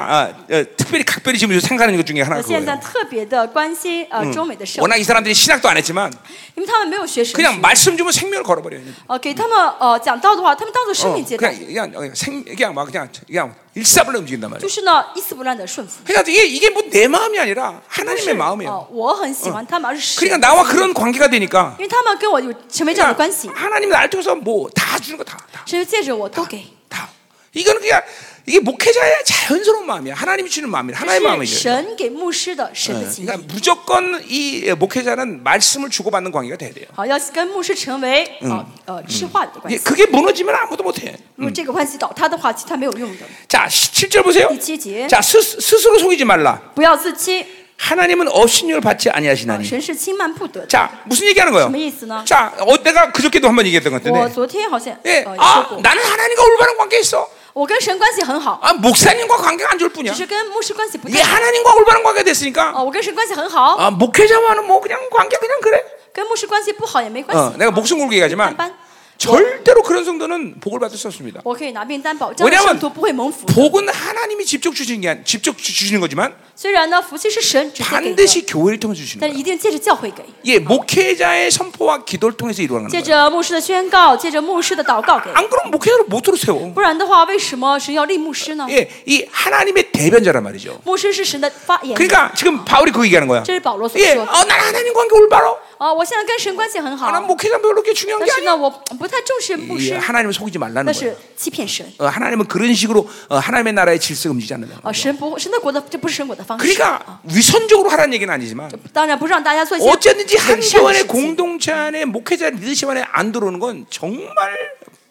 S1: 어, 어, 특별히 각별히 지금 생각하는 것 중에
S2: 我
S1: 하나가
S2: 现在
S1: 그거예요.
S2: 特别的关心呃中美的圣徒，
S1: 워낙 이 사람들이 신학도 안 했지만
S2: 因为他们没有学神学
S1: 그냥 ， 말씀 주면 생명을 걸어버려요.
S2: 呃，给他们呃讲道的话，他们当做生
S1: 어,
S2: 命接待
S1: 그냥 ， 그냥 그냥 생 그냥 막 그냥 그냥 일사불란 움직인단
S2: 就
S1: 말이에요.
S2: 是呢一丝不乱的顺服。
S1: 그러니까 이게 이게 뭐 내 마음이 아니라
S2: 但是
S1: 하나님의
S2: 哦
S1: 마음이에요. ，
S2: 我很喜欢他们，而是神
S1: 그러니까 나와 그런 관계가 되니까
S2: 因为他们跟我有成为这样的
S1: 그러니까
S2: 关系，
S1: 하나님 날 통해서 뭐 다 주는 거 다. 다.
S2: 神就借着我都给。
S1: 다. 이거는 그냥 이게 목회자의 자연스러운 마음이야. 하나님이 주는 마음이야.
S2: 这
S1: 하나님의
S2: 是
S1: 마음이죠.
S2: 神给牧师的神的情意。
S1: 그러니까 무조건 이 목회자는 말씀을 주고받는 관계가 돼야 돼요.
S2: 好，要跟牧师成为啊呃吃话语的关
S1: 이게
S2: 系。
S1: 그게 무너지면 아무도 못해.
S2: 如果这个关系倒塌的话，其他没有用的。
S1: 자, 7절 보세요.
S2: 이 지지에.
S1: 자, 스, 스스로 속이지 말라.
S2: 不要自欺，
S1: 하나님은 업신율 받지
S2: 啊
S1: 아니하시나니.
S2: 神是轻慢不得的。
S1: 자, 무슨 얘기하는 거예요?
S2: 什么意思呢
S1: 자, 어, 내가 그저께도 한 번 얘기했던 것
S2: 我
S1: 같은데.
S2: 昨天好像
S1: 예,
S2: 呃也说
S1: 아,
S2: 过，
S1: 나는 하나님과 올바른 관계 있어.
S2: 我跟神关系很好，
S1: 아, 목사님과 관계가 안 좋을 뿐이야.
S2: 只是跟牧师关系不
S1: 이
S2: 太好。
S1: 하나님과 올바른 관계가 됐으니까
S2: 哦，我跟神关系很好，
S1: 아, 목회자와는 뭐 그냥 관계 그냥 그래.
S2: 嗯跟牧师关系不好也没关
S1: 어,
S2: 系。
S1: 내가 목숨 걸고 얘기하지만
S2: 일반.
S1: 절대로 그런 성도는 복을 받을 수 없습니다.
S2: 我可以拿命担保，这样的
S1: 왜냐면
S2: 圣徒不会蒙福。
S1: 복은 하나님이 직접 주시는 게 아니, 직접 주- 주시는 거지만
S2: 虽然呢，福气是神直接给的，
S1: 반드시 교회를 통해 서 주시는
S2: 但
S1: 거예요.
S2: 一定借着教会给，
S1: 예, 목회자의 선포와 기도를 통해서 이루어가는
S2: 借
S1: 거예요.
S2: 着牧师的宣告，借着牧师的祷告给。
S1: 안 그러면 목회자를 못 들으세요.
S2: 不然的话，为什么神要立牧师呢？
S1: 예, 이 하나님의 대변자란 말이죠.
S2: 牧师是神的发言人，
S1: 그러니까 지금 바울이 그 얘기하는 거야.
S2: 这是保罗所
S1: 예,
S2: 说的。
S1: 어, 난 하나님 관계 올바로.
S2: 啊，我现在跟神关系很
S1: 아,
S2: 好
S1: 난 ， 목회자 별로 그렇게 중요한
S2: 但
S1: 게
S2: 是
S1: 아니야.
S2: 呢，我不太重视牧
S1: 예,
S2: 师，
S1: 하나님을 속이지
S2: 那
S1: 말라는
S2: 是
S1: 거예요.
S2: 欺骗神。
S1: 어, 하나님은 그런 식으로 어, 하나님의 나라의 질서가 움직이지 않는다.
S2: 啊，神不，神的国的这不是神国的方式。哦
S1: 그러니까 위선적으로 하라는 얘기는 아니지만
S2: 当然不让大家做一些
S1: 어쨌든지
S2: 很善的
S1: 한교안의
S2: 事情。
S1: 공동체 안에 목회자 리더십 안에 안 들어오는 건 정말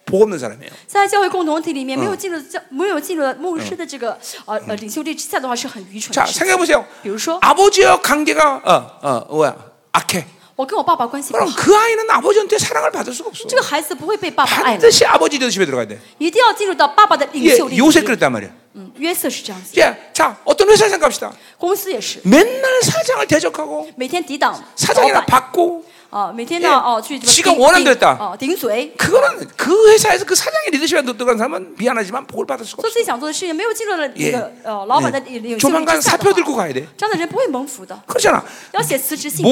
S1: 복 없는 사람이에요.
S2: 在教会共同体里面没有进入教没有进入牧师的这个呃呃领袖力之下的话是很愚蠢
S1: 자
S2: 的事情。
S1: 생각해 보세요.
S2: 比如说?
S1: 아버지와 관계가 어어 뭐야 악해.
S2: 我跟我爸爸关系不
S1: 그럼
S2: 好，
S1: 그 아이는 아버지한테 사랑을 받을 수가 없어.
S2: 这个孩子不会被爸爸爱的，
S1: 반드시 아버지 리더십에 들어가야 돼.
S2: 一定要进入到爸爸的领
S1: 예,
S2: 袖力里
S1: 요새
S2: 面。
S1: 그랬단 말이야.
S2: 嗯，约瑟是这样子，
S1: 예, 자 어떤 회사 생각합시다.
S2: 公司也是，
S1: 맨날 사장을 대적하고
S2: 每天抵挡老
S1: 사장이나
S2: 板
S1: 받고
S2: 啊，每天
S1: 예
S2: 呢哦去
S1: 지
S2: 顶
S1: 가원한대로
S2: 顶
S1: 했다
S2: 哦顶嘴，
S1: 그거는 그 회사에서 그 사장의 리더십에 들어간 사람은 미안하지만 복을 받을 수가
S2: 做
S1: 없어.
S2: 自己想做的事情，没有进入了这个
S1: 예.
S2: 呃老板的
S1: 예.
S2: 领领袖力
S1: 조만간
S2: 之下的
S1: 사표
S2: 话，
S1: 들고 가야 돼.
S2: 这样的人不会蒙福的，
S1: 그렇잖아.
S2: 要写辞职信。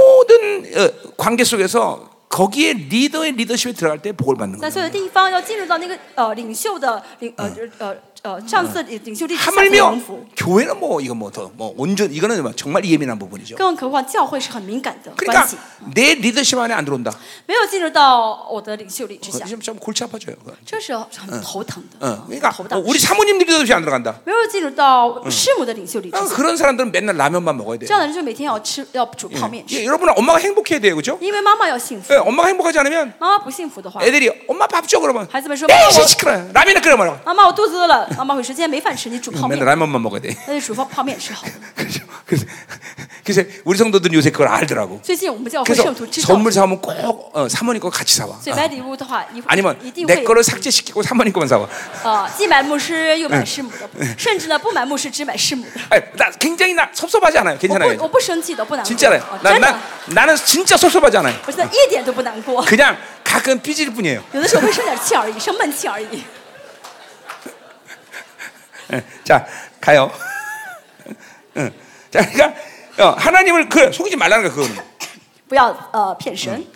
S1: 모든 어, 관계 속에서 거기에 리더의 리더십에 들어갈 때 복을 받는
S2: 在
S1: 거야.
S2: 所有地方要进入到那个呃领袖的领呃呃呃上司领领袖力之下才能
S1: 하물며
S2: 蒙福。
S1: 교회는 뭐 이거 뭐 더 뭐 온전 이거는 뭐 정말 예민한 부분이죠.
S2: 更何况教会是很敏感的关
S1: 그러니까
S2: 系，
S1: 내 리더십 안에 안 들어온다.
S2: 没有进入到我的领袖力之
S1: 그거
S2: 下，
S1: 지금 좀 골치 아파져요. 그거.
S2: 这是很头疼的，啊
S1: 어, 그러니까
S2: 头
S1: 어,
S2: 大。
S1: 우리 사모님 리더십이 안 들어간다.
S2: 没有进入到师母的领袖力之
S1: 어,
S2: 下，
S1: 그런 사람들은 맨날 라면만 먹어야 돼.
S2: 这样的人就每天要吃要煮泡面
S1: 예,
S2: 吃，
S1: 여러분 엄마가 행복해야 돼요, 그죠
S2: 因为妈妈要幸福
S1: 예, ， 엄마가 행복하지 않으면
S2: 妈妈不幸福的话，
S1: 애들이 엄마 아. 밥 줘 그러면
S2: 孩子们说妈妈
S1: 대신
S2: 我
S1: 시끄러 라면을 끓여 먹어.
S2: 妈妈我肚子饿了，妈妈有时间没饭吃，你煮泡
S1: 맨날
S2: 面，
S1: 라면만 먹어야 돼.
S2: 那就煮泡泡面吃好了。
S1: 그래서 그래서- 그래서 우리 성도들은 요새 그걸 알더라고.
S2: 最近我们教会
S1: 그래서
S2: 圣徒知道，
S1: 선물 사오면 꼭 어, 사모님 거 같이 사와.
S2: 所以
S1: 어.
S2: 买礼物的话，一
S1: 아니면
S2: 一定
S1: 내
S2: 会
S1: 거를 삭제시키고 사모님 거만 사와.
S2: 啊，既买牧师又买师母的，甚至呢不买牧师只买师母的。
S1: 아니, 나 굉장히 나 섭섭하지 않아요.
S2: 我
S1: 괜찮아요.
S2: 不我不生气的，不难过。
S1: 진짜래요.
S2: 哦
S1: 나
S2: 真的
S1: 나, ， 나는 진짜 섭섭하지 않아요.
S2: 我现在一点都不难过，
S1: 그냥 가끔 삐질 뿐이에요.
S2: 有的时候会生点气而已，生闷气而已。
S1: 예, 자 가요. 응. 자 그러니까 어, 하나님을 그 속이지 말라는 거 그거는
S2: 不要呃骗神，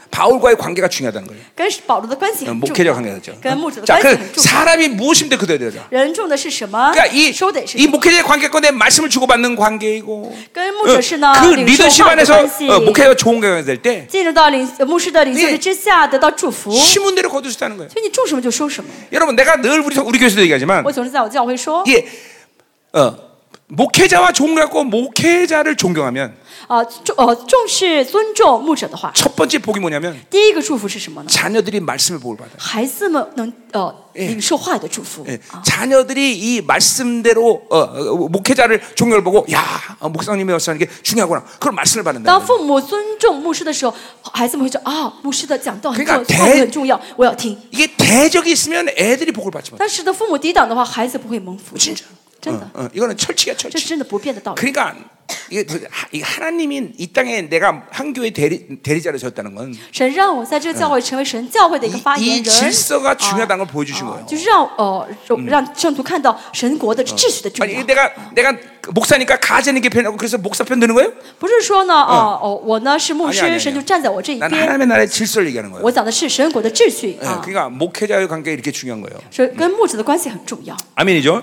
S1: 바울과의 관계가 중요하다는 거예요.
S2: 跟保罗的关系
S1: 어,
S2: 很重
S1: 목회자
S2: 要，
S1: 관계죠.
S2: 跟牧者的
S1: 자
S2: 关系很
S1: 그
S2: 重要。
S1: 사람이 무엇인데 그대로 되죠.
S2: 人重的是什么
S1: 그러니까 ？이,
S2: 收的也是
S1: 이
S2: 什么
S1: 목회자의 관계권 내 말씀을 주고받는 관계이고
S2: 跟
S1: 어,
S2: 牧者是呢
S1: 그
S2: 领受
S1: 리더십
S2: 化的呃
S1: 안에서
S2: 关系。
S1: 어, 목회자가 좋은 관계가 될 때
S2: 进入到领呃牧师的领袖
S1: 네
S2: 力之下，得到祝
S1: 어?
S2: 福。所
S1: 심은 대로 거둘 수 있다는 거예요
S2: 以你种什么就收什么。
S1: 여러분 내가 늘 우리, 우리 교회에서 얘기하지만
S2: 我总是在我教会说，
S1: 이게 어, 목회자와 존경하고 목회자를 존경하면
S2: 啊重呃重视尊重牧者的话，
S1: 첫 번째 복이 뭐냐면
S2: 第一个祝福是什么呢？
S1: 자녀들이 말씀의 복을 받아요
S2: 孩子们能呃领受话语的祝福
S1: 예,
S2: 啊，
S1: 자녀들이 이 말씀대로 어, 어, 목회자를 존경을 보고 야 어, 목사님의 말씀하는 게 중요하구나 그런 말씀을 받는다
S2: 当父母尊重牧师的时候，孩子们会说啊，牧师的讲道很重
S1: 그러니까
S2: 要，话语
S1: 대
S2: 很重要，我要听。
S1: 이게 대적이 있으면 애들이 복을 받지 못해
S2: 但是呢，父母抵挡的话，孩子不会蒙福的，真的，
S1: 어, 어, 이거는 철칙이야 철칙
S2: 这是真的不变的道理。
S1: 그러니까 이게 도대체 하- 이 하나님이 이 땅에 내가 한 교회 대리, 대리자를 세웠다는 건 이
S2: 神让我在这个教会成为神教会的一个
S1: 그러니까
S2: 发言人
S1: 질서가중요하다는걸보여주신거예요
S2: 就是让呃让圣徒看到神国的秩序的重
S1: 아니
S2: 要
S1: 이게 ， 내가 내가 그 목사니까 가재는 게 편하고 그래서 목사 편 드는 거예요?
S2: 不是说呢哦哦我呢是牧
S1: 아니 아니
S2: 师，神就站在我这一
S1: 난
S2: 边，
S1: 하나님의 나라의 질서를 얘기하는 거예요.
S2: 我讲的是神国的秩序
S1: 예,
S2: 啊，
S1: 그러니까 목회자의 관계 이렇게 중요한 거예요.
S2: 所以跟牧者的关系很重要。
S1: 아멘이죠?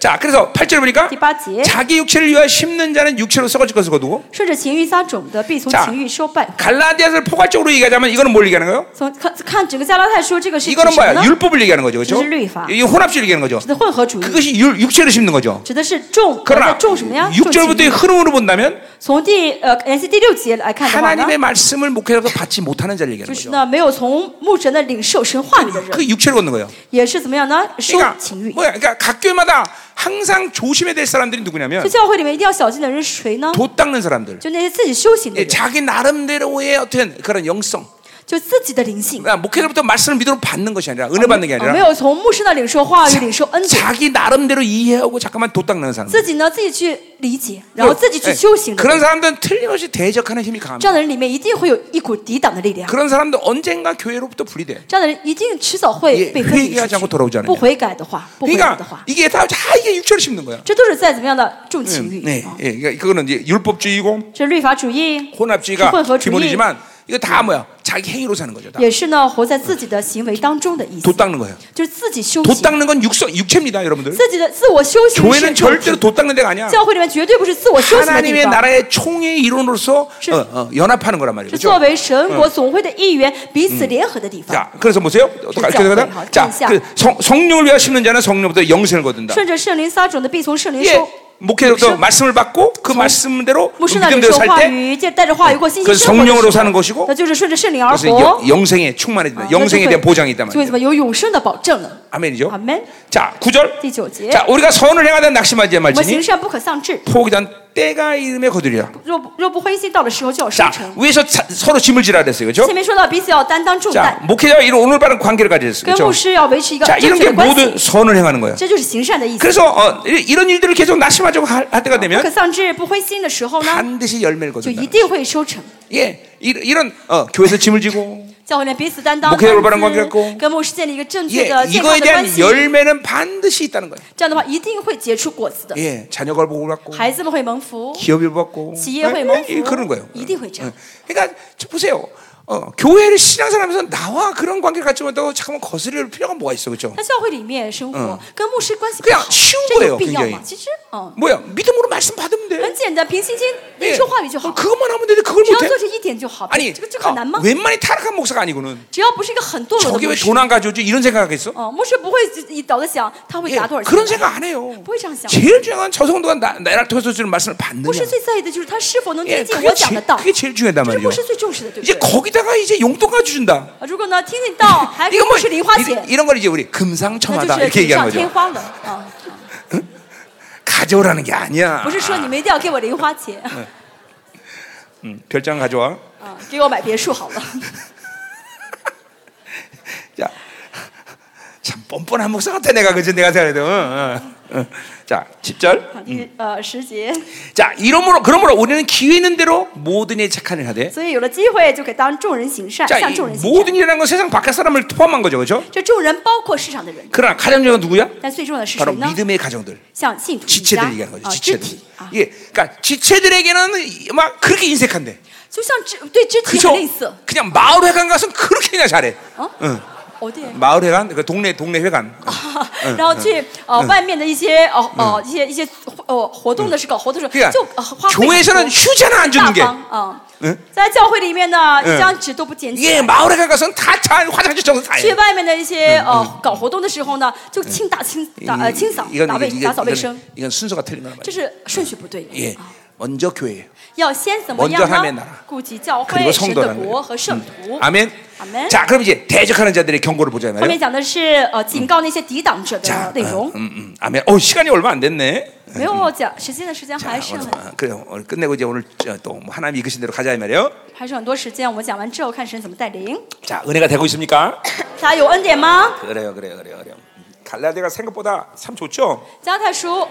S1: 자, 그래서 8절 보니까
S2: 第八节，
S1: 자기 육체를 위하여 심는 자는 육체로 썩어질 것을 거두고
S2: 顺着情欲撒种的，必从
S1: 자
S2: 情欲收败坏。
S1: 갈라디아서를 포괄적으로 얘기하자면 이거는 뭘 얘기하는 거예요?
S2: 从看看整个加拉太书，这个是指什
S1: 이거는
S2: 么呢
S1: 뭐야? ？ 율법을 얘기하는 거죠. 그렇죠?
S2: 사실律法.
S1: 이게 혼합주의 얘기하는 거죠.
S2: 指的混合主义，
S1: 그것이 율- 육체로 심는 거죠.
S2: 指的是种，我在
S1: 그러나
S2: 种什么呀？种情
S1: 6절부터의
S2: 欲。
S1: 흐름으로 본다면
S2: 从第呃联系第六节来
S1: 아,
S2: 看的话呢，
S1: 하나님의 말씀을 목회자로서 받지 못하는 자를
S2: 就
S1: 얘기하는
S2: 是
S1: 거죠.
S2: 呢没有从牧神的领受神话语的人，
S1: 그 육체로 얻는 거예요.
S2: 也是怎么样呢？收
S1: 그러니까
S2: 情欲。
S1: 뭐야? 그러니까 각 교회마다 항상 조심해야 될 사람들이
S2: 就
S1: 누구냐면
S2: 教会里面一定要小心的人是谁呢？
S1: 돛 닦는 사람들.
S2: 就那些自己修行的
S1: 예,
S2: 人，
S1: 자기 나름대로의 어떤 그런 영성.
S2: 就就自己的灵性，
S1: 그러니까 목회자로부터 말씀을 믿음으로 받는 것이 아니라 은혜 받는 게
S2: 啊没
S1: 아니라 아,
S2: 有从牧师那领受话语、领受恩典，
S1: 자기 나름대로 이해하고 잠깐만 도닥나는 사람.
S2: 自己呢自己去理解，然后自己去
S1: 예,
S2: 修行的人。
S1: 그런 사람들은 틀림없이 대적하는 힘이 강합니다.
S2: 这样的人里面一定会有一股抵挡的力量，
S1: 그런 사람들 언젠가 교회로부터 분리돼.
S2: 这样的人一定迟早会
S1: 예
S2: 被分离
S1: 회개하지않
S2: 出
S1: 고돌아오지
S2: 去
S1: 않으면 。
S2: 不悔改的话，不悔改的
S1: 그러니까
S2: 话，
S1: 이게 다, 다 이게 육절을 씹는 거야.
S2: 这都是在怎么样的重
S1: 네,
S2: 情欲？
S1: 네,
S2: 啊
S1: 예, 그러니까 그거는 이제 율법주의고
S2: 这律法主
S1: 嗯
S2: 义、
S1: 혼합주의가 예.
S2: 混合主义。
S1: 기본이지만 이거 다 뭐야? 자기 행위로 사는 거죠. 다.
S2: 也是呢，活在自己的行为当中的意思
S1: 도 ， 닦는 거예요.
S2: 就是自己修
S1: 도
S2: 行，
S1: 닦는 건 육성 육체입니다, 여러분들.
S2: 自己的自我修行是
S1: 교회는
S2: 肉体
S1: 절대로 도 닦는 데가 아니야.
S2: 教会里面绝对不是自我修行的地
S1: 하나님의
S2: 方，
S1: 나라의 총의 일원으로서 어, 어, 연합하는 거란 말이에요.
S2: 是
S1: 죠
S2: 作为神
S1: 嗯
S2: 国总会的一员彼此联合的地方。
S1: 자, 그래서 보세요.
S2: 진짜
S1: 계속 하다.
S2: 어려워.
S1: 자,
S2: 진짜.
S1: 그 성, 성령을 위하여 심는 자는 성령부터 영생을 거둔다.
S2: 顺着圣灵撒种的，必从圣灵
S1: 예,
S2: 收。
S1: 목회로부터 말씀을 받고 그 말씀대로
S2: 牧师那里
S1: 믿음대로
S2: 说
S1: 살
S2: 话
S1: 때,
S2: 语，带带着话语过信
S1: 그
S2: 心生活的时候
S1: 성령으로 사는 것이고
S2: 那就是顺着圣灵而
S1: 그래서
S2: 活
S1: 여- 。 영생에
S2: 啊
S1: 충만해진다.
S2: 那就
S1: 영생에
S2: 会
S1: 대한 보장이 있단
S2: 就会
S1: 말이에요.
S2: 怎么有永生的保证啊了。
S1: 아멘이죠.
S2: 阿门。
S1: 자, 9절.
S2: 第九节，
S1: 자, 우리가 선을 행하다 낙심하지
S2: 我们行
S1: 말지니
S2: 善不可丧志，
S1: 포기단 때가 이름에 거두리라.
S2: 若不若不灰心，到的时候就要收
S1: 자,
S2: 成。
S1: 위에서 자- 서로 짐을 지라 그랬어요. 그죠?
S2: 前面说到彼此要担当重
S1: 자,
S2: 担，
S1: 목회자와 이런 올바른 관계를 가졌어요.
S2: 跟牧师要维持一个
S1: 자,
S2: 正
S1: 이런 게
S2: 确的关
S1: 모두
S2: 系，
S1: 선을 행하는 거예요.
S2: 这就是哎行善的意思。
S1: 그래서 어, 이- 이런 일들을 계속 낙심하자고 할, 할 때가
S2: 不可
S1: 되면
S2: 丧志、不灰心的时候呢，
S1: 반드시 열매를
S2: 就一
S1: 거둔다.
S2: 定会收成。
S1: 예, 이- 이런 어, 교회에서 짐을 지고
S2: 教会里面彼此担当，
S1: 목회를올바른관계를
S2: 担
S1: 갖고
S2: 当跟牧师建立一个正
S1: 예,
S2: 确的、健
S1: 이거에
S2: 康的关
S1: 대한
S2: 系，
S1: 열매는 반드시 있다는 거예요.
S2: 这样的话一定会结出果子的。
S1: 예, 자녀가 복을 받고
S2: 孩子们会蒙福，
S1: 기업이 받고
S2: 지혜의
S1: 예,
S2: 먹고
S1: 예, 그런 거예요.
S2: 이디 회장.
S1: 예. 그러니까 저 보세요. 어, 교회를 신앙생활하면서 나와 그런 관계를 갖지 못하고 잠깐만 거스릴 필요가 뭐가 있어, 그렇죠?
S2: 在教会里面生活，跟牧师关系不
S1: 그냥
S2: 好，
S1: 쉬운
S2: 嗯这
S1: 거예요
S2: 有必要
S1: 굉장히
S2: 吗？其实，嗯，
S1: 뭐야, 믿음으로 말씀 받으면 돼.
S2: 很简单，凭信心
S1: 예.
S2: 领受话语就好
S1: 어, ， 그것만 하면 되는데 그걸
S2: 只要
S1: 못해.
S2: 做这一点就好。
S1: 아니,
S2: 这个这个
S1: 아,
S2: 很难吗？
S1: 웬만히 타락한 목사가 아니고는
S2: 只要不是一个很堕落
S1: 저게
S2: 的牧
S1: 왜
S2: 师
S1: 돈，안 가져오지 이런 생각하겠어?
S2: 哦，牧师不会自己倒着想他会
S1: 예,
S2: 砸多少
S1: 그런
S2: 钱。
S1: 생각 안 해요.
S2: 뭐 이상 생각.
S1: 제일 중요한 건 저 성도가 나, 나를 통해서 주는 말씀을
S2: 牧
S1: 받느냐.
S2: 师最在意的就是他是否能
S1: 예,
S2: 听进
S1: 그게,
S2: 我讲
S1: 제,
S2: 的道，
S1: 그게 제일 중요하단
S2: 这是
S1: 말이죠.
S2: 牧师最重视的，对
S1: 이제
S2: 不对？
S1: 거기다가 이제 용돈 가져 준다.
S2: 啊，如果呢听进道还给
S1: 이거
S2: 牧
S1: 뭐
S2: 师零花
S1: 이,
S2: 钱，
S1: 이런 걸 이제 우리
S2: 那
S1: 금상첨화다
S2: 就是
S1: 이렇게
S2: 锦
S1: 얘기하는
S2: 上添
S1: 거죠.
S2: 花了啊！
S1: 가져오라는 게 아니야.
S2: 不是说你们一定要给我零花钱
S1: 음, 별장 가져와.
S2: 啊，给我买别墅好了。
S1: 자, 참 뻔뻔한 목사 같아 내가 그지 내가 생각해도. 응, 응, 응. 자, 10절.
S2: 啊第呃十节，
S1: 자, 이러므로 그러므로 우리는 기회 있는 대로 모든 일에 착한 일 하되.
S2: 所以有了机会就可以当众人行善，
S1: 자,
S2: 向
S1: 이
S2: 众人行善。
S1: 모든 일이라는 건 세상 밖의 사람을 포함한 거죠, 그렇죠?
S2: 这众人包括世上的人，
S1: 그러나 가장 중요한 건 누구야?
S2: 但最重要的是
S1: 바로
S2: 谁呢？
S1: 믿음의 가정들.
S2: 像信徒一家
S1: 지체들 얘기하는 거죠.
S2: 啊，肢
S1: 지체들.
S2: 体啊，
S1: 예, 그러니까 지체들에게는 이- 막 그렇게 인색한데,
S2: 就像肢对肢体
S1: 그죠?
S2: 很吝啬。
S1: 그냥 마을 회관 가서 그렇게 그냥 잘해.
S2: 啊，
S1: 嗯
S2: 哦对，
S1: 마을 회관, 그 동네 동네 회관.
S2: 然后去呃外面的一些哦哦一些一些哦活动的时候活动的时
S1: 그러니까
S2: 候就呃花费很多
S1: 교회에서는 휴지 하나 안
S2: 大
S1: 주는 게.
S2: 方啊，在教会里面呢一张纸都不捡起
S1: 예,
S2: 来。
S1: 마을 회관 가서는 다 잘 화장실 정서 다
S2: 去
S1: 해.
S2: 外面的一些呃搞活动的时候呢，就清打清打
S1: 아,
S2: 呃清扫打卫打扫卫生，
S1: 이건 순서가 틀린 거란
S2: 这
S1: 말이에요.
S2: 是顺序不对。
S1: 예,
S2: 啊
S1: 먼저 교회예요.
S2: 要先怎么
S1: 먼저하면
S2: 样
S1: 나라
S2: 呢？顾及教
S1: 그리고
S2: 会、神的嗯
S1: 성도라는
S2: 国
S1: 거예요.
S2: 和圣徒。
S1: 아멘.
S2: 아멘.
S1: 자, 그럼 이제 대적하는 자들의 경고를
S2: 后
S1: 보자면.
S2: 面讲的是呃警告那些抵挡者的
S1: 자,
S2: 内
S1: 어,
S2: 容
S1: 음, ， 음, 아멘. 어, 시간이 얼마 안 됐네.
S2: 没有讲时间的时间
S1: 자,
S2: 还剩
S1: 오늘,
S2: 很
S1: 아, 그래요. 오늘 끝내고 이제 오늘 저, 또뭐 하나님 이끄신 대로 가자 이 말이에요.
S2: 还剩很多时间，我们讲完之后看神怎么带领。
S1: 자, 은혜가 되고 있습니까?
S2: 大家有恩典吗？
S1: 그래요, 그래요, 그래요, 그래요. 갈라디아가 생각보다 참 좋죠.
S2: 加太书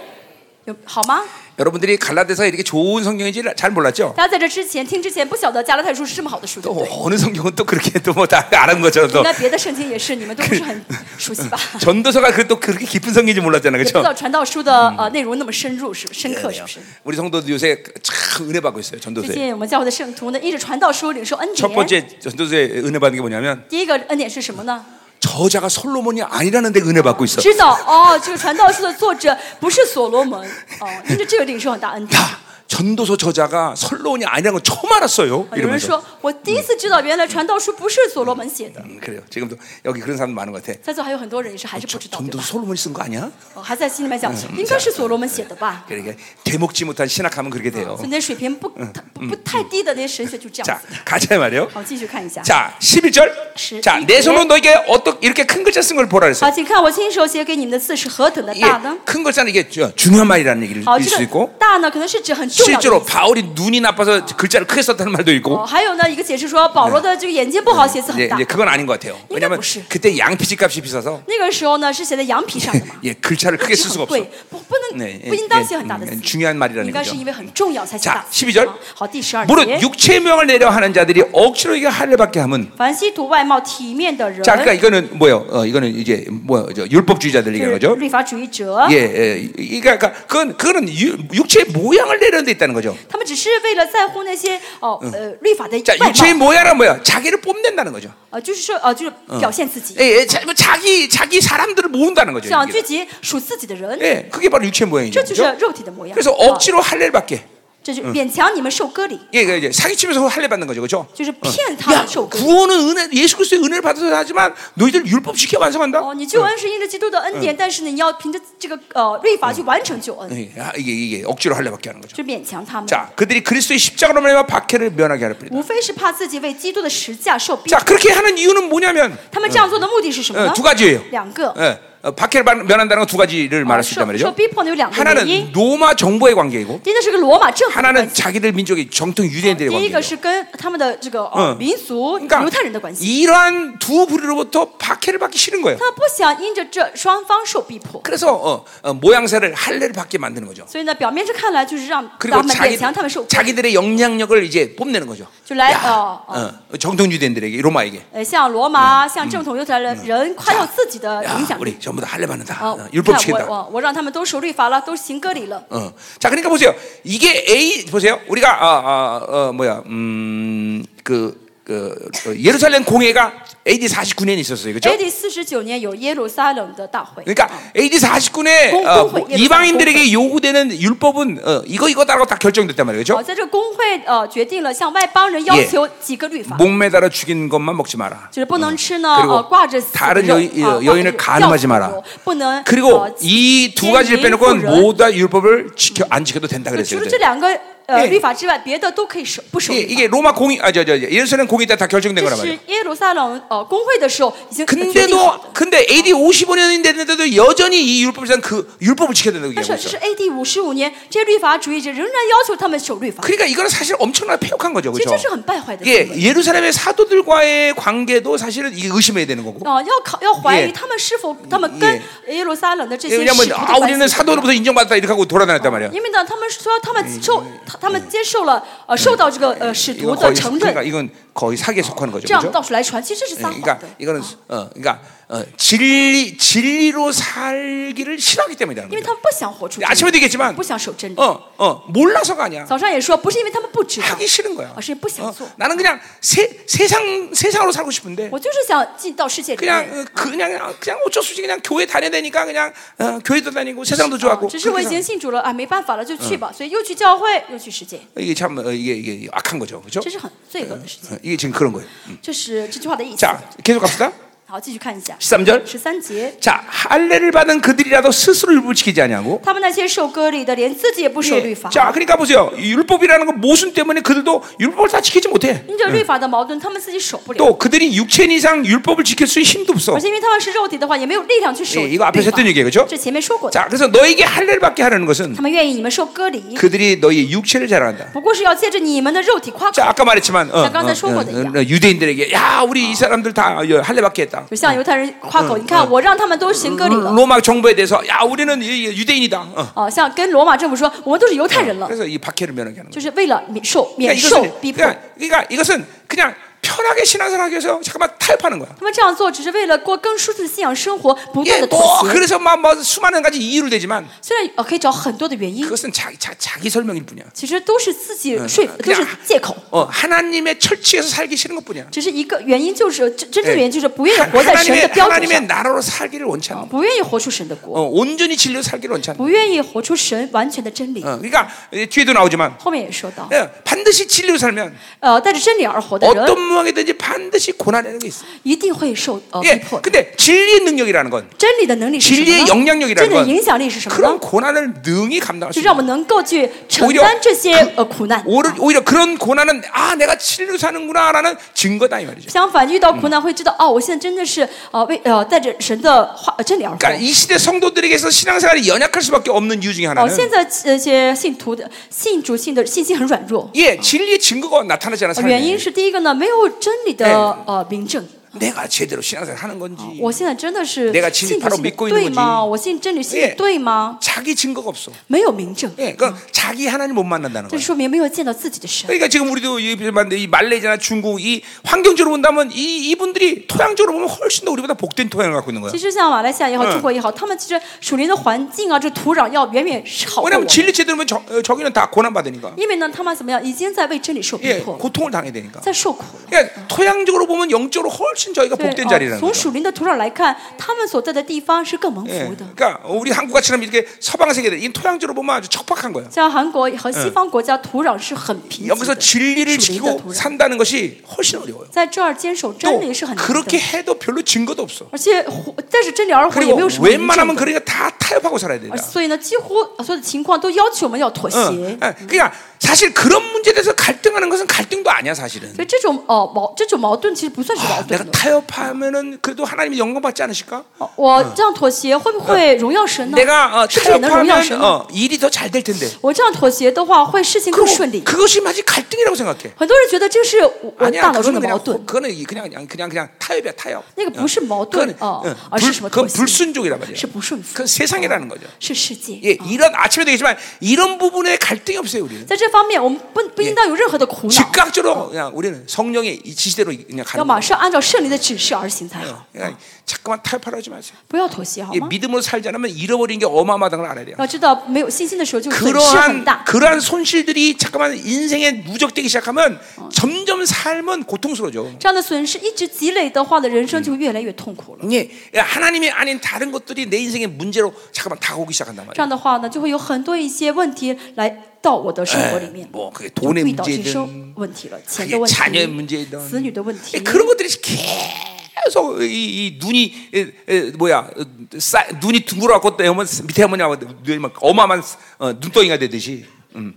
S2: 有好吗？
S1: 여러분들이 갈라디아서 이렇게 좋은 성경인지 잘 몰랐죠?
S2: 大家在这之前听之前不晓得加拉太书是这么好的书，对
S1: 또
S2: 不对？
S1: 어느 성경은 또 그렇게 또 뭐 다 아는 것처럼 또
S2: 那别的圣经也是，你们都不是很熟 悉吧？
S1: 전도서가 그또 그렇게 깊은 성경인지 몰랐잖아요,
S2: 也不知道
S1: 그
S2: 传道书的呃内容那么深入，是不是深刻？是
S1: 렇
S2: 不是？
S1: 우리 성도들 요새 참 은혜 받고 있어요, 전도서. 에
S2: 最近我们教会的圣徒呢，依着传道书领受恩
S1: 첫
S2: 典。
S1: 번째 전도서에 은혜 받는 게 뭐냐면
S2: 第一个恩典是什么呢？
S1: 저자가 솔로몬이 아니라는데 은혜 받고 있어.
S2: 知道哦，这个传道书的作者不是所罗门哦，因着这个领受很大恩典。
S1: 야, 전도서 저자가 솔로몬이 아니라는 걸 처음 알았어요.
S2: 啊有人
S1: 이러면서.
S2: 说，我第一次知道原来传道书不是所罗门写的。
S1: 음, 그래요. 지금도 여기 그런 사람 많은 것 같아.
S2: 在座还有很多人也是还是不知道对
S1: 전도서
S2: 吧？
S1: 솔로몬이 쓴 거 아니야?
S2: 哦，还在心里面想，应该是所罗门写的吧？
S1: 그러니까 대목지 못한 신학하면 그렇게 돼요.
S2: 所以那水平不不不太低的那些神学就这样
S1: 자,
S2: 子。
S1: 가자 말이요.
S2: 好，继续看一下。
S1: 자, 11절.
S2: 시-
S1: 자, 내 손으로 너에게 어떻게 이렇게 큰 글자 쓴 걸 보라 그랬어요.
S2: 好，请看我亲手写给你们的字是何等的
S1: 이게
S2: 大呢？
S1: 큰 글자는 이게 주- 중요한 말이라는 얘기를
S2: 好，
S1: 일
S2: 这
S1: 수
S2: 个
S1: 있고
S2: 大呢，可能是指很重不了这个意
S1: 실제로
S2: 思。
S1: 바울이 눈이 나빠서 글자를 크게 썼다는 말도
S2: 哦，
S1: 있고.
S2: 还有呢，一个解释说保罗的这个眼睛不好，写字
S1: 예,
S2: 很大
S1: 이제 。 그건 아닌 것 같아요. 왜냐면
S2: 보시.
S1: 그때 양피지 값이 비싸서
S2: 那个时候呢，是写在羊皮上的嘛，
S1: 예, 글자를 크게
S2: 是
S1: 쓸 수가
S2: 很
S1: 없어.
S2: 贵，不不能
S1: 네,
S2: 不应当写很大的
S1: 예,
S2: 字
S1: 음, ， 중요한
S2: 应
S1: 말이라는
S2: 该是因
S1: 거죠.
S2: 为很重要才写
S1: 자
S2: 大。
S1: 12절
S2: 啊好，第十二
S1: 무릇
S2: 节，
S1: 육체의 명을 내려 하는 자들이 억지로 이게 할례 받게 함은
S2: 凡西图外貌体面的人，
S1: 자, 그러니까 이거는 뭐예요? 어, 이거는 이제 뭐 율법주의자들
S2: 就
S1: 얘기하는
S2: 是
S1: 거죠.
S2: 律法主义者
S1: 예, 예, 이- 그러니까 그러니까 그건 그거는 유- 육체의 모양을 내려는 데 있다는 거죠.
S2: 他们只是为了在乎那些哦呃律法的
S1: 자,
S2: 外
S1: 육체의
S2: 貌，
S1: 모양은 뭐야? 자기를 뽐낸다는 거죠.
S2: 呃就是说呃就是表现自己，
S1: 예, 예, 자, 뭐 자기 자기 사람들을 모은다는 거죠.
S2: 想
S1: 이게.
S2: 聚集属自己的人，
S1: 예, 그게 바로 육체 의
S2: 这
S1: 모양이죠. 그렇죠,
S2: 就是嗯
S1: 그죠? 아.
S2: 肉体的模样。
S1: 그래서
S2: 啊
S1: 억지로 할례를 받게.
S2: 这就勉强你们受割礼，
S1: 예, 그 이제 사기치면서 할례 받는 거죠, 그렇죠?
S2: 就是骗他们受割礼。
S1: 구원은 은혜, 예수 그리스도의 은혜를 받아서 하지만 너희들 율법 지켜 완성한다. 어.
S2: 哦，你救恩是因着基督的恩典，但是呢，你要凭着这个呃律法去完成救恩，
S1: 예, 아, 이게 이게 억지로 할례 받게 하는 거죠.
S2: 就勉强他们。
S1: 자, 그들이 그리스도의 십자가로 말미암아 박해를 면하게 하려 뿐이다.
S2: 无非是怕自己为基督的实价受逼
S1: 자, 。 그렇게 하는 이유는 뭐냐면
S2: 他们这样做的目的是什么
S1: 어,
S2: 呢
S1: 두 ？ 가지예요.
S2: 两个，哦
S1: 예, 어, 박해를 반- 면한다는 건 두 가지를 말할 수
S2: 受
S1: 있단
S2: 受
S1: 말이죠.
S2: 逼迫呢有两个原
S1: 하나는
S2: 因，
S1: 로마 정부의 관계이고
S2: 第一呢是跟罗马政
S1: 아,
S2: 府的关
S1: 하나는
S2: 系，
S1: 자기들 민족의 정통 유대인들의
S2: 第一
S1: 관계예요.
S2: 个是跟他们的这个呃
S1: 嗯
S2: 民族犹
S1: 그러니까
S2: 太人的关系。
S1: 이러한 두 부류로부터 박해를 받기 싫은 거예요.
S2: 他们不想因着这双方受逼迫，
S1: 그래서 어, 어, 모양새를 할례를 받게 만드는 거죠.
S2: 所以呢，表面上看来就是让他
S1: 그리고
S2: 们勉
S1: 자기,
S2: 强他们受逼，
S1: 자기들의 영향력을 이제 뽐내는 거죠.
S2: 就来
S1: 야
S2: 呃呃
S1: 어, 정통 유대인들에게 로마에게
S2: 呃，像罗马、像正统犹太人人夸耀自己的影
S1: 야
S2: 响力
S1: 우리 전부 다 할례 받는다.
S2: 嗯啊！
S1: 어,
S2: 你看
S1: 율법 지킨다.
S2: 我我我让他们都守律法了，都行割礼了。
S1: 어. 자, 그러니까 보세요. 이게 A 보세요. 우리가 아, 아, 어, 뭐야, 음, 그, 그 어, 예루살렘 공회가 AD 49년에 있었어요, 그렇죠?
S2: AD 四十九年有耶路撒冷的大会，啊
S1: 그러니까 AD 49년에
S2: 어. 공-
S1: 어,
S2: 공회, 예루살렘
S1: 이방인들에게 요구되는 율법은 어, 이거 이거다라고 다 결정됐단 말이에요,
S2: 好，
S1: 그렇죠?
S2: 在这个工会呃决定了向外邦人要求几个律法，
S1: 목 매달아 죽인 것만 먹지 마라.
S2: 就是不能吃呢
S1: 그리고
S2: 呃挂着死
S1: 다른
S2: 的肉
S1: 여인
S2: 啊
S1: 여여인을
S2: 挂着
S1: 가늠하지마라
S2: 吊死的肉不能
S1: 그리고
S2: 呃
S1: 이 두 가지를 빼놓고는 모두 다 율법을 지켜 안 지켜도 된다
S2: 除
S1: 그랬어요.
S2: 了
S1: 그때.
S2: 这两个呃
S1: 예
S2: 律法之外，别的都可以守不守
S1: 이게,
S2: 律法？
S1: 이게 로마 공의 아저 저 예루살렘 공의 때 다 결정된
S2: 这
S1: 거란
S2: 是
S1: 말이에요.
S2: 耶路撒冷呃工会的时候已经决定好的。
S1: 근데도 근데 AD 55년이 됐는데도 여전히 이 율법상 그 율법을 지켜야 된다고
S2: 但
S1: 얘기하고
S2: 是这是
S1: 있어.
S2: AD 五十五年，这些律法主义者仍然要求他们守律法，
S1: 그러니까 이거는 사실 엄청나게 폐역한 거죠,
S2: 其实
S1: 그렇죠?
S2: 这是很败坏的行
S1: 이게
S2: 为。
S1: 예루살렘의 사도들과의 관계도 사실은 이게 의심해야 되는 거고.
S2: 啊、要考要怀疑
S1: 예
S2: 他们是否他们跟耶路撒冷的这
S1: 예,
S2: 些使徒
S1: 왜냐하면
S2: 的
S1: 아
S2: 关
S1: 우리는
S2: 系不一样。
S1: 사도로부터 인정받았다 이렇게 하고 돌아다녔단 어, 말이야.
S2: 因为呢，他们说他们受他他们接受了呃受到这嗯个呃使徒
S1: 이건
S2: 的
S1: 거의
S2: 承
S1: 그러니까
S2: 认，
S1: 이건 거의 사기에 속하는 거죠,
S2: 这样哎
S1: 그렇죠?
S2: 到处来传，其实这是
S1: 예,
S2: 撒谎
S1: 그러니까
S2: 的。
S1: 이거는 어, 그러니까 어, 진리 진리로 살기를 싫어하기 때문이라는
S2: 因为
S1: 거죠.
S2: 他们不想活出真理，
S1: 아침에도 얘기했지만
S2: 不想守真理。
S1: 어, 어, 몰라서가 아니야.
S2: 早上也说，不是因为他们不知道，
S1: 하기 싫은 거야.
S2: 哎而是不想
S1: 어,
S2: 做。
S1: 나는 그냥 세, 세상 세상으로 살고 싶은데
S2: 我就是想进到世界里
S1: 그냥
S2: 面。
S1: 어, 그냥 그냥 어쩔 수 없이 그냥 교회 다녀야 되니까 그냥 어, 교회도 다니고 세상도 좋아하고
S2: 哦只是我
S1: 그렇게
S2: 已经
S1: 살아.
S2: 信主了啊，没办法了，就去吧。所以又去教会，又去世界，
S1: 이게 참 어, 이게 이게 악한 거죠, 그렇죠? 어,
S2: 这是很罪恶的事情。
S1: 이게 지금 그런 거예요.
S2: 这是这句话的意思。
S1: 자, 계속 갑시다.
S2: 好，继续看一下
S1: 13절.
S2: 十三节，
S1: 자, 할례를 받은 그들이라도 스스로 율법 지키지 아니하고
S2: 他们那些受割礼的，连自己也不守
S1: 예.
S2: 律法。
S1: 자, 그러니까 보세요. 이 율법이라는 건 모순 때문에 그들도 율법을 다 지키지 못해.
S2: 因着律法的矛盾，他们自己守不了，
S1: 또 그들이 육체 이상 율법을 지킬 수 있는 힘도 없어.
S2: 而且因为他们是肉体的话，也没有力量去守
S1: 예
S2: 律
S1: 이거앞에서했던얘기예요그죠
S2: 法。这前面说过的，
S1: 자, 그래서 너에게 할례를 받게 하려는 것은
S2: 他们愿意你们受割礼，
S1: 그들이 너의 육체를 자랑한다.
S2: 不过是要借着你们的肉体夸口
S1: 자, 。 아까 말했지만 어, 어,
S2: 잠깐
S1: 어,
S2: 소고도
S1: 어,
S2: 있다.
S1: 유대인들에게 야, 우리 이 사람들 다 어, 할례 받게 했다.
S2: 就像犹太人夸口，你看我让他们都行割礼了，
S1: 로마 정부에 대해서 야, 우리는 이- 이 유대인이다. 어.
S2: 哦，像跟罗马政府说，我们都是犹太人了，
S1: 그래서 이 박해를 면하게 하는 거예요.
S2: 就是为了免受免
S1: 그러니까
S2: 受
S1: 이것은,
S2: 逼迫。
S1: 그러니까, 그러니까 이것은 그냥 편하게 신앙생활 하기 위해서 잠깐만 타협하는 거야.
S2: 他们这样做只是为了过更舒适的信仰生活，不断
S1: 예,
S2: 的妥
S1: 뭐
S2: 协。
S1: 그래서 막, 뭐 수많은 가지 이유를 대지만
S2: 虽然呃可以找很多的原因，
S1: 그것은 자기 자, 자기 설명일 뿐이야.
S2: 其实都是自己说服，都
S1: 그냥
S2: 是借口。
S1: 어, 하나님의 철칙에서 살기 싫은 것뿐이야.
S2: 只是一个原因，就是真真正的原因就是不愿
S1: 하-
S2: 意活在神的
S1: 하나님의
S2: 标准
S1: 하나님의
S2: 上，
S1: 나라로 살기를 원치 않는. 거야.
S2: 不愿意活出神的国，
S1: 어, 온전히 진리로 살기를 원치 않는.
S2: 不愿意活出神完全的真理。
S1: 거야. 어, 그러니까 예, 뒤에도 나오지만
S2: 后面也说到，
S1: 예, 반드시 진리로 살면
S2: 呃，带着真理而活的人，
S1: 어떤 무엇이든지 반드시 고난이라는 게 있어.
S2: 一定会受呃逼
S1: 예.
S2: 迫的。
S1: 근데 진리의 능력이라는 건
S2: 真理的能力是什么呢？
S1: 진리의영향력이라는건
S2: 真理的影响力是什么
S1: 그런
S2: 呢？
S1: 고난을 능히 감당할 수
S2: 就让
S1: 있어.
S2: 我们能够去承
S1: 오히려
S2: 担这些呃苦难。
S1: 오히려, 오히려 그런 고난은 아 내가 진리로 사는구나라는 증거다 이 말이죠.
S2: 相反，遇到苦难会知道，哦，我现在真的是呃为呃带着神的话呃真理而活。
S1: 그러니까 이 시대 성도들에게서 신앙생활이 연약할 수밖에 없는 이유 중에
S2: 哦，
S1: 하나는
S2: 现在这些信徒的信主信的信心很软弱，
S1: 예 진리의 증거가 나타나지 않아
S2: 呃原因
S1: 삶에
S2: 是第一个呢，没有真理的
S1: 哎
S2: 呃明证。
S1: 내가 제대로 신앙생활 하는 건지
S2: 我现在真的是
S1: 내가진리
S2: 信主
S1: 바로
S2: 信
S1: 믿고있는
S2: 的对
S1: 거지
S2: 吗？我信真理信的对吗？
S1: 자기 증거가 없어.
S2: 没有明证，
S1: 예, 그러니까 자기 하나님 못 만난다는
S2: 这
S1: 거예요.
S2: 说明没有见到自己的神。
S1: 그러니까 지금 우리도 이 만데 이 말레이시아나 중국 이 환경적으로 본다면 이 이분들이 토양적으로 보면 훨씬 더 우리보다 복된 토양을 갖고 있는 거야.
S2: 其实像马来西亚也好，
S1: 嗯
S2: 中国也好，他们其实属灵的环境啊，这土壤要远远是好过我
S1: 왜냐하면
S2: 们。
S1: 진리 제대로 보면 저- 어, 저기는 다 고난 받으니까.
S2: 因为呢，他们怎么样，已经在为真理受逼
S1: 예,
S2: 迫，
S1: 고통을 당해야 되니까.
S2: 在受苦了。
S1: 그러니까 토양적으로 보면 영적으로 훨씬 저희가
S2: 对
S1: 복된
S2: 哦
S1: 자리라는
S2: 从
S1: 거죠.
S2: 属灵的土壤来看，他们所在的地方是更蒙
S1: 예,
S2: 福的。
S1: 그러니까 우리 한국 같이처럼 이렇게 서방 세계들 이 토양적으로 보면 아주 척박한 거야.
S2: 像韩国和西方国家土壤是很贫瘠
S1: 여기서
S2: 的，
S1: 진리를
S2: 属灵的
S1: 지키고
S2: 土壤，
S1: 산다는 것이 훨씬 어려워요.
S2: 在这儿坚守真
S1: 또
S2: 理是很难
S1: 그렇게
S2: 的。
S1: 해도 별로 증거도 없어.
S2: 而且活，但是真理而活也
S1: 그리고
S2: 没有什么明
S1: 웬만하면
S2: 证的。
S1: 그러니까 다 타협하고 살아야 된다.
S2: 而所以呢，几乎啊所有的情况都要求我们要妥
S1: 응.
S2: 协。
S1: 그러니까 사실 그런 문제에 대해서 갈등하는 것은 갈등도 아니야 사실은. 아,
S2: 所以这种哦矛这种矛盾其实不算是矛
S1: 내가
S2: 盾的。
S1: 타협하면은 그래도 하나님이 영광 받지 않으실까?
S2: 哦我这样妥协会不会荣耀神呢？
S1: 내가 어,
S2: 是不是也能荣耀
S1: 타협하면
S2: 神呢？
S1: 어, 일이 더 잘 될 텐데.
S2: 我这样妥协的话，会事情更
S1: 그거-
S2: 顺利。
S1: 그것이 마치 갈등이라고 생각해.
S2: 很多人觉得这是我我
S1: 아니야,
S2: 大脑
S1: 그거는
S2: 中的
S1: 그냥
S2: 矛
S1: 호-
S2: 盾，
S1: 그거는 이- 그냥 그냥 그냥 그냥 타협이야 타협.
S2: 那个不是矛盾
S1: 그건
S2: 哦
S1: 응, ，
S2: 而
S1: 불-
S2: 是什么妥
S1: 그건
S2: 协？
S1: 불순종이란 말이야.
S2: 是不顺服，
S1: 그건 세상이라는 거죠.
S2: 是世界。
S1: 예, 이런 아침에 되겠지만 이런 부분에 갈등이 없어요 우리는.
S2: 在这方面，我们不不应当有任何的苦恼，
S1: 즉각적으로 그냥 우리는 성령의 이 지시대로 그냥
S2: 要
S1: 가는
S2: 马
S1: 거예요.
S2: 上按照圣灵的指示而行才好，
S1: 그러니까 자꾸만 타협하려 하지 마세요.
S2: 不要妥协，好
S1: 이
S2: 吗？
S1: 믿음으로 살지 않으면 잃어버린 게 어마어마하다는 걸 알아야 돼요.
S2: 要知道，没有信心的时候就损失很
S1: 그러한
S2: 大。
S1: 그러한 손실들이 잠깐만 인생에 누적되기 시작하면 점점 삶은 고통스러워져.
S2: 这样的损失一直积累的话，的人生就越来越痛苦了。
S1: 예, 하나님이 아닌 다른 것들이 내 인생의 문제로 잠깐만 다가오기 시작한단
S2: 这
S1: 말이에요.
S2: 样的话呢，就会有很多一些问题来到哎我的生活里
S1: 예,
S2: 面，
S1: 뭐 그게
S2: 就
S1: 돈의
S2: 遇到这些哎
S1: 문제든
S2: 问题了，钱的
S1: 그게
S2: 问
S1: 자녀의
S2: 题，
S1: 문제든
S2: 子女的问
S1: 예,
S2: 题。
S1: 그런 것들이 계속 이, 이 눈이 에, 에, 뭐야 어, 싸, 눈이 둥그러갖고 또 어머- 밑에 어머니하고 눈이 막 어마어마한 어, 눈덩이가 되듯이 음.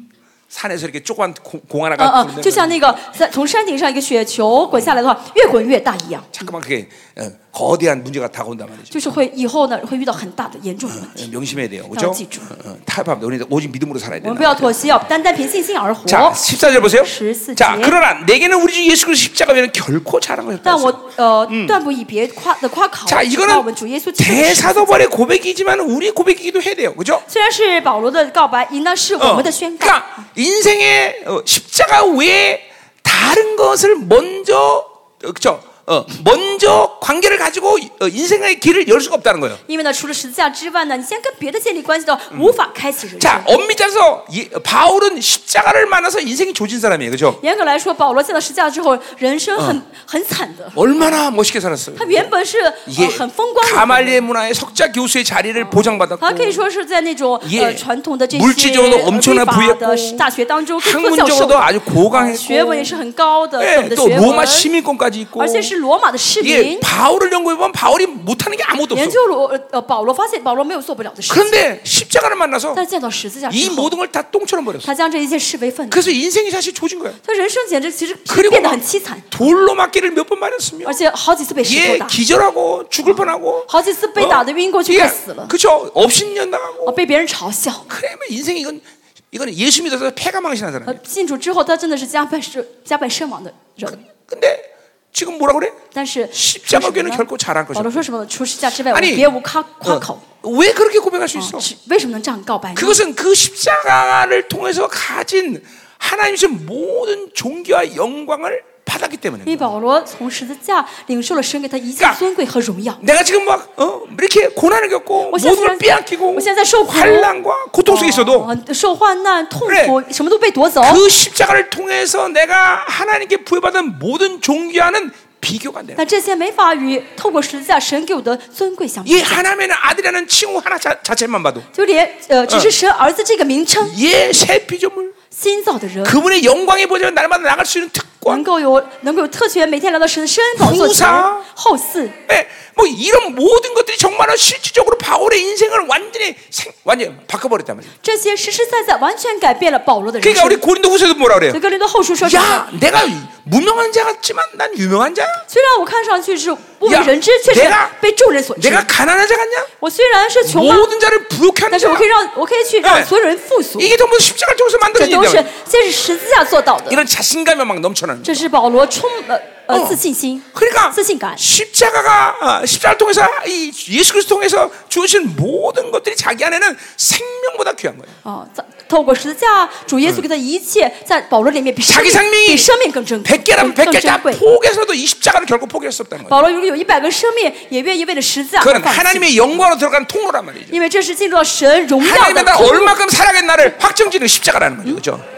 S1: 산에서 이렇게 조그만 공, 공 하나가
S2: 嗯嗯，
S1: 굴러내면
S2: 就像那个在从山顶上一个雪球滚下来的话，越滚越大一样，
S1: 잠깐만 그게 어, 거대한 문제가 다가온단 말이죠.
S2: 就是会以后呢会遇到很大的严重的问题。
S1: 예, 명심해야 돼요.
S2: 아,
S1: 그렇죠?
S2: 지죠.
S1: 타협합니다. 우리는 오직 믿음으로 살아야
S2: 我
S1: 돼요.
S2: 们不要妥协，要单单凭信心而活。
S1: 자, 14절 보세요.
S2: 14
S1: 자,
S2: 절.
S1: 그러나 내게는 우리 주 예수 그리스도 십자가 외에는 결코 자랑할 수
S2: 但
S1: 없다.
S2: 我呃断不以别夸的夸口。
S1: 자,
S2: 那我们
S1: 이거는
S2: 主耶稣基督的十字架
S1: 대사도벌의 고백이지만 우리 고백이기도 해야 돼요. 그죠?
S2: 虽然是保罗的告白，应当是
S1: 어,
S2: 我们的宣告。
S1: 그러니까 인생의 어, 십자가 외에 다른 것을 먼저 그렇죠? 어, 먼저 관계를 가지고 어, 인생의 길을 열 수가 없다는 거예요.
S2: 因为呢，除了十字架之外呢，你先跟别的建立关系的话，无法开启人生。
S1: 자, 엄밀히 따서 바울은 십자가를 만나서 인생이 조진 사람이에요. 그죠?
S2: 严格来说，保罗见到十字架之后，人生很、很惨的。
S1: 얼마나 멋있게 살았어요.
S2: 他原本是、呃、
S1: 예,
S2: 很风光的，
S1: 가말리의 문화의 석자 교수의 자리를
S2: 他
S1: 보장받았고
S2: 可以说是在那种
S1: 예
S2: 呃传统的这
S1: 물질
S2: 些
S1: 적으로엄청난
S2: 呃
S1: 부였고
S2: 立法的大学当中，各个教
S1: 학문적으로도
S2: 授
S1: 아주
S2: 呃
S1: 고강했고
S2: 学问也是很高的，各
S1: 예,
S2: 的
S1: 또
S2: 学文
S1: 로마 ， 시민권까지 있고
S2: 而且是罗马的市民
S1: 예, 。 바울을 연구해 보면 바울이 못하는 게 아무것도
S2: 研
S1: 없어.
S2: 究罗呃保罗发现保罗没有做不了的事情，
S1: 그런데 십자가를 만나서
S2: 但是见到十字架
S1: 이
S2: 之后，
S1: 모든 걸 다 똥처럼 버렸어.
S2: 他将这一切视为粪土，
S1: 그래서 인생이 사실 조진 거야.
S2: 他人生简直其实变
S1: 그리고
S2: 得
S1: 막
S2: 很凄惨，
S1: 돌로 맞기를 몇 번 맞았으며
S2: 而且好几次被石头
S1: 예
S2: 打，
S1: 기절하고 죽을 뻔하고 어?
S2: 好几次被打的晕过去快死了，
S1: 그죠?
S2: 啊
S1: 업신년당하고
S2: 被别人嘲笑。
S1: 그러면 인생이 이건 이거는 예수 믿어서 그렇죠. 폐가 망신한 사람.
S2: 呃，信主之后，他真的是家败身家败身亡的人。
S1: 그, 근데 지금 뭐라 그래?
S2: 但是
S1: 십자가교는
S2: 说什么呢
S1: 결코잘한것이
S2: 保罗说什么呢？除十字架之外，我们
S1: 아니,
S2: 别无夸
S1: 嗯
S2: 夸口。
S1: 어, 왜 그렇게 고백할 수 있어?
S2: 只为什么能这样告白呢？
S1: 그것은 그 십자가를 통해서 가진 하나님이신 모든 종교와 영광을 받았기
S2: 因为
S1: 때문에.
S2: 保罗从十字架领受了神给他一切
S1: 그러니까
S2: 尊贵和荣耀。
S1: 내가 지금 막 어, 이렇게 고난을 겪고
S2: 我现
S1: 모든 걸
S2: 在虽然
S1: 빼앗기고
S2: 我现在受苦，
S1: 환란과 고통 속에 있어도
S2: 哦受患难、痛苦，
S1: 그래
S2: 什么都被夺走。
S1: 그 십자가를 통해서 내가 하나님께 부여받은 모든 종교와는 비교가 안 돼요.
S2: 但这些没法与透过十字架神给我的尊贵相比
S1: 이 ， 하나님의 아들이라는 칭호 하나 자, 자체만 봐도
S2: 就连呃，
S1: 嗯
S2: 只是神儿子这个名称，
S1: 예새 피조물
S2: 新造的人，
S1: 그분의 영광의 보좌로 날마다 나갈 수 있는
S2: 能
S1: 특권,
S2: 够有能够有特权，每天来到神的身宝
S1: 菩
S2: 座前
S1: 萨
S2: 后嗣，
S1: 예, 뭐 이런 모든 것들이 정말로 실질적으로 바울의 인생을 완전히 생, 완전히 바꿔버렸단 말이에요.
S2: 这些实实在在完全改变了保罗的人
S1: 네, 그러니까 우리
S2: 生。
S1: 고린도후서에도 뭐라
S2: 所
S1: 네, 그래요?
S2: 以格林多后书说什么？
S1: 야, 내가 무명한 자 같지만 난 유명한 자야.
S2: 虽然我看上去是不为
S1: 呀
S2: 人知，却是
S1: 내가
S2: 被众人所知。
S1: 내가 가난한 자 같냐?
S2: 我虽然是穷吧，
S1: 모든 자를 부욕해 하는
S2: 但是我
S1: 자야.
S2: 可以让我可以去
S1: 哎
S2: 让所有人富足，
S1: 이게 전부 십자가 쪽에서
S2: 这
S1: 만들어진
S2: 都是
S1: 일이야.
S2: 这是十字架做到的。
S1: 이런 자신감이 막 넘쳐나는. 거야.
S2: 这是保罗充呃
S1: 哦
S2: 呃自信心，
S1: 그러니까
S2: 自信感。
S1: 십자가가 아, 십자가를 통해서 이 예수 그리스도 통해서 주어진 모든 것들이 자기 안에는 생명보다 귀한 거예요.
S2: 哦，在透过十字架，主耶稣给他一切，在保罗里面比生
S1: 嗯 자기삶
S2: 命
S1: 이
S2: 比生命更珍贵，
S1: 100개라면 100개
S2: 更更
S1: 다
S2: 珍贵。
S1: 포기해서도 이 십자가를 결코 포기할 수 없다는 거예요.
S2: 保罗如果有一百个生命，也愿意为了十字架而
S1: 그건
S2: 放弃，
S1: 하나님의 영광으로 들어가는 통로란 말이죠.
S2: 因为这是进入到神荣耀
S1: 하나님이
S2: 的
S1: 나
S2: 通路
S1: 얼마큼 사랑했나를 확정지는 십자가라는 거죠. 그렇죠?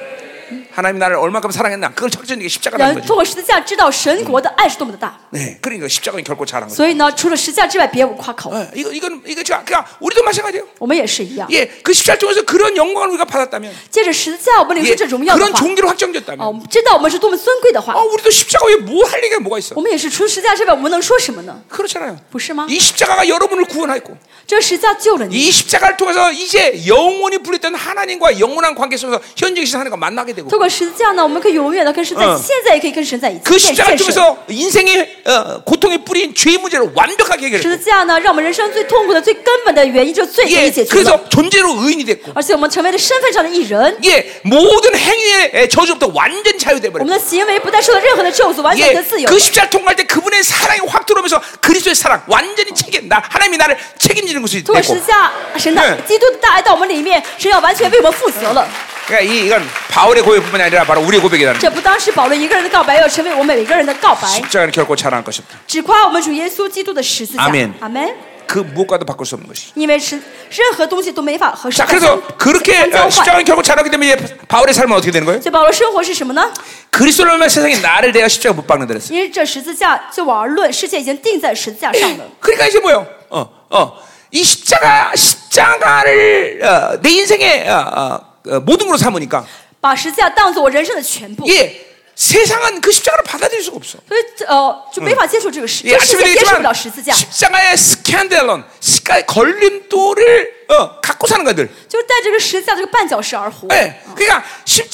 S1: 하나님이 나를 얼마큼 사랑했나 그걸 확정지는 게
S2: 然
S1: 십자가라는
S2: 后通
S1: 거죠.
S2: 过十字架知道神国的爱是多么的大。
S1: 네, 그러니까 십자가는 결코 잘한 거죠.
S2: 所以呢，除了十字架之外，别无夸口。
S1: 어, 이거 이건 이거 제가 그러니까 우리도 마찬가지예요.
S2: 我们也是一样，
S1: 예, 그 십자가 통해서 그런 영광을 우리가 받았다면,
S2: 借着十字架，我们领
S1: 예,
S2: 受这荣耀的
S1: 그런
S2: 话，
S1: 종기로
S2: 哦，我
S1: 확정됐다면,
S2: 们知道我们是多么尊贵的话
S1: 어, ， 우리도 십자가 위에 뭐할 얘기가 뭐가 있어?
S2: 我们也是除了十字架之外，我们能说什么呢？
S1: 그렇잖아요.
S2: 不是吗？
S1: 이 십자가가 여러분을 구원하였고,
S2: 这十字架救了你。
S1: 이 십자가를 통해서 이제 영원히 불렸던 하나님과 영원한 관계 속에서 현재 계신 하나님과 만나게 되고,
S2: 透过十字架呢，我们可以永远的跟神在，
S1: 嗯
S2: 现在也可以跟神在一起。
S1: 그
S2: 见
S1: 십자가
S2: 见神
S1: 통해서 인생의 어, 고통의 뿌리인 죄의 문제를 완벽하게
S2: 十字
S1: 해결했고,
S2: 架呢，让我们人生最痛苦的、最根本的原因，就是罪可
S1: 예,
S2: 以解决了。
S1: 그래서 존재로 의인이 됐고,
S2: 而且我们成为了身份上的艺人，
S1: 예, 모든 행위의 저주부터 완전
S2: 我
S1: 자유돼버렸고,
S2: 们的行为不再受到任何的咒诅，完全
S1: 예,
S2: 的自由
S1: 그 。 십자를 통과할 때 그분의 사랑이 확 들어오면서 그리스도의 사랑 완전히 책임 나 하나님이 나를 책임지는 것이
S2: 通过十
S1: 됐고
S2: 字架，神的
S1: 嗯
S2: 基督的大爱到我们里面，神要完全为我们负责了。
S1: 그러니까 이, 이건 바울의 고백뿐만 아니라 바로 우리의 고백이라는
S2: 这不当是保罗一个人的告白，要成为我们每个人的告白。
S1: 십자가는 결코 자랑할 것이 없다
S2: 只夸我们主耶稣基督的十字架。
S1: 阿门
S2: 阿门。
S1: 그 무엇과도 바꿀 수 없는 것이
S2: 因为是任何东西都没法和
S1: 자
S2: 神相
S1: 그래서 그렇게
S2: 相
S1: 어,
S2: 交换。
S1: 십자가는 결코 자랑하기 때문에 이제 바울의 삶은 어떻게 되는 거예요?
S2: 所以保罗生活是什么呢？
S1: 그리스도로 하면 세상이 나를 대하여 십자가 못 박는다 그랬어요
S2: 因为这十字架，就我而论，世界已经定在十字架上了。
S1: 그러니까 이제 뭐예요? 어, 어. 이 십자가 십자가를 어, 내 인생의 어, 어, 어, 모든 걸로 삼으니까
S2: 把十字架当做我人生的全部，
S1: 예 세상은 그 십자가를 받아들일 수가 없어
S2: 所以这呃就没法接受这个十，
S1: 예,
S2: 这
S1: 아침에도
S2: 世界接受不
S1: 얘기했지만
S2: 了十字架，
S1: 십자가의 스캔델론, 십자가의 걸림돌을 어, 갖고 사는 것들.
S2: 就是带着这个十字架这个绊脚石而活。
S1: 예, 그러니까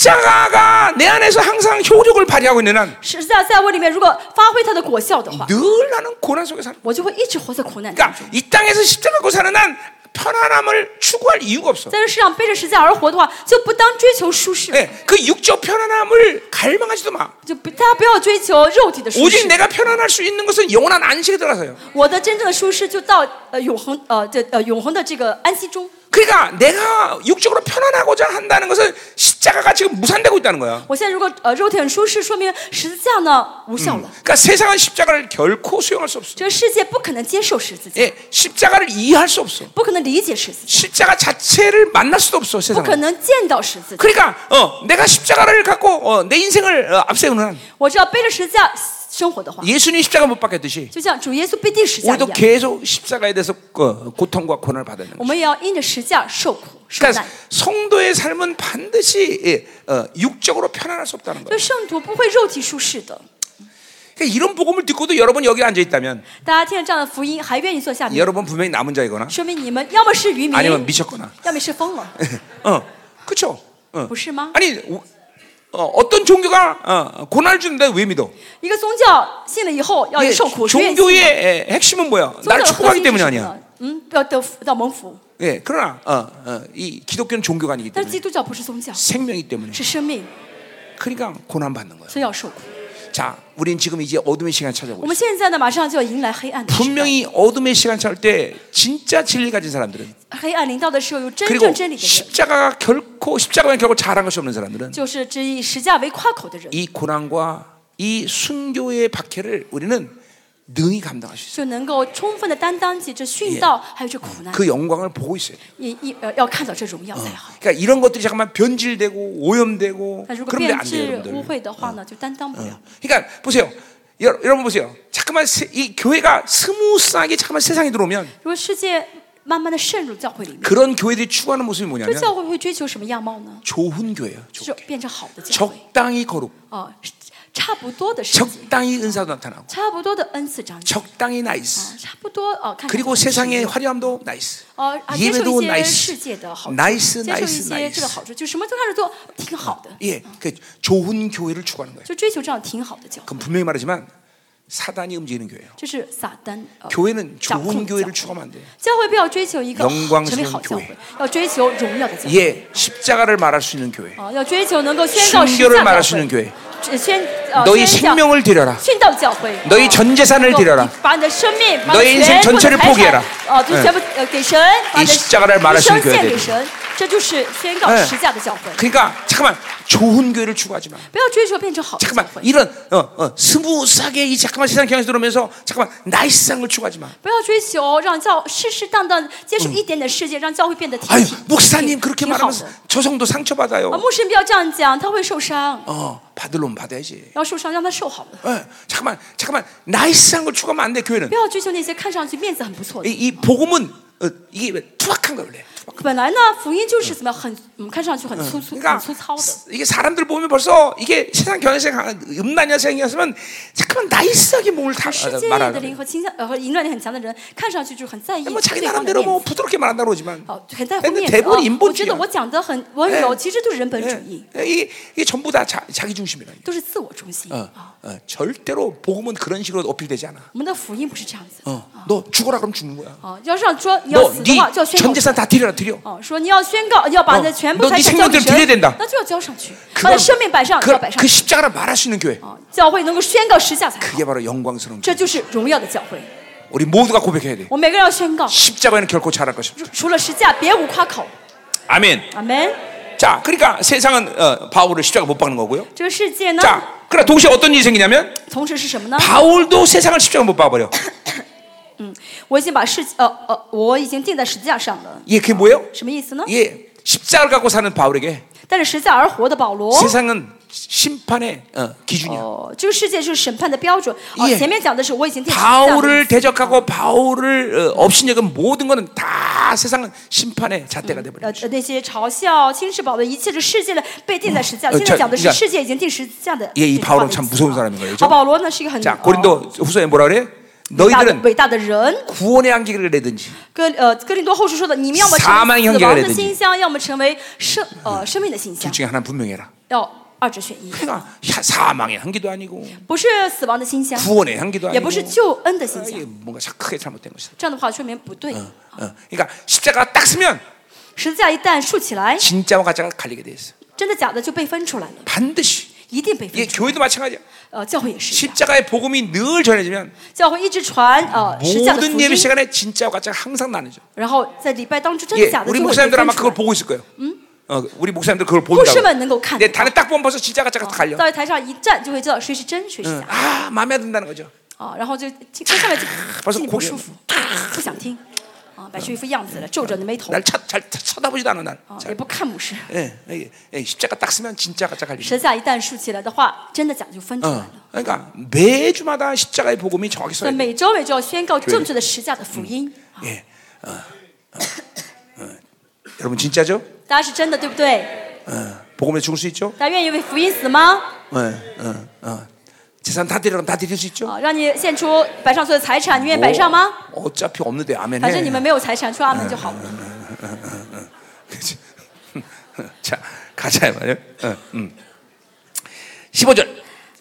S1: 십자가가 내 안에서 항상 효력을 발휘하고 있는 한 늘
S2: 十字架在我里面，如果发挥它的果效的话，
S1: 나는 고난 속에 사는. 거야.
S2: 我就会一直活在苦难当
S1: 그러니까
S2: 中。
S1: 이 땅에서 십자가 갖고 사는 한 편안함을 추구할 이유가 없어.
S2: 在这世上背着十字架而活的话，就不当追求舒适，
S1: 예, 그 육적 편안함을 갈망하지도 마.
S2: 就不大家不要追求肉体的舒
S1: 오직
S2: 适。
S1: 내가 편안할 수 있는 것은 영원한 안식에 들어가서요.
S2: 我的真正的舒适就到呃永恒呃这呃永恒的这个安息中。
S1: 그러니까 내가 육적으로 편안하고자 한다는 것은 십자가가 지금 무산되고 있다는 거야.
S2: 我现在如果呃肉体很舒适，说明十字架呢无效了。
S1: 그러니까 세상은 십자가를 결코 수용할 수 없어.
S2: 这个世界不可能接受十字架，
S1: 예, 십자가를 이해할 수 없어.
S2: 不可能理解十字架，
S1: 십자가 자체를 만날 수도 없어
S2: 不可
S1: 세상에.
S2: 能见到十字架。
S1: 그러니까 어, 내가 십자가를 갖고 어, 내 인생을 어, 앞세우는 한
S2: 我只要背着十字架生活的话，
S1: 예수님 십자가 못 박혔듯이
S2: 就像主耶稣背定十字架一
S1: 우리도
S2: 样，
S1: 계속 십자가에 대해서 어, 고통과 고난을 받는
S2: 我
S1: 거죠.
S2: 们也要因着十字架受苦受
S1: 그러니까
S2: 难。
S1: 성도의 삶은 반드시 예, 어, 육적으로 편안할 수 없다는
S2: 就
S1: 거예요.
S2: 圣徒不会肉体舒适的。
S1: 그러니까 이런 복음을 듣고도 여러분 여기 앉아 있다면
S2: 大家听了这样的福音还愿意坐下面，
S1: 여러분 분명히 남은 자이거나
S2: 说哎明你们要么是渔民，
S1: 아니면 미쳤거나.
S2: 要么是疯了，
S1: 어, 그렇죠. 어.
S2: 不是吗？
S1: 아니 오- 어, 어떤 종교가 어, 고난을 주는데 왜 믿어?
S2: 一个宗教信了以后要
S1: 예,
S2: 受苦，是愿意信的
S1: 종교의 에, 핵심은 뭐야?
S2: 宗
S1: 날
S2: 教的核
S1: 축복하기
S2: 心是
S1: 때문이
S2: 什么
S1: 아니야.
S2: 呢？嗯，要得福要蒙福，
S1: 예, 그러나 어, 어, 이 기독교는 종교가 아니기
S2: 但是
S1: 때문에
S2: 基督教不是宗教，
S1: 생명이기 때문에
S2: 是生命，
S1: 그러니까 고난 받는 거예요.
S2: 所以要受苦。
S1: 자, 우린 지금 이제 어둠의 시간
S2: 我
S1: 찾아오고
S2: 们
S1: 있어요.
S2: 现在呢，马上就要迎来黑暗的时代。
S1: 분명히 어둠의 시간 찾을 때 진짜 진리 가진 사람들은
S2: 黑暗临到的时候，有真
S1: 그리고
S2: 正真理的人，
S1: 십자가가 결코 십자가만 결코 잘한 것이 없는 사람들은
S2: 就是只以十架为夸口的人，
S1: 이 고난과 이 순교의 박해를 우리는 능히 감당할 수 있어요.
S2: 就能够充分的担当起这殉道，还有这苦难，
S1: 그 영광을 보고 있어요.
S2: 也一呃要看到这荣耀才好。
S1: 그러니까 이런 것들이 잠깐만 변질되고 오염되고
S2: 那如果
S1: 그런데
S2: 变
S1: 안 돼요,
S2: 质
S1: 여러분들.
S2: 污秽的话嗯呢，就担当不了。
S1: 그러니까 보세요. 여- 여러분 보세요. 잠깐만 세- 이 교회가 스무스하게 잠깐만 세상에 들어오면
S2: 如果世界慢慢的渗入教会里面，
S1: 그런 교회들이 추구하는 모습이
S2: 这
S1: 뭐냐면
S2: 教会会追求什么样貌呢？
S1: 좋은 교회예요.
S2: 就
S1: 조-
S2: 是变成好的教会，
S1: 적당히 거룩.
S2: 哦，差不多的事情，
S1: 적당히 은사도 나타나고
S2: 差不多的恩赐彰显，
S1: 적당히 나이스.
S2: 差不多哦。看看
S1: 아, 그리고
S2: 怎么使
S1: 세상의
S2: 用
S1: 화려함도 나이스.
S2: 哦啊，接
S1: 그렇죠.
S2: 受
S1: 아, 예배도
S2: 一些世
S1: 나이스.
S2: 界的好处，
S1: 나이스
S2: 接受一
S1: 나이스
S2: 些这个
S1: 나이스.
S2: 好处，就什么都开始做，挺好的，
S1: 예, 그 좋은 교회를 추구하는 거예요.
S2: 就追求这样挺好的教会，
S1: 그럼 분명히 말하지만 사단이 움직이는 교회예요.
S2: 这是撒旦呃
S1: 교회는
S2: 掌
S1: 좋은
S2: 控教会
S1: 교회를 。 추구하면 안 돼요.
S2: 教会不要追求一个
S1: 영광스러운
S2: 成为好教
S1: 교회
S2: 会，要追求荣耀的教会。
S1: 예, 십자가를 말할 수 있는 교회.
S2: 啊，要追求能够宣告
S1: 순
S2: 十
S1: 교를
S2: 教
S1: 말할
S2: 教
S1: 수있는교회
S2: 会，宣呃
S1: 너희
S2: 宣教
S1: 생명을 드려라.
S2: 宣道教会，
S1: 너희
S2: 啊
S1: 전 재산을
S2: 能够
S1: 드려라.
S2: 把你的生命，把
S1: 너희
S2: 你
S1: 인생
S2: 全
S1: 전
S2: 部
S1: 체를
S2: 的财
S1: 포기해라
S2: 产，啊，就
S1: 예
S2: 全部呃给神，把
S1: 이
S2: 你的
S1: 십자가를 말할
S2: 一
S1: 수
S2: 生
S1: 있는
S2: 献
S1: 교회들.
S2: 给神，这就是宣告
S1: 예.
S2: 十架的教会。
S1: 그러니까 잠깐만 좋은 교회를 추구하지 마.
S2: 不要追求变成好的教
S1: 잠깐만
S2: 会，
S1: 이런 어, 어, 스무스하게 이 잠깐만 세상 경향에서 들어오면서 잠깐만 나이스상을 추구하지 마.
S2: 不要追求让教世世当当接受一点点世界，让教会变得挺
S1: 嗯 아유
S2: 挺
S1: 목사님
S2: 挺
S1: 그렇게
S2: 挺好的
S1: 말하면서 。저 성도 상처 받아요. 뭐.
S2: 啊，牧师不要这样讲，他会受伤，
S1: 어 받을 놈 받아야지.
S2: 要受伤让他受好的，
S1: 어, 잠깐만 잠깐만 나이스상을 추구하면 안 돼 교회는.
S2: 不要追求那些看上去面子很不错的
S1: 이, 。이 복음은 어, 이게 투박한 거예요 원래.
S2: 本来呢，福音就是怎么样，很嗯，看上去很粗粗、很
S1: 그러니까
S2: 粗糙的。
S1: 이게 사람들 보면 벌써 이게 세상 경향생 음란여 생이었으면 잠깐만 나이스하게 몸을 다
S2: 世界
S1: 어,
S2: 的
S1: 말하는
S2: 灵和倾向呃和淫乱力很强的人，看上去就是很在意
S1: 뭐 자기
S2: 对方的
S1: 나름대로
S2: 面
S1: 뭐
S2: 子，
S1: 부드럽게 말한다 그러지만
S2: 哦，很在乎
S1: 但是
S2: 面
S1: 대부분 인
S2: 子啊。哎
S1: 본
S2: 我觉得
S1: 주의야
S2: 我讲的很温柔，
S1: 哎
S2: 其实都是人本主义，
S1: 예, 이게, 이게 전부 다 자, 자기 중심이라
S2: 都是自我中心
S1: 어,
S2: 啊。
S1: 어, 절대로 복음은 그런 식으로 어필되지 않아
S2: 我们的福音不是这样子
S1: 어, 너 죽어라 그럼 죽는 거야
S2: 啊，要让说嗯你要死的话，就要宣
S1: 너네전
S2: 告出
S1: 재산
S2: 来。
S1: 다 드려라 드려
S2: 哦，说你要宣告，要把嗯你的
S1: 哦
S2: 全部
S1: 너네
S2: 财产交给
S1: 생명들을드려야된
S2: 神
S1: 다 ，
S2: 那就要交上去，把你
S1: 그건-
S2: 的生命摆上，就要摆
S1: 그,
S2: 上
S1: 그 。 십자가를 말할 수 있는 교회
S2: 哦，教会能够宣告十下才好，
S1: 그게 바로 영광스러운 교회
S2: 这就是荣耀的教会。
S1: 우리 모두가 고백해야 돼
S2: 我们每个人要宣告，
S1: 십자가에는 결코 잘할 것이 없다
S2: 除了十架别无夸口。
S1: 아멘
S2: 阿门。
S1: 자 그러니까 세상은 어, 바울을 십자가 못 박는 거고요
S2: 这个世界呢，
S1: 자 그러나 동시에 어떤 일이 생기냐면
S2: 同时是什么呢？
S1: 바울도 세상을 십자가 못 박아버려
S2: 我已经把世呃呃，我已经定在十字架上了。
S1: 이게 그게 뭐예요?
S2: 什么意思呢？
S1: 예 십자가를 갖고 사는 바울에게
S2: 带着十字架而活的保罗，
S1: 세상은 심판의 어, 기준이야
S2: 哦，这个世界就是审判的标准。哦，
S1: 예
S2: 前面讲的是我已经定十字架了
S1: 바울을 대적하고 바울을 어, 업신여긴 모든 거는 다 세상은 심판의 잣대가 돼버려.
S2: 呃呃，那些嘲笑、轻视保罗，一切的世界的被定在十字架。
S1: 呃
S2: 现在
S1: 这
S2: 讲的
S1: 这
S2: 是世界已经定十字架的。
S1: 예이
S2: 这句话
S1: 바울은
S2: 的
S1: 참
S2: 意思
S1: 무서운
S2: 啊
S1: 사람인 거예요.
S2: 好，
S1: 그렇죠?
S2: 保罗呢是一个很
S1: 자
S2: 哦
S1: 고린도 후서에 뭐라 그래?
S2: 大的
S1: 너희들은
S2: 伟大的人。
S1: 구원의 한계를 내든지
S2: 哥呃，哥林多后书说的，你们要么成
S1: 사망의향
S2: 为死
S1: 기가되
S2: 亡
S1: 든지
S2: 的馨香，要么成为生呃生命的馨
S1: 둘
S2: 香，
S1: 중에 하나 는 분명해라.
S2: 要二者选一，
S1: 그러니까 야, 사망의 한계도 아니고
S2: 不是死亡的馨香，
S1: 구원의 한계도
S2: 也
S1: 아니고
S2: 不是救恩的馨
S1: 아,
S2: 香
S1: 이게 。 뭔가 참 크게 잘못된 것이다.
S2: 这样的话说明不对。
S1: 어, 그러니까 십자가 딱 쓰면
S2: 十字架一旦竖起来，
S1: 진짜와 가짜가 갈리게 돼 있어.
S2: 真的假的就被分出来了，
S1: 반드시
S2: 一定被
S1: 이게
S2: 分出来。
S1: 교회도 마찬가지야.
S2: 呃，教会也是一样，
S1: 십자가의 복음이 늘 전해지면
S2: 教会一直传呃
S1: 嗯
S2: 十字架的福
S1: 모든
S2: 音
S1: 예배 ， 시간에 진짜와 가짜가 항상 나뉘죠.
S2: 然后在礼拜当中真的
S1: 예,
S2: 假的
S1: 우리
S2: 就会被
S1: 목사님들
S2: 分
S1: 아마
S2: 出
S1: 그걸
S2: 来。
S1: 보고 있을 거예요. 어, 우리 목사님들 그걸 본다고.
S2: 호시만 능고 칸. 어,
S1: 네, 다른 딱 보면 벌써 진짜 가짜가 다 갈려.
S2: 到台上一站就会知道谁是真谁
S1: 嗯
S2: 是假
S1: 아, 마음에 안 든다는 거죠.
S2: 啊，然后就听听下面就
S1: 벌써
S2: 心里
S1: 고
S2: 不
S1: 개
S2: 舒服，不想听啊，摆出一副样子来，皱着你眉头
S1: 날 쳐, 잘 쳐- 쳐다보지도 않아 날.
S2: 啊，
S1: 자,
S2: 也不看牧师。
S1: 예, 예, 예, 십자가 딱 쓰면 진짜 가짜 갈리죠.
S2: 十字架一旦竖起来的话，真的假的就分出来
S1: 어,
S2: 了。
S1: 그러니까 매주마다 십자가의 복음이 정확히
S2: 所
S1: 써야
S2: 以
S1: 돼.
S2: 每周每周要宣告正确的十字架的福音。
S1: 예, 어, 어, 어. 여러분 진짜죠?
S2: 大家是真的对不对？
S1: 어, 복음에 죽을 수 있죠?
S2: 大家愿意为福音死吗？
S1: 예, 어, 어. 재산 다 드리라면 다 드릴 수 있죠?
S2: 啊，让你献出摆上所有财产，你愿意摆上吗？
S1: 어, 어차피 없는데 아멘
S2: 反正你们
S1: 해.
S2: 没有财产，说阿门就好
S1: 嗯
S2: 了。
S1: 그치? 자, 가자 말이요. 어, 음. 15절.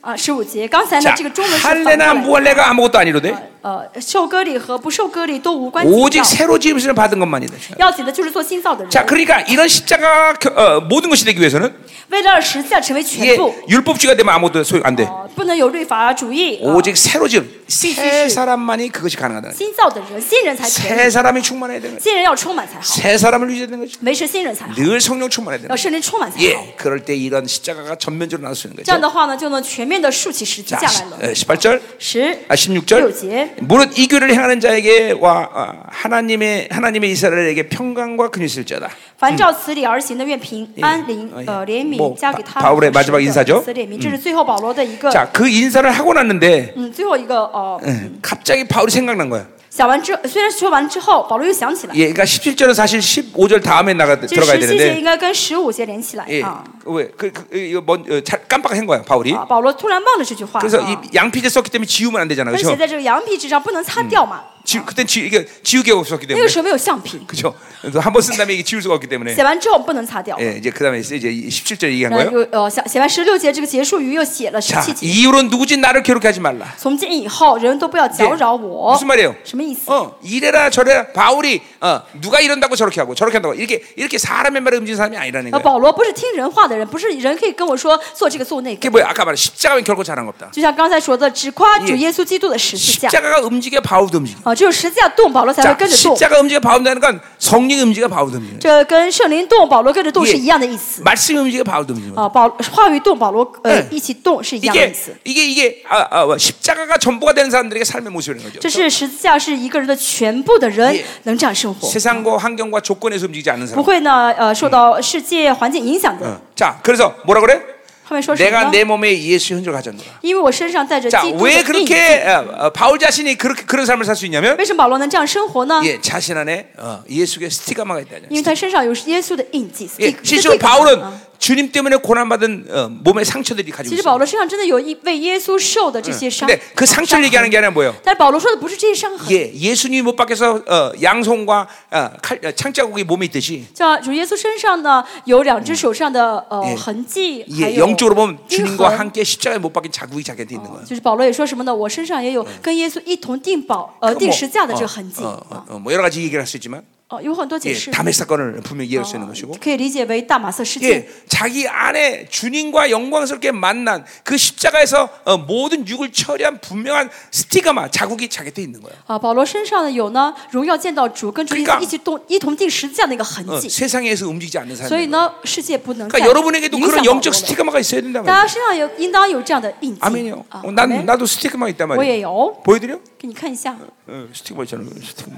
S2: 啊，十五节，刚才呢
S1: 자,
S2: 这个中文是反过
S1: 할례나
S2: 来的
S1: 무할례가 아무것도 아니로되 아,
S2: 呃，受割礼和不受割礼都无关紧
S1: 오직
S2: 要，
S1: 새로 지음을 받은 것만이다.
S2: 要紧的就是做新造的
S1: 자,
S2: 人。
S1: 그러니까 이런 십자가 겨- 어, 모든 것이 되기 위해서는
S2: 为了十字架成为
S1: 이게
S2: 全部，
S1: 율법주의가 되면 아무것도 소용 안 돼.
S2: 呃，不能有律法主义。啊
S1: 오직 새로 지음 새
S2: 시시시.
S1: 사람만이 그것이 가능하다.
S2: 新造的人，新人才可
S1: 새
S2: 以，
S1: 사람이 충만해야 되는 거지.
S2: 新人要充满才好，
S1: 새 사람을 유지해야 되는 거지.
S2: 维持新人才好，
S1: 늘 성령 충만해야 되는
S2: 要
S1: 거지.
S2: 圣灵充满才好。
S1: 예, 그럴 때 이런 십자가가 전면적으로 나올 수 있는
S2: 这样
S1: 거죠.
S2: 的话呢，就能全面的竖起十字
S1: 자,
S2: 架来了。
S1: 18절,
S2: 啊十
S1: 아 16절.
S2: 六节，
S1: 무릇 이 규를 행하는 자에게 와 아, 하나님의 하나님의 이스라엘에게 평강과 근이 있을지어다.
S2: 凡照此理而行的，愿平安、
S1: 예
S2: 灵
S1: 어
S2: 呃
S1: 예
S2: 怜
S1: 뭐
S2: 悯加给
S1: 바
S2: 他
S1: 바울의마지막인사죠
S2: 们。此怜悯，这是最后保罗的一个
S1: 자, 그 인사를 하고 났는데
S2: 嗯最后一个呃
S1: 음, 갑자기 바울이 생각난 거야.
S2: 想完之，虽然说完之后，保罗又想起来，
S1: 예, 그러니까 17절은 사실 15절 다음에 나가
S2: 这个
S1: 들어가야
S2: 十七节
S1: 되는데
S2: 应该跟十五节连起来
S1: 예,
S2: 啊。
S1: 왜 그, 그, 이거 뭔 어, 잘 깜빡한 거야, 바울이.
S2: 啊，保罗突然忘了这句话，
S1: 그래서
S2: 啊
S1: 이 양피제 썼기 때문에 지우면 안 되잖아.
S2: 但是
S1: 아, 그렇죠?
S2: 写在这个羊皮纸上不能擦掉嘛，
S1: 지, 그땐 지, 이게 지우개가 없었기
S2: 那
S1: 때문에.
S2: 个嗯时候没哎有橡皮，
S1: 그렇죠? 한번 쓴 다음에 이게 지울 수가 없기 때문에.
S2: 写完之后不能擦掉。
S1: 예, 이제 그다음에 이제 17절 얘기한
S2: 然后
S1: 거예요.
S2: 又呃写写完十六节这个结束语又写了十
S1: 자,
S2: 七节，
S1: 이후로 누구지 나를 괴롭게 하지 말라.
S2: 从今以后人都不要搅扰我。
S1: 무슨 말이에요?
S2: 什么意思？
S1: 어, 이래라 저래라 바울이 어, 누가 이런다고 저렇게 하고 저렇게 한다고 이렇게 이렇게 사람의 말에 움직이는 사람이 아니라는
S2: 呃，
S1: 거예요.
S2: 保罗不是听人话的人，不是人可以跟我说做这个做那
S1: 그게
S2: 个。
S1: 뭐야? 아까 말한 십자가는 결코 잘한 거 없다.
S2: 就像刚才说的，只夸主
S1: 예
S2: 耶稣基督的十字架
S1: 십자가가 움직여 바울도 움직여.
S2: 啊，只有十字架动，保罗才
S1: 자,
S2: 会跟着动。
S1: 십자가 움직여 바울도 하는 건 성령의 움직여 바울도 움직여.
S2: 这跟圣灵动，保罗跟着动
S1: 예
S2: 是一样的意思
S1: 말씀이 움직여 바울도 움직여.
S2: 啊。保话语动，保罗呃
S1: 嗯
S2: 一起动是一样的意
S1: 이게
S2: 思。
S1: 이게 이게 아, 아, 뭐, 십자가가 전부가 되는 사람들에게 삶의 모습이라는 거죠.
S2: 这是十字架是一个人的全部的人
S1: 예
S2: 能这样生活，
S1: 세상과 환경과 조건에서 움직이지 않는
S2: 不
S1: 사람. 어.
S2: 会呢呃受到世界环境影响的。
S1: 자, 뭐 그래서 뭐라 그래?
S2: 后面说什么
S1: 嗯 내가
S2: 呢？
S1: 내 몸에 예수 의 흔적을 가졌노라.
S2: 因为我身上带着
S1: 자,
S2: 基督的
S1: 왜
S2: 印记。
S1: 그렇게 어, 어, 바울 자신이 그렇게 그런 삶을 살 수 있냐면
S2: 为什么保罗能这样生活呢？
S1: 예, 자신 안에 어, 예수의 스티가마가 어. 있다냐.
S2: 因为他身上有耶稣的印记。
S1: 예,
S2: 这这
S1: 실제로
S2: 这个
S1: 바울은
S2: 啊
S1: 주님 때문에 고난받은 어, 몸의 상처들이 가지고
S2: 其实保
S1: 있어요.
S2: 罗身上真的有嗯一为耶稣受的这些伤。
S1: 근데 그 상처를
S2: 伤
S1: 얘기하는
S2: 痕
S1: 게 아니라 뭐예요?
S2: 但是保罗说的不是这些伤痕，
S1: 예, 예수님이 못 밖에서 어, 양손과 어, 칼, 어, 창자국이 몸에 있듯이
S2: 像主耶稣身上呢有两只手上的呃
S1: 예
S2: 痕迹，还
S1: 예,
S2: 有
S1: 영적으로 보면
S2: 钉
S1: 주님과
S2: 痕
S1: 함께 십자가에 못 박힌 자국이 자기한테 있는 거예요.
S2: 就是保罗也说什么呢？我身上也有跟耶稣一同定保呃定十字架的这个痕迹
S1: 뭐, 어,
S2: 啊
S1: 어, 어, 뭐 여러 가지 얘기를 할 수 있지만
S2: 哦，有很多解
S1: 예,
S2: 释，
S1: 담의 사건을 분명히 이해할 수 있는 것이고
S2: 可以理解为大马色事件
S1: 예, 。 자기 안에 주님과 영광스럽게 만난 그 십자가에서 어, 모든 육을 처리한 분명한 스티가마 자국이 자기한테 있는 거예요.
S2: 啊，保罗身上呢有呢荣耀见到主跟主耶
S1: 그러니까
S2: 稣一起动一同定十字架那个痕
S1: 어,
S2: 迹，
S1: 세상에서 움직이지 않는
S2: 所以
S1: 사람.
S2: 呢世界不能再
S1: 그러니까
S2: 影
S1: 여러분에게도
S2: 响
S1: 그런
S2: 保罗
S1: 영적
S2: 了。
S1: 스티가마가 있어야 된다
S2: 大
S1: 말이에요.
S2: 家身上有应当有这样的印记
S1: 아멘요.
S2: 啊
S1: 어, ，
S2: 阿
S1: 난
S2: 门
S1: 나도 스티가마 있단
S2: 我
S1: 말이에요.
S2: 也有，
S1: 보여드려?
S2: 给你看一下。
S1: 어, 스티가마 있잖아. 스티가마.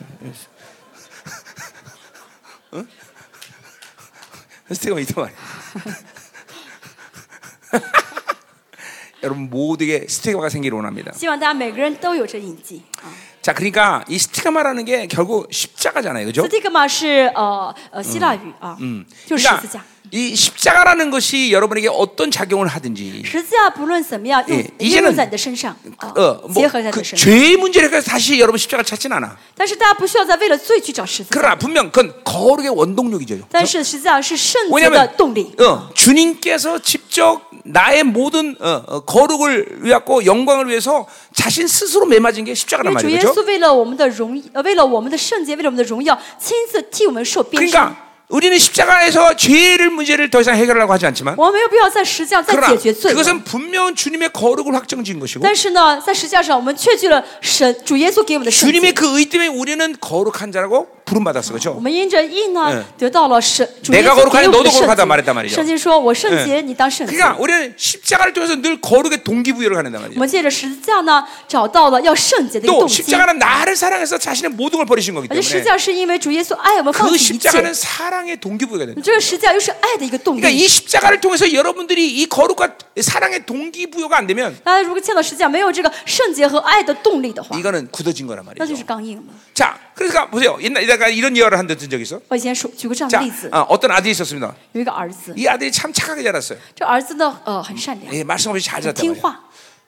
S1: 어? 스티가마 있단 말이에요. 여러분 모두에게 스티가마가 생기길 원합니다.
S2: 希望大家每个人都有这印记啊。
S1: 자, 그러니까 이 스티가마라는 게 결국 십자가잖아요, 그죠?
S2: 斯蒂格玛是呃呃希腊语啊，就是十字架
S1: 그러니까 。이 십자가라는 것이 여러분에게 어떤 작용을 하든지,
S2: 十字架不论怎么样，用
S1: 예이제는
S2: 应用在你的身上啊
S1: 어, ，
S2: 结
S1: 뭐
S2: 合在你
S1: 그
S2: 的身上。
S1: 죄의 문제를 해서 다시 여러분 십자가를 찾진 않아.
S2: 但是大家不需要再为了罪去找十字架，
S1: 그러나 분명 그건 거룩의 원동력이죠.
S2: 但是十字架是圣洁的
S1: 왜냐하면
S2: 动力。
S1: 어, 주님께서 직접 나의 모든 어, 어, 거룩을 위하고 영광을 위해서 자신 스스로 매맞은 게
S2: 因
S1: 십자가란
S2: 为主
S1: 말이죠. 그렇죠?
S2: 耶
S1: 죠
S2: 稣为了我们的荣，呃，为了我们的圣洁，为了我们的荣耀，亲自替我们受鞭伤。
S1: 그러니까 우리는 십자가에서 죄를 문제를 더 이상 해결하려고 하지 않지만,
S2: 我们没有必要在十字架再
S1: 그러나
S2: 解决罪了。
S1: 그것은 분명 주님의 거룩을 확정지은 것이고,
S2: 但是呢，在十字架上，我们确据了神主耶稣给我们的圣洁
S1: 주님의 그 의 때문에 우리는 거룩한 자라고 부름 받았어, 그렇죠?
S2: 我们因着义呢
S1: 응 ，
S2: 得到了圣主耶
S1: 嗯 내가
S2: 稣
S1: 거룩하니
S2: 给我
S1: 너도
S2: 们的圣
S1: 거룩하다 말했단
S2: 洁。
S1: 말이죠.
S2: 圣经说：“我圣洁，你当圣洁。”
S1: 그러니까 우리는 십자가를 통해서 늘 거룩의 동기부여를 하는단
S2: 我
S1: 말이죠.
S2: 们借着十字架呢，找到了要圣洁的一个
S1: 또
S2: 动机。
S1: 십자가는 나를 사랑해서 자신의 모든 걸 버리신 거기
S2: 而且十
S1: 때문에
S2: 字架是因为主耶稣爱我们，放
S1: 그
S2: 弃一切。
S1: 십자가는 사랑의 동기부여가 된다.
S2: 这个十字架又是爱的一个动
S1: 그러니까
S2: 力。
S1: 이 십자가를 통해서 여러분들이 이 거룩과 사랑의 동기부여가 안 되면
S2: 大家如果见到十字架没有这个圣洁和爱的动力的话，
S1: 이거는 굳어진 거란
S2: 那就是
S1: 말이죠.
S2: 刚硬了。
S1: 자, 그러니까 보세요. 옛날에 내가 이런 예화를 한 적 있어. 있어?
S2: 我以前说举过这样的
S1: 자,
S2: 例子，
S1: 어, 어떤 아들이 있었습니다.
S2: 有一个儿子，
S1: 이 아들이 참 착하게 자랐어요.
S2: 这儿子呢，呃，很善良，
S1: 예, 말씀 없이 잘
S2: 很
S1: 자랐단
S2: 听
S1: 말이에요.
S2: 话。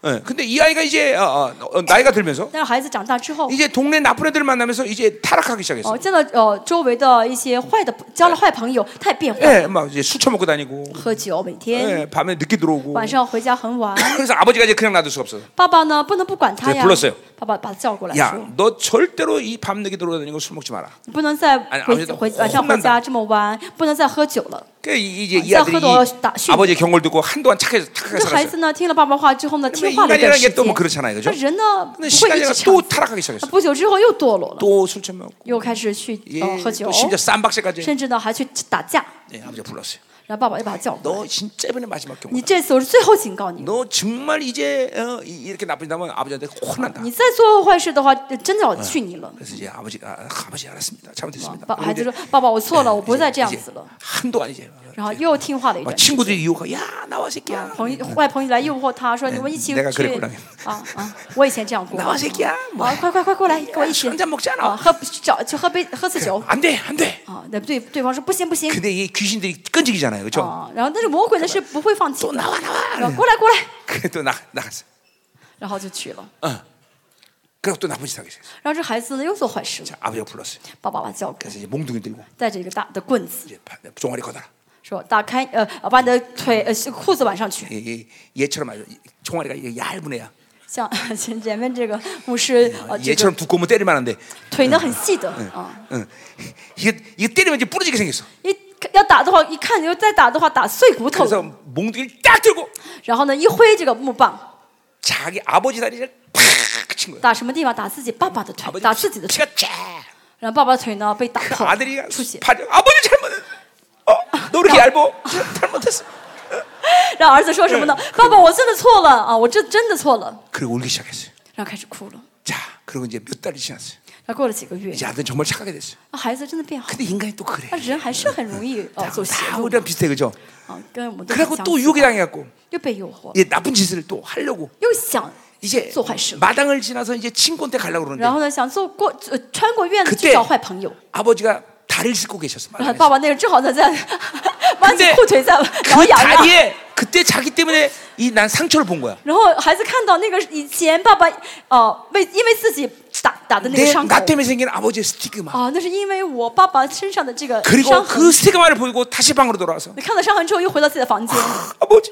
S1: 예, 근데 이 아이가 이제 어, 어, 어, 나이가 들면서
S2: 但是孩子长大之后，
S1: 어. 이제 동네 나쁜 애들 만나면서 이제 타락하기 시작했어.
S2: 哦，见到呃周围的一些坏的，交了坏朋友，他也变坏，
S1: 예, 막 이제 술 처먹고 다니고,
S2: 喝酒，每天
S1: 예, 밤에 늦게 들어오고.
S2: 晚上回家很晚。
S1: 그래서 아버지가 이제 그냥 놔둘 수 없어.
S2: 爸爸呢，不能不管他
S1: 对
S2: 呀
S1: 불렀어요 。
S2: 爸爸把他叫过来
S1: 야,
S2: 说
S1: 너 절대로 이 밤 늦게 들어다니고 술 먹지 마라. ：“
S2: 你不能再
S1: 아니
S2: 回
S1: 아버지도
S2: 回晚上
S1: 혼난
S2: 回
S1: 다
S2: 家这么晚，不能再喝酒了。”
S1: 그 이제 이
S2: 아,
S1: 아들이
S2: 진짜 그거 나-
S1: 이 아버지 경고를 듣고 한동안 착해서 착하게
S2: 这孩
S1: 살았어.
S2: 子呢，听了爸爸话之后呢，听话了一段
S1: 인간이라는
S2: 时
S1: 게
S2: 间。
S1: 또 뭐 그렇잖아요,
S2: 啊那
S1: 그죠?
S2: 人呢，不
S1: 근데
S2: 会一
S1: 시간이
S2: 直
S1: 또
S2: 长此。
S1: 타락하기 시작했어.
S2: 不久之后又堕落了，
S1: 또 술 처먹고,
S2: 又开始去
S1: 예,
S2: 呃喝酒
S1: 또 ， 심지어 쌈박새까지.
S2: 甚至呢还去打架。
S1: 예, 아버지가 불렀어요.
S2: 然后爸爸就把他叫过来。
S1: 너 진짜 이번에 마지막 경우.
S2: 你这次我是最后警告你，
S1: 너 정말 이제 어, 이- 이렇게 나쁜 짓 하면 아버지한테 혼난다.
S2: 你再做坏事的话，呃真的要去你了。
S1: 그래서 이제 아버지 아, 아버지 알았습니다. 잘못했습니다.
S2: 爸，孩子
S1: 그런데
S2: 说：“爸爸，我错了，我不
S1: 이제-
S2: 再这样
S1: 이제
S2: 子了。
S1: 한동안 이제 ”
S2: 然后又听话了一
S1: 막
S2: 段。
S1: 친구들이 유혹하고 야 나와 새끼야
S2: 朋友坏朋友来诱惑他说：“你们一起 내가그
S1: 랬
S2: 去
S1: 구나
S2: 啊啊！我以前这样过。
S1: 나와 새끼야
S2: 啊，快快快过来，跟我一起
S1: 술 한잔 먹지
S2: 啊，
S1: 않아
S2: 喝找去喝杯喝次酒
S1: 안돼 안돼
S2: 啊。”那对对方说：“不行不行
S1: 근데 이 귀신들이 끈질기잖아요 그렇죠
S2: 啊！”然后但是魔鬼呢是不会放弃
S1: 또
S2: 的，
S1: 나와 나와
S2: 然后过来过来，
S1: 그래도 나 나갔어
S2: 然后就去了。
S1: 그리고 또 나쁜 짓 하게 됐어
S2: 然后这孩子呢又做坏事了，
S1: 아버지가 불렀어요
S2: 爸爸把他叫过来，
S1: 그래서 이제 몽둥이 들고
S2: 带着一个大的棍子
S1: 이제 바- 종아리 걷어라
S2: 说：“打开呃，把你的腿呃裤子挽上去。”
S1: 이- 이- 얘처럼 아주 이- 종아리가 이게 얇은 애야 어,
S2: 像 前面这个牧师呃，这个
S1: 얘처럼 두꺼우면 때리면 안돼
S2: 腿呢很细的啊，
S1: 응. 이게 이게 때리면 이제 부러지게 생겼어
S2: 一要打的话，一看就再打的话打碎骨头
S1: 그래서
S2: 了。
S1: 몽둥이를 딱 들고
S2: 然后呢，一挥这个木棒，
S1: 자기 아버지 다리를 팍 친 거야
S2: 打什么地方？打自己爸爸的腿，
S1: 아버지
S2: 打自己的腿。
S1: 피가 쫙
S2: 然后爸爸的腿呢被打
S1: 그
S2: 破
S1: 아들이 ，
S2: 出血。
S1: 파죠. 아버지 잘못. 어, 너 이렇게 얇어? 잘못했어.
S2: 让儿子说什么呢？爸爸，我真的错了啊，我这真的错了。
S1: 그리고 울기 시작했어요.
S2: 然后开始哭了。
S1: 자, 그리고 이제 몇 달이 지났어요.
S2: 然后过了几个月，
S1: 이제 아들 은 정말 착하게 됐어요.
S2: 啊孩子真的变好，
S1: 근데 인간이 또 그래.
S2: 那人还是很容易哦走邪
S1: 다
S2: 路
S1: 우리랑 비슷해 그죠?
S2: 啊，跟我们都很
S1: 그리고
S2: 相
S1: 또
S2: 似
S1: 유혹이 당해갖고
S2: 又被诱惑，
S1: 이제 나쁜 짓을 또 하려고
S2: 又想
S1: 이제
S2: 做坏事了。
S1: 마당을 지나서 이제 친구한테 가려고
S2: 然
S1: 그러는데
S2: 后呢，想做过、呃、穿过院子
S1: 그때
S2: 去找坏朋友，
S1: 아버지가 다리를 싣고 계셨어.
S2: 然后呃爸
S1: 마당에서.
S2: 爸那个正好在 在弯起
S1: 근데
S2: 裤腿在挠
S1: 그
S2: 痒痒，
S1: 다리에 그때 자기 때문에 이 난 상처를 본 거야.
S2: 然后孩子看到那个以前爸爸哦为、因为自己打打的那个
S1: 내
S2: 伤口
S1: 나 때문에 생긴 네, 아버지의 스티그마.
S2: 啊，那是因为我爸爸身上的这个
S1: 그리고
S2: 伤痕
S1: 그 。 스티그마를 보고 다시 방으로 돌아와서
S2: 你看到伤痕之后，又回到自己的房间，
S1: 아버지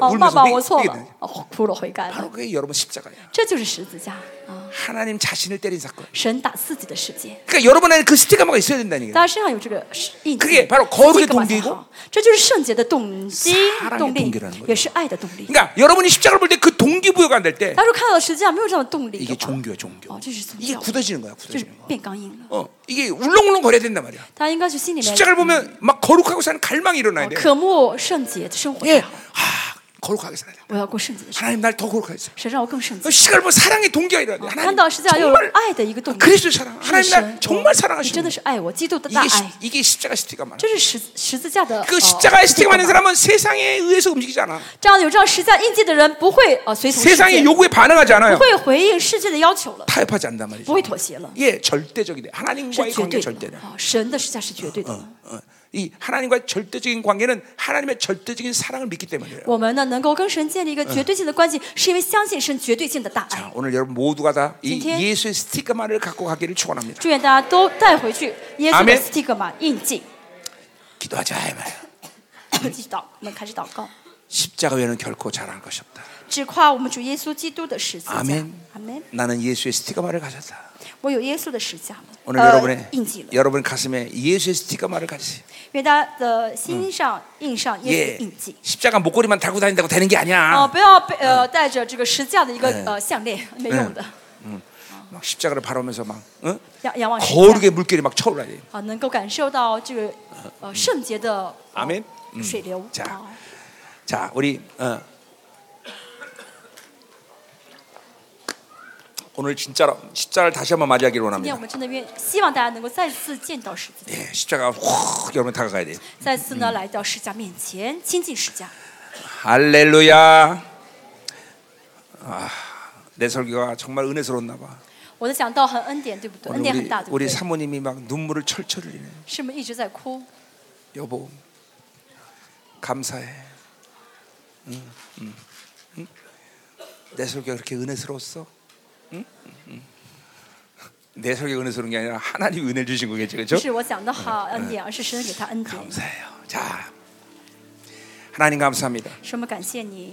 S2: 哦
S1: 울면서 ，
S2: 爸爸，
S1: 이게-
S2: 我错
S1: 이게
S2: 了，哦，哭了，悔改了
S1: 바로 ， 그게 여러분 십자가예요.
S2: 这就是十字架啊，
S1: 하나님 자신을 때린 사건.
S2: 神打自己的世界，
S1: 그러니까 여러분 안에 그 스티가마가 있어야 된다는
S2: 大
S1: 얘기예요.
S2: 家身上有这个印
S1: 그게바로거룩의동기이고 ，
S2: 这就是圣洁的动机
S1: 사랑의、
S2: 动
S1: 동기
S2: 力
S1: 라는거죠 ，
S2: 也是爱的动力。
S1: 그러니까 여러분이 십자가를 볼 때 그 동기부여가 안 될 때
S2: 他说看到实际上没有这样的动力
S1: 이게
S2: 的话，哦
S1: 종교야 종교.
S2: 어, 진짜
S1: 이게
S2: 종교.
S1: 굳어지는 거야
S2: 就是
S1: 아, 굳어지는 거.
S2: 变刚硬了。
S1: 어, 이게 울렁울렁 거려야 된단 말이야.
S2: 大家应该去心里面
S1: 십자가를 보면 막 거룩하고 사는 갈망이 네. 일어나야 그- 돼.
S2: 渴慕圣洁的生活
S1: 예,
S2: 也好，
S1: 아, 거룩하게 살아야 돼.
S2: 我要过圣洁的生活，
S1: 하나님 날 더 거룩하게 살아.
S2: 神让我更圣洁。
S1: 십자가를 보면 사랑의 동기가 일어나.
S2: 看
S1: 아, 하나님
S2: 到实际上又有
S1: 정말
S2: 爱的一个动
S1: 아.
S2: 力，
S1: 그리스도 사랑.
S2: 是
S1: 하나님
S2: 神啊
S1: 날 ， 정말
S2: 你
S1: 사랑하시는
S2: 真的
S1: 거예요.
S2: 是爱我，基督的大
S1: 이게, 시-
S2: 爱，
S1: 이게 십자가 스티가마.
S2: 这是十十字架的。
S1: 그
S2: 呃
S1: 십자가의
S2: 这个
S1: 스티가마는 사람은 세상에 의해서 움직이지 않아.
S2: 这样有这样十字架印记的人，不会呃随从世界
S1: 세상의 ， 요구에 반응하지 않아요.
S2: 不会回应世界的要求了，
S1: 타협하지 않단
S2: 不
S1: 말이죠.
S2: 会妥协了，
S1: 예, 절대적이네.
S2: 是
S1: 하나님과의
S2: 绝
S1: 관계
S2: 对的
S1: 절대다.
S2: 啊！神的十字架是绝对的。
S1: 어. 이 하나님과의 절대적인 관계는 하나님의 절대적인 사랑을 믿기 때문이에요.
S2: 我们呢，能够跟神建立一个绝对性的关系，是因为相信神绝对性的大爱。
S1: 자, 오늘 여러분 모두가 다 이
S2: 진짜?
S1: 예수의 스티그마를 갖고 가기를 축원합니다.
S2: 祝愿大家都带回去耶稣
S1: 阿
S2: 的
S1: 门
S2: 斯蒂格玛 印记。
S1: 기도하자 이 말이야.
S2: 继续祷，我们开始祷告，
S1: 십자가 외에는 결코 잘할 것이 없다.
S2: 只夸我们主耶稣基督的十字架。
S1: 阿门
S2: 阿门。
S1: 나는 예수의 스티그마를 가졌다.
S2: 我有耶稣的十字架了，
S1: 오늘
S2: 呃
S1: 여러분의
S2: 印记了。
S1: 여러분 가슴에 예수의 스티그마를 가지세요.
S2: 愿大家的心上印上耶稣
S1: 예,
S2: 的印记。
S1: 십자가 목걸이만 달고 다닌다고 되는 게
S2: 哦，
S1: 아니야.
S2: 不要被呃带着这个十字架的一个
S1: 啊嗯
S2: 呃项链，没用的。
S1: 막 십자가를 바라면서 막 응?
S2: 仰仰望十字架
S1: 거룩의 물결이 막 차올라야 돼.
S2: 啊，能够感受到这个呃圣洁的
S1: 嗯阿门嗯
S2: 呃水流
S1: 자
S2: 啊。
S1: 자, 우리 어. 오늘 진짜로 십자를 다시 한번 맞이하기로
S2: 今天
S1: 원합니다.
S2: 我们真的愿希望大家能够再次见到十字架，
S1: 예, 십자가 확 여러분 다가가야 돼요.
S2: 再次
S1: 嗯
S2: 呢来到十字架面前，亲近十字架。
S1: 할렐루야. 아, 내 설교가 정말 은혜스러웠나 봐.
S2: 我的讲道很恩典，对不对？
S1: 오늘
S2: 恩典很大，对
S1: 우리,
S2: 不
S1: 우리
S2: 对？
S1: 사모님이 막 눈물을 철철 흘리네.
S2: 是不是一直在哭？
S1: 여보, 감사해. 응, 응, 응. 내 설교가 그렇게 은혜스러웠어? 응? 응, 응. 내 설교가 은혜스러운 게 아니라 하나님이 은혜 주신 거겠지,
S2: 不
S1: 그렇죠?
S2: 是我讲的好恩典，而是神给他恩典。
S1: 감사해요. 자, 하나님 감사합니다.
S2: 什么感谢你？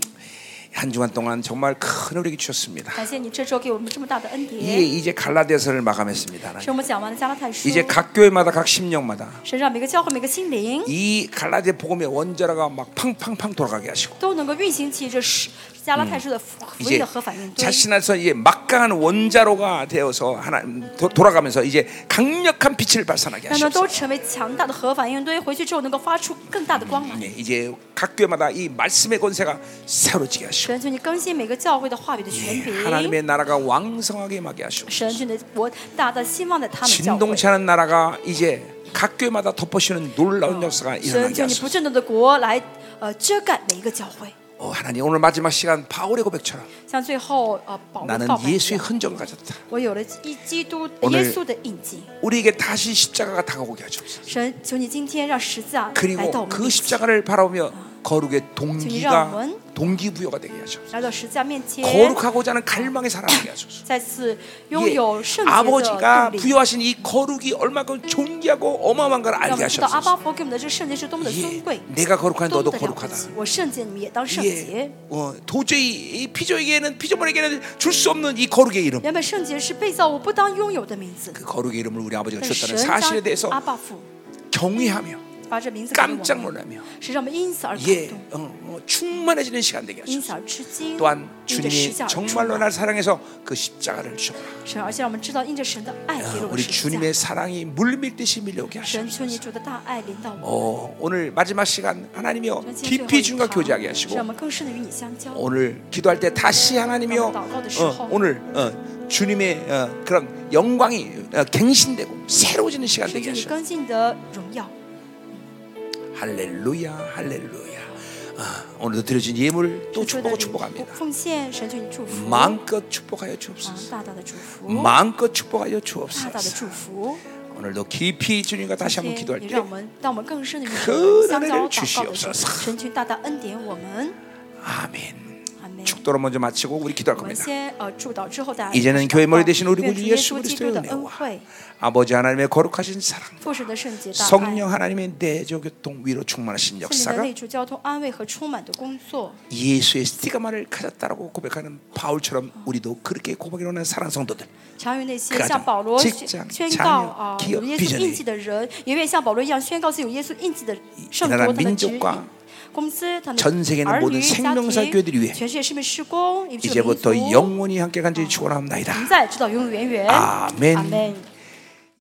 S1: 한 주간 동안 정말 큰 은혜를 주셨습니다.
S2: 感谢你这周给我们这么大的恩
S1: 이제
S2: 典。
S1: 이제 갈라디아서를 마감했습니다.
S2: 是我们讲完了加拉太书，
S1: 이제 각 교회마다 각 심령마다
S2: 神让每个教会每个心灵
S1: 이 갈라디아 복음의 원자라가 막 팡팡팡 돌아가게 하시고
S2: 都能够运行起这十加拉太书的福福音
S1: 이제
S2: 的合法应对。
S1: 자신 안에서 이제 막강한 원자로가 되어서 하나 도, 돌아가면서 이제 강력한 빛을 발산하게
S2: 让他们都
S1: 하시옵소서.
S2: 成为强大的核反应堆，回去之后能够发出更大的光芒
S1: 네, 。 이제 각 교회마다 이 말씀의 권세가 새로지게 하시고
S2: 神求你更新每个教会的话语的权
S1: 예,
S2: 柄，
S1: 하나님의 나라가 왕성하게 임하게 하시고
S2: 神求你的国大大兴旺在他们教会。
S1: 진동치 않은 나라가 이제 각 교회마다 덮어씌우는 놀라운 역사가
S2: 神
S1: 일어나게
S2: 求你不
S1: 하소서.
S2: 震动的国来呃遮盖每一个教会。
S1: 어, 하나님 오늘 마지막 시간 바울의 고백처럼
S2: 像最后呃保罗
S1: 나는
S2: 告白一
S1: 예수의
S2: 样，
S1: 흔적을 가졌다.
S2: 我有了一基督
S1: 오늘
S2: 耶稣的印记。
S1: 우리에게 다시 십자가가 다가오게 하소서.
S2: 神求你今天让十字架来到
S1: 그리고
S2: 我们
S1: 그
S2: 面前，
S1: 십자가를 바라보며 거룩의 동기가
S2: 주님이라면
S1: 동기부여가 되게 하소서.
S2: 来到十字架面前，
S1: 예. 거룩하고자 하는 갈망이 살아나게 하소서.
S2: 再次拥
S1: 이게
S2: 有圣洁的动
S1: 아버지가
S2: 力。
S1: 부여하신 이 거룩이 얼마큼 존귀하고 어마어마한 걸
S2: 让我
S1: 알게
S2: 们知道阿巴
S1: 하셨소서.
S2: 佛给我们的这个圣洁是多么的
S1: 예,
S2: 尊贵，
S1: 내가 거룩한
S2: 多么
S1: 너도
S2: 的了不起
S1: 거룩하다. 。
S2: 我圣洁，你们也当圣洁
S1: 예, 。 어, 도저히 이 피조에게는 피조물에게는 줄 수 없는 이 거룩의 이름,
S2: 原本圣洁是被造物不当拥有的名字，
S1: 그 거룩의 이름을 우리 아버지가
S2: 但是
S1: 주셨다는
S2: 神
S1: 사실에
S2: 将
S1: 대해서
S2: 阿爸父
S1: 경외하며
S2: 把这名字给我
S1: 깜짝
S2: 们，
S1: 놀라며
S2: 是让我们因此而感
S1: 예,
S2: 动，
S1: 어, 어, 충만해지는 시간 되게
S2: 因
S1: 하소서.
S2: 此而吃惊。
S1: 또한
S2: 因着十
S1: 주님이
S2: 字架而充
S1: 정말로
S2: 满
S1: 날 사랑해서 그 십자가를 주셨구나.
S2: 神，而且让我们知道因着神的爱给了
S1: 어,
S2: 我们
S1: 우리
S2: 十字架
S1: 주님의 。 사랑이 물밀듯이 밀려오게
S2: 神求
S1: 하시옵소서.
S2: 你主的大爱临到我们，
S1: 어, 오늘 마지막 시간 하나님이여
S2: 让今天
S1: 깊이
S2: 最
S1: 주님과
S2: 后一堂
S1: 교제하게
S2: 让我
S1: 하시고
S2: 们更深的与你相交。
S1: 오늘 기도할 때 다시 하나님이여 어, 오늘 어, 주님의 어, 그런 영광이 어, 갱신되고 새로워지는 시간
S2: 神
S1: 되게
S2: 求你
S1: 하시옵소서.
S2: 更新你的荣耀。
S1: 그러니까. 할렐루야 할렐루야 아, 오늘도 드려진 예물 또
S2: 神求你
S1: 축복하고
S2: 的
S1: 축복합니다
S2: 奉献，神求你祝福，啊，
S1: 마음껏 축복하여 주옵소서
S2: 大大的祝福。
S1: 마음껏 어? 축복하여
S2: 大大的
S1: 주옵소서
S2: 祝福。
S1: 오늘도 깊이 주님과 다시
S2: 今
S1: 한번
S2: 天
S1: 기도할
S2: 也
S1: 때
S2: 让我们，让我们更深的与
S1: 큰
S2: 神相
S1: 은혜를
S2: 交祷告的时候，
S1: 주시옵소서.
S2: 神君大大恩典我们。
S1: 아멘
S2: 阿门。
S1: 축도로 먼저 마치고 우리 기도할
S2: 我们
S1: 겁니다
S2: 先呃祝祷之后，大家一起
S1: 아, 이제는
S2: 祷告
S1: 교회 머리 되신 우리
S2: 愿
S1: 구주
S2: 主耶
S1: 예수
S2: 稣基督
S1: 그리스도의
S2: 的恩
S1: 은혜와
S2: 惠，
S1: 아버지 하나님의 거룩하신 사랑
S2: 父神的圣洁大爱，
S1: 성령 하나님의 내조 교통 위로 충만하신
S2: 圣灵的
S1: 역사가
S2: 内住交通安慰和充满的工作，
S1: 예수의 스티가마를 가졌다라고 고백하는 바울처럼 우리도 그렇게 고백하는 려 사랑 성도들
S2: 常与那些
S1: 그러자
S2: 像保罗
S1: 직장 아,
S2: 宣宣
S1: 자녀
S2: 告啊
S1: 기업
S2: 有耶稣
S1: 비전이
S2: 印记的人，也愿像保罗一样宣告自己有耶稣印记的圣
S1: 이
S2: 徒，
S1: 나라
S2: 他们指
S1: 민족과
S2: 引公司，他们
S1: 전세계는
S2: 儿
S1: 모든
S2: 女、家
S1: 생명사교회들을위
S2: 庭，
S1: 해
S2: 全世界市民施工，以及这个民
S1: 이제부터
S2: 族
S1: 영원히 함께 간절히
S2: 아.
S1: 축원합니다.
S2: 同在，直到永永远远。
S1: 아멘
S2: 阿门。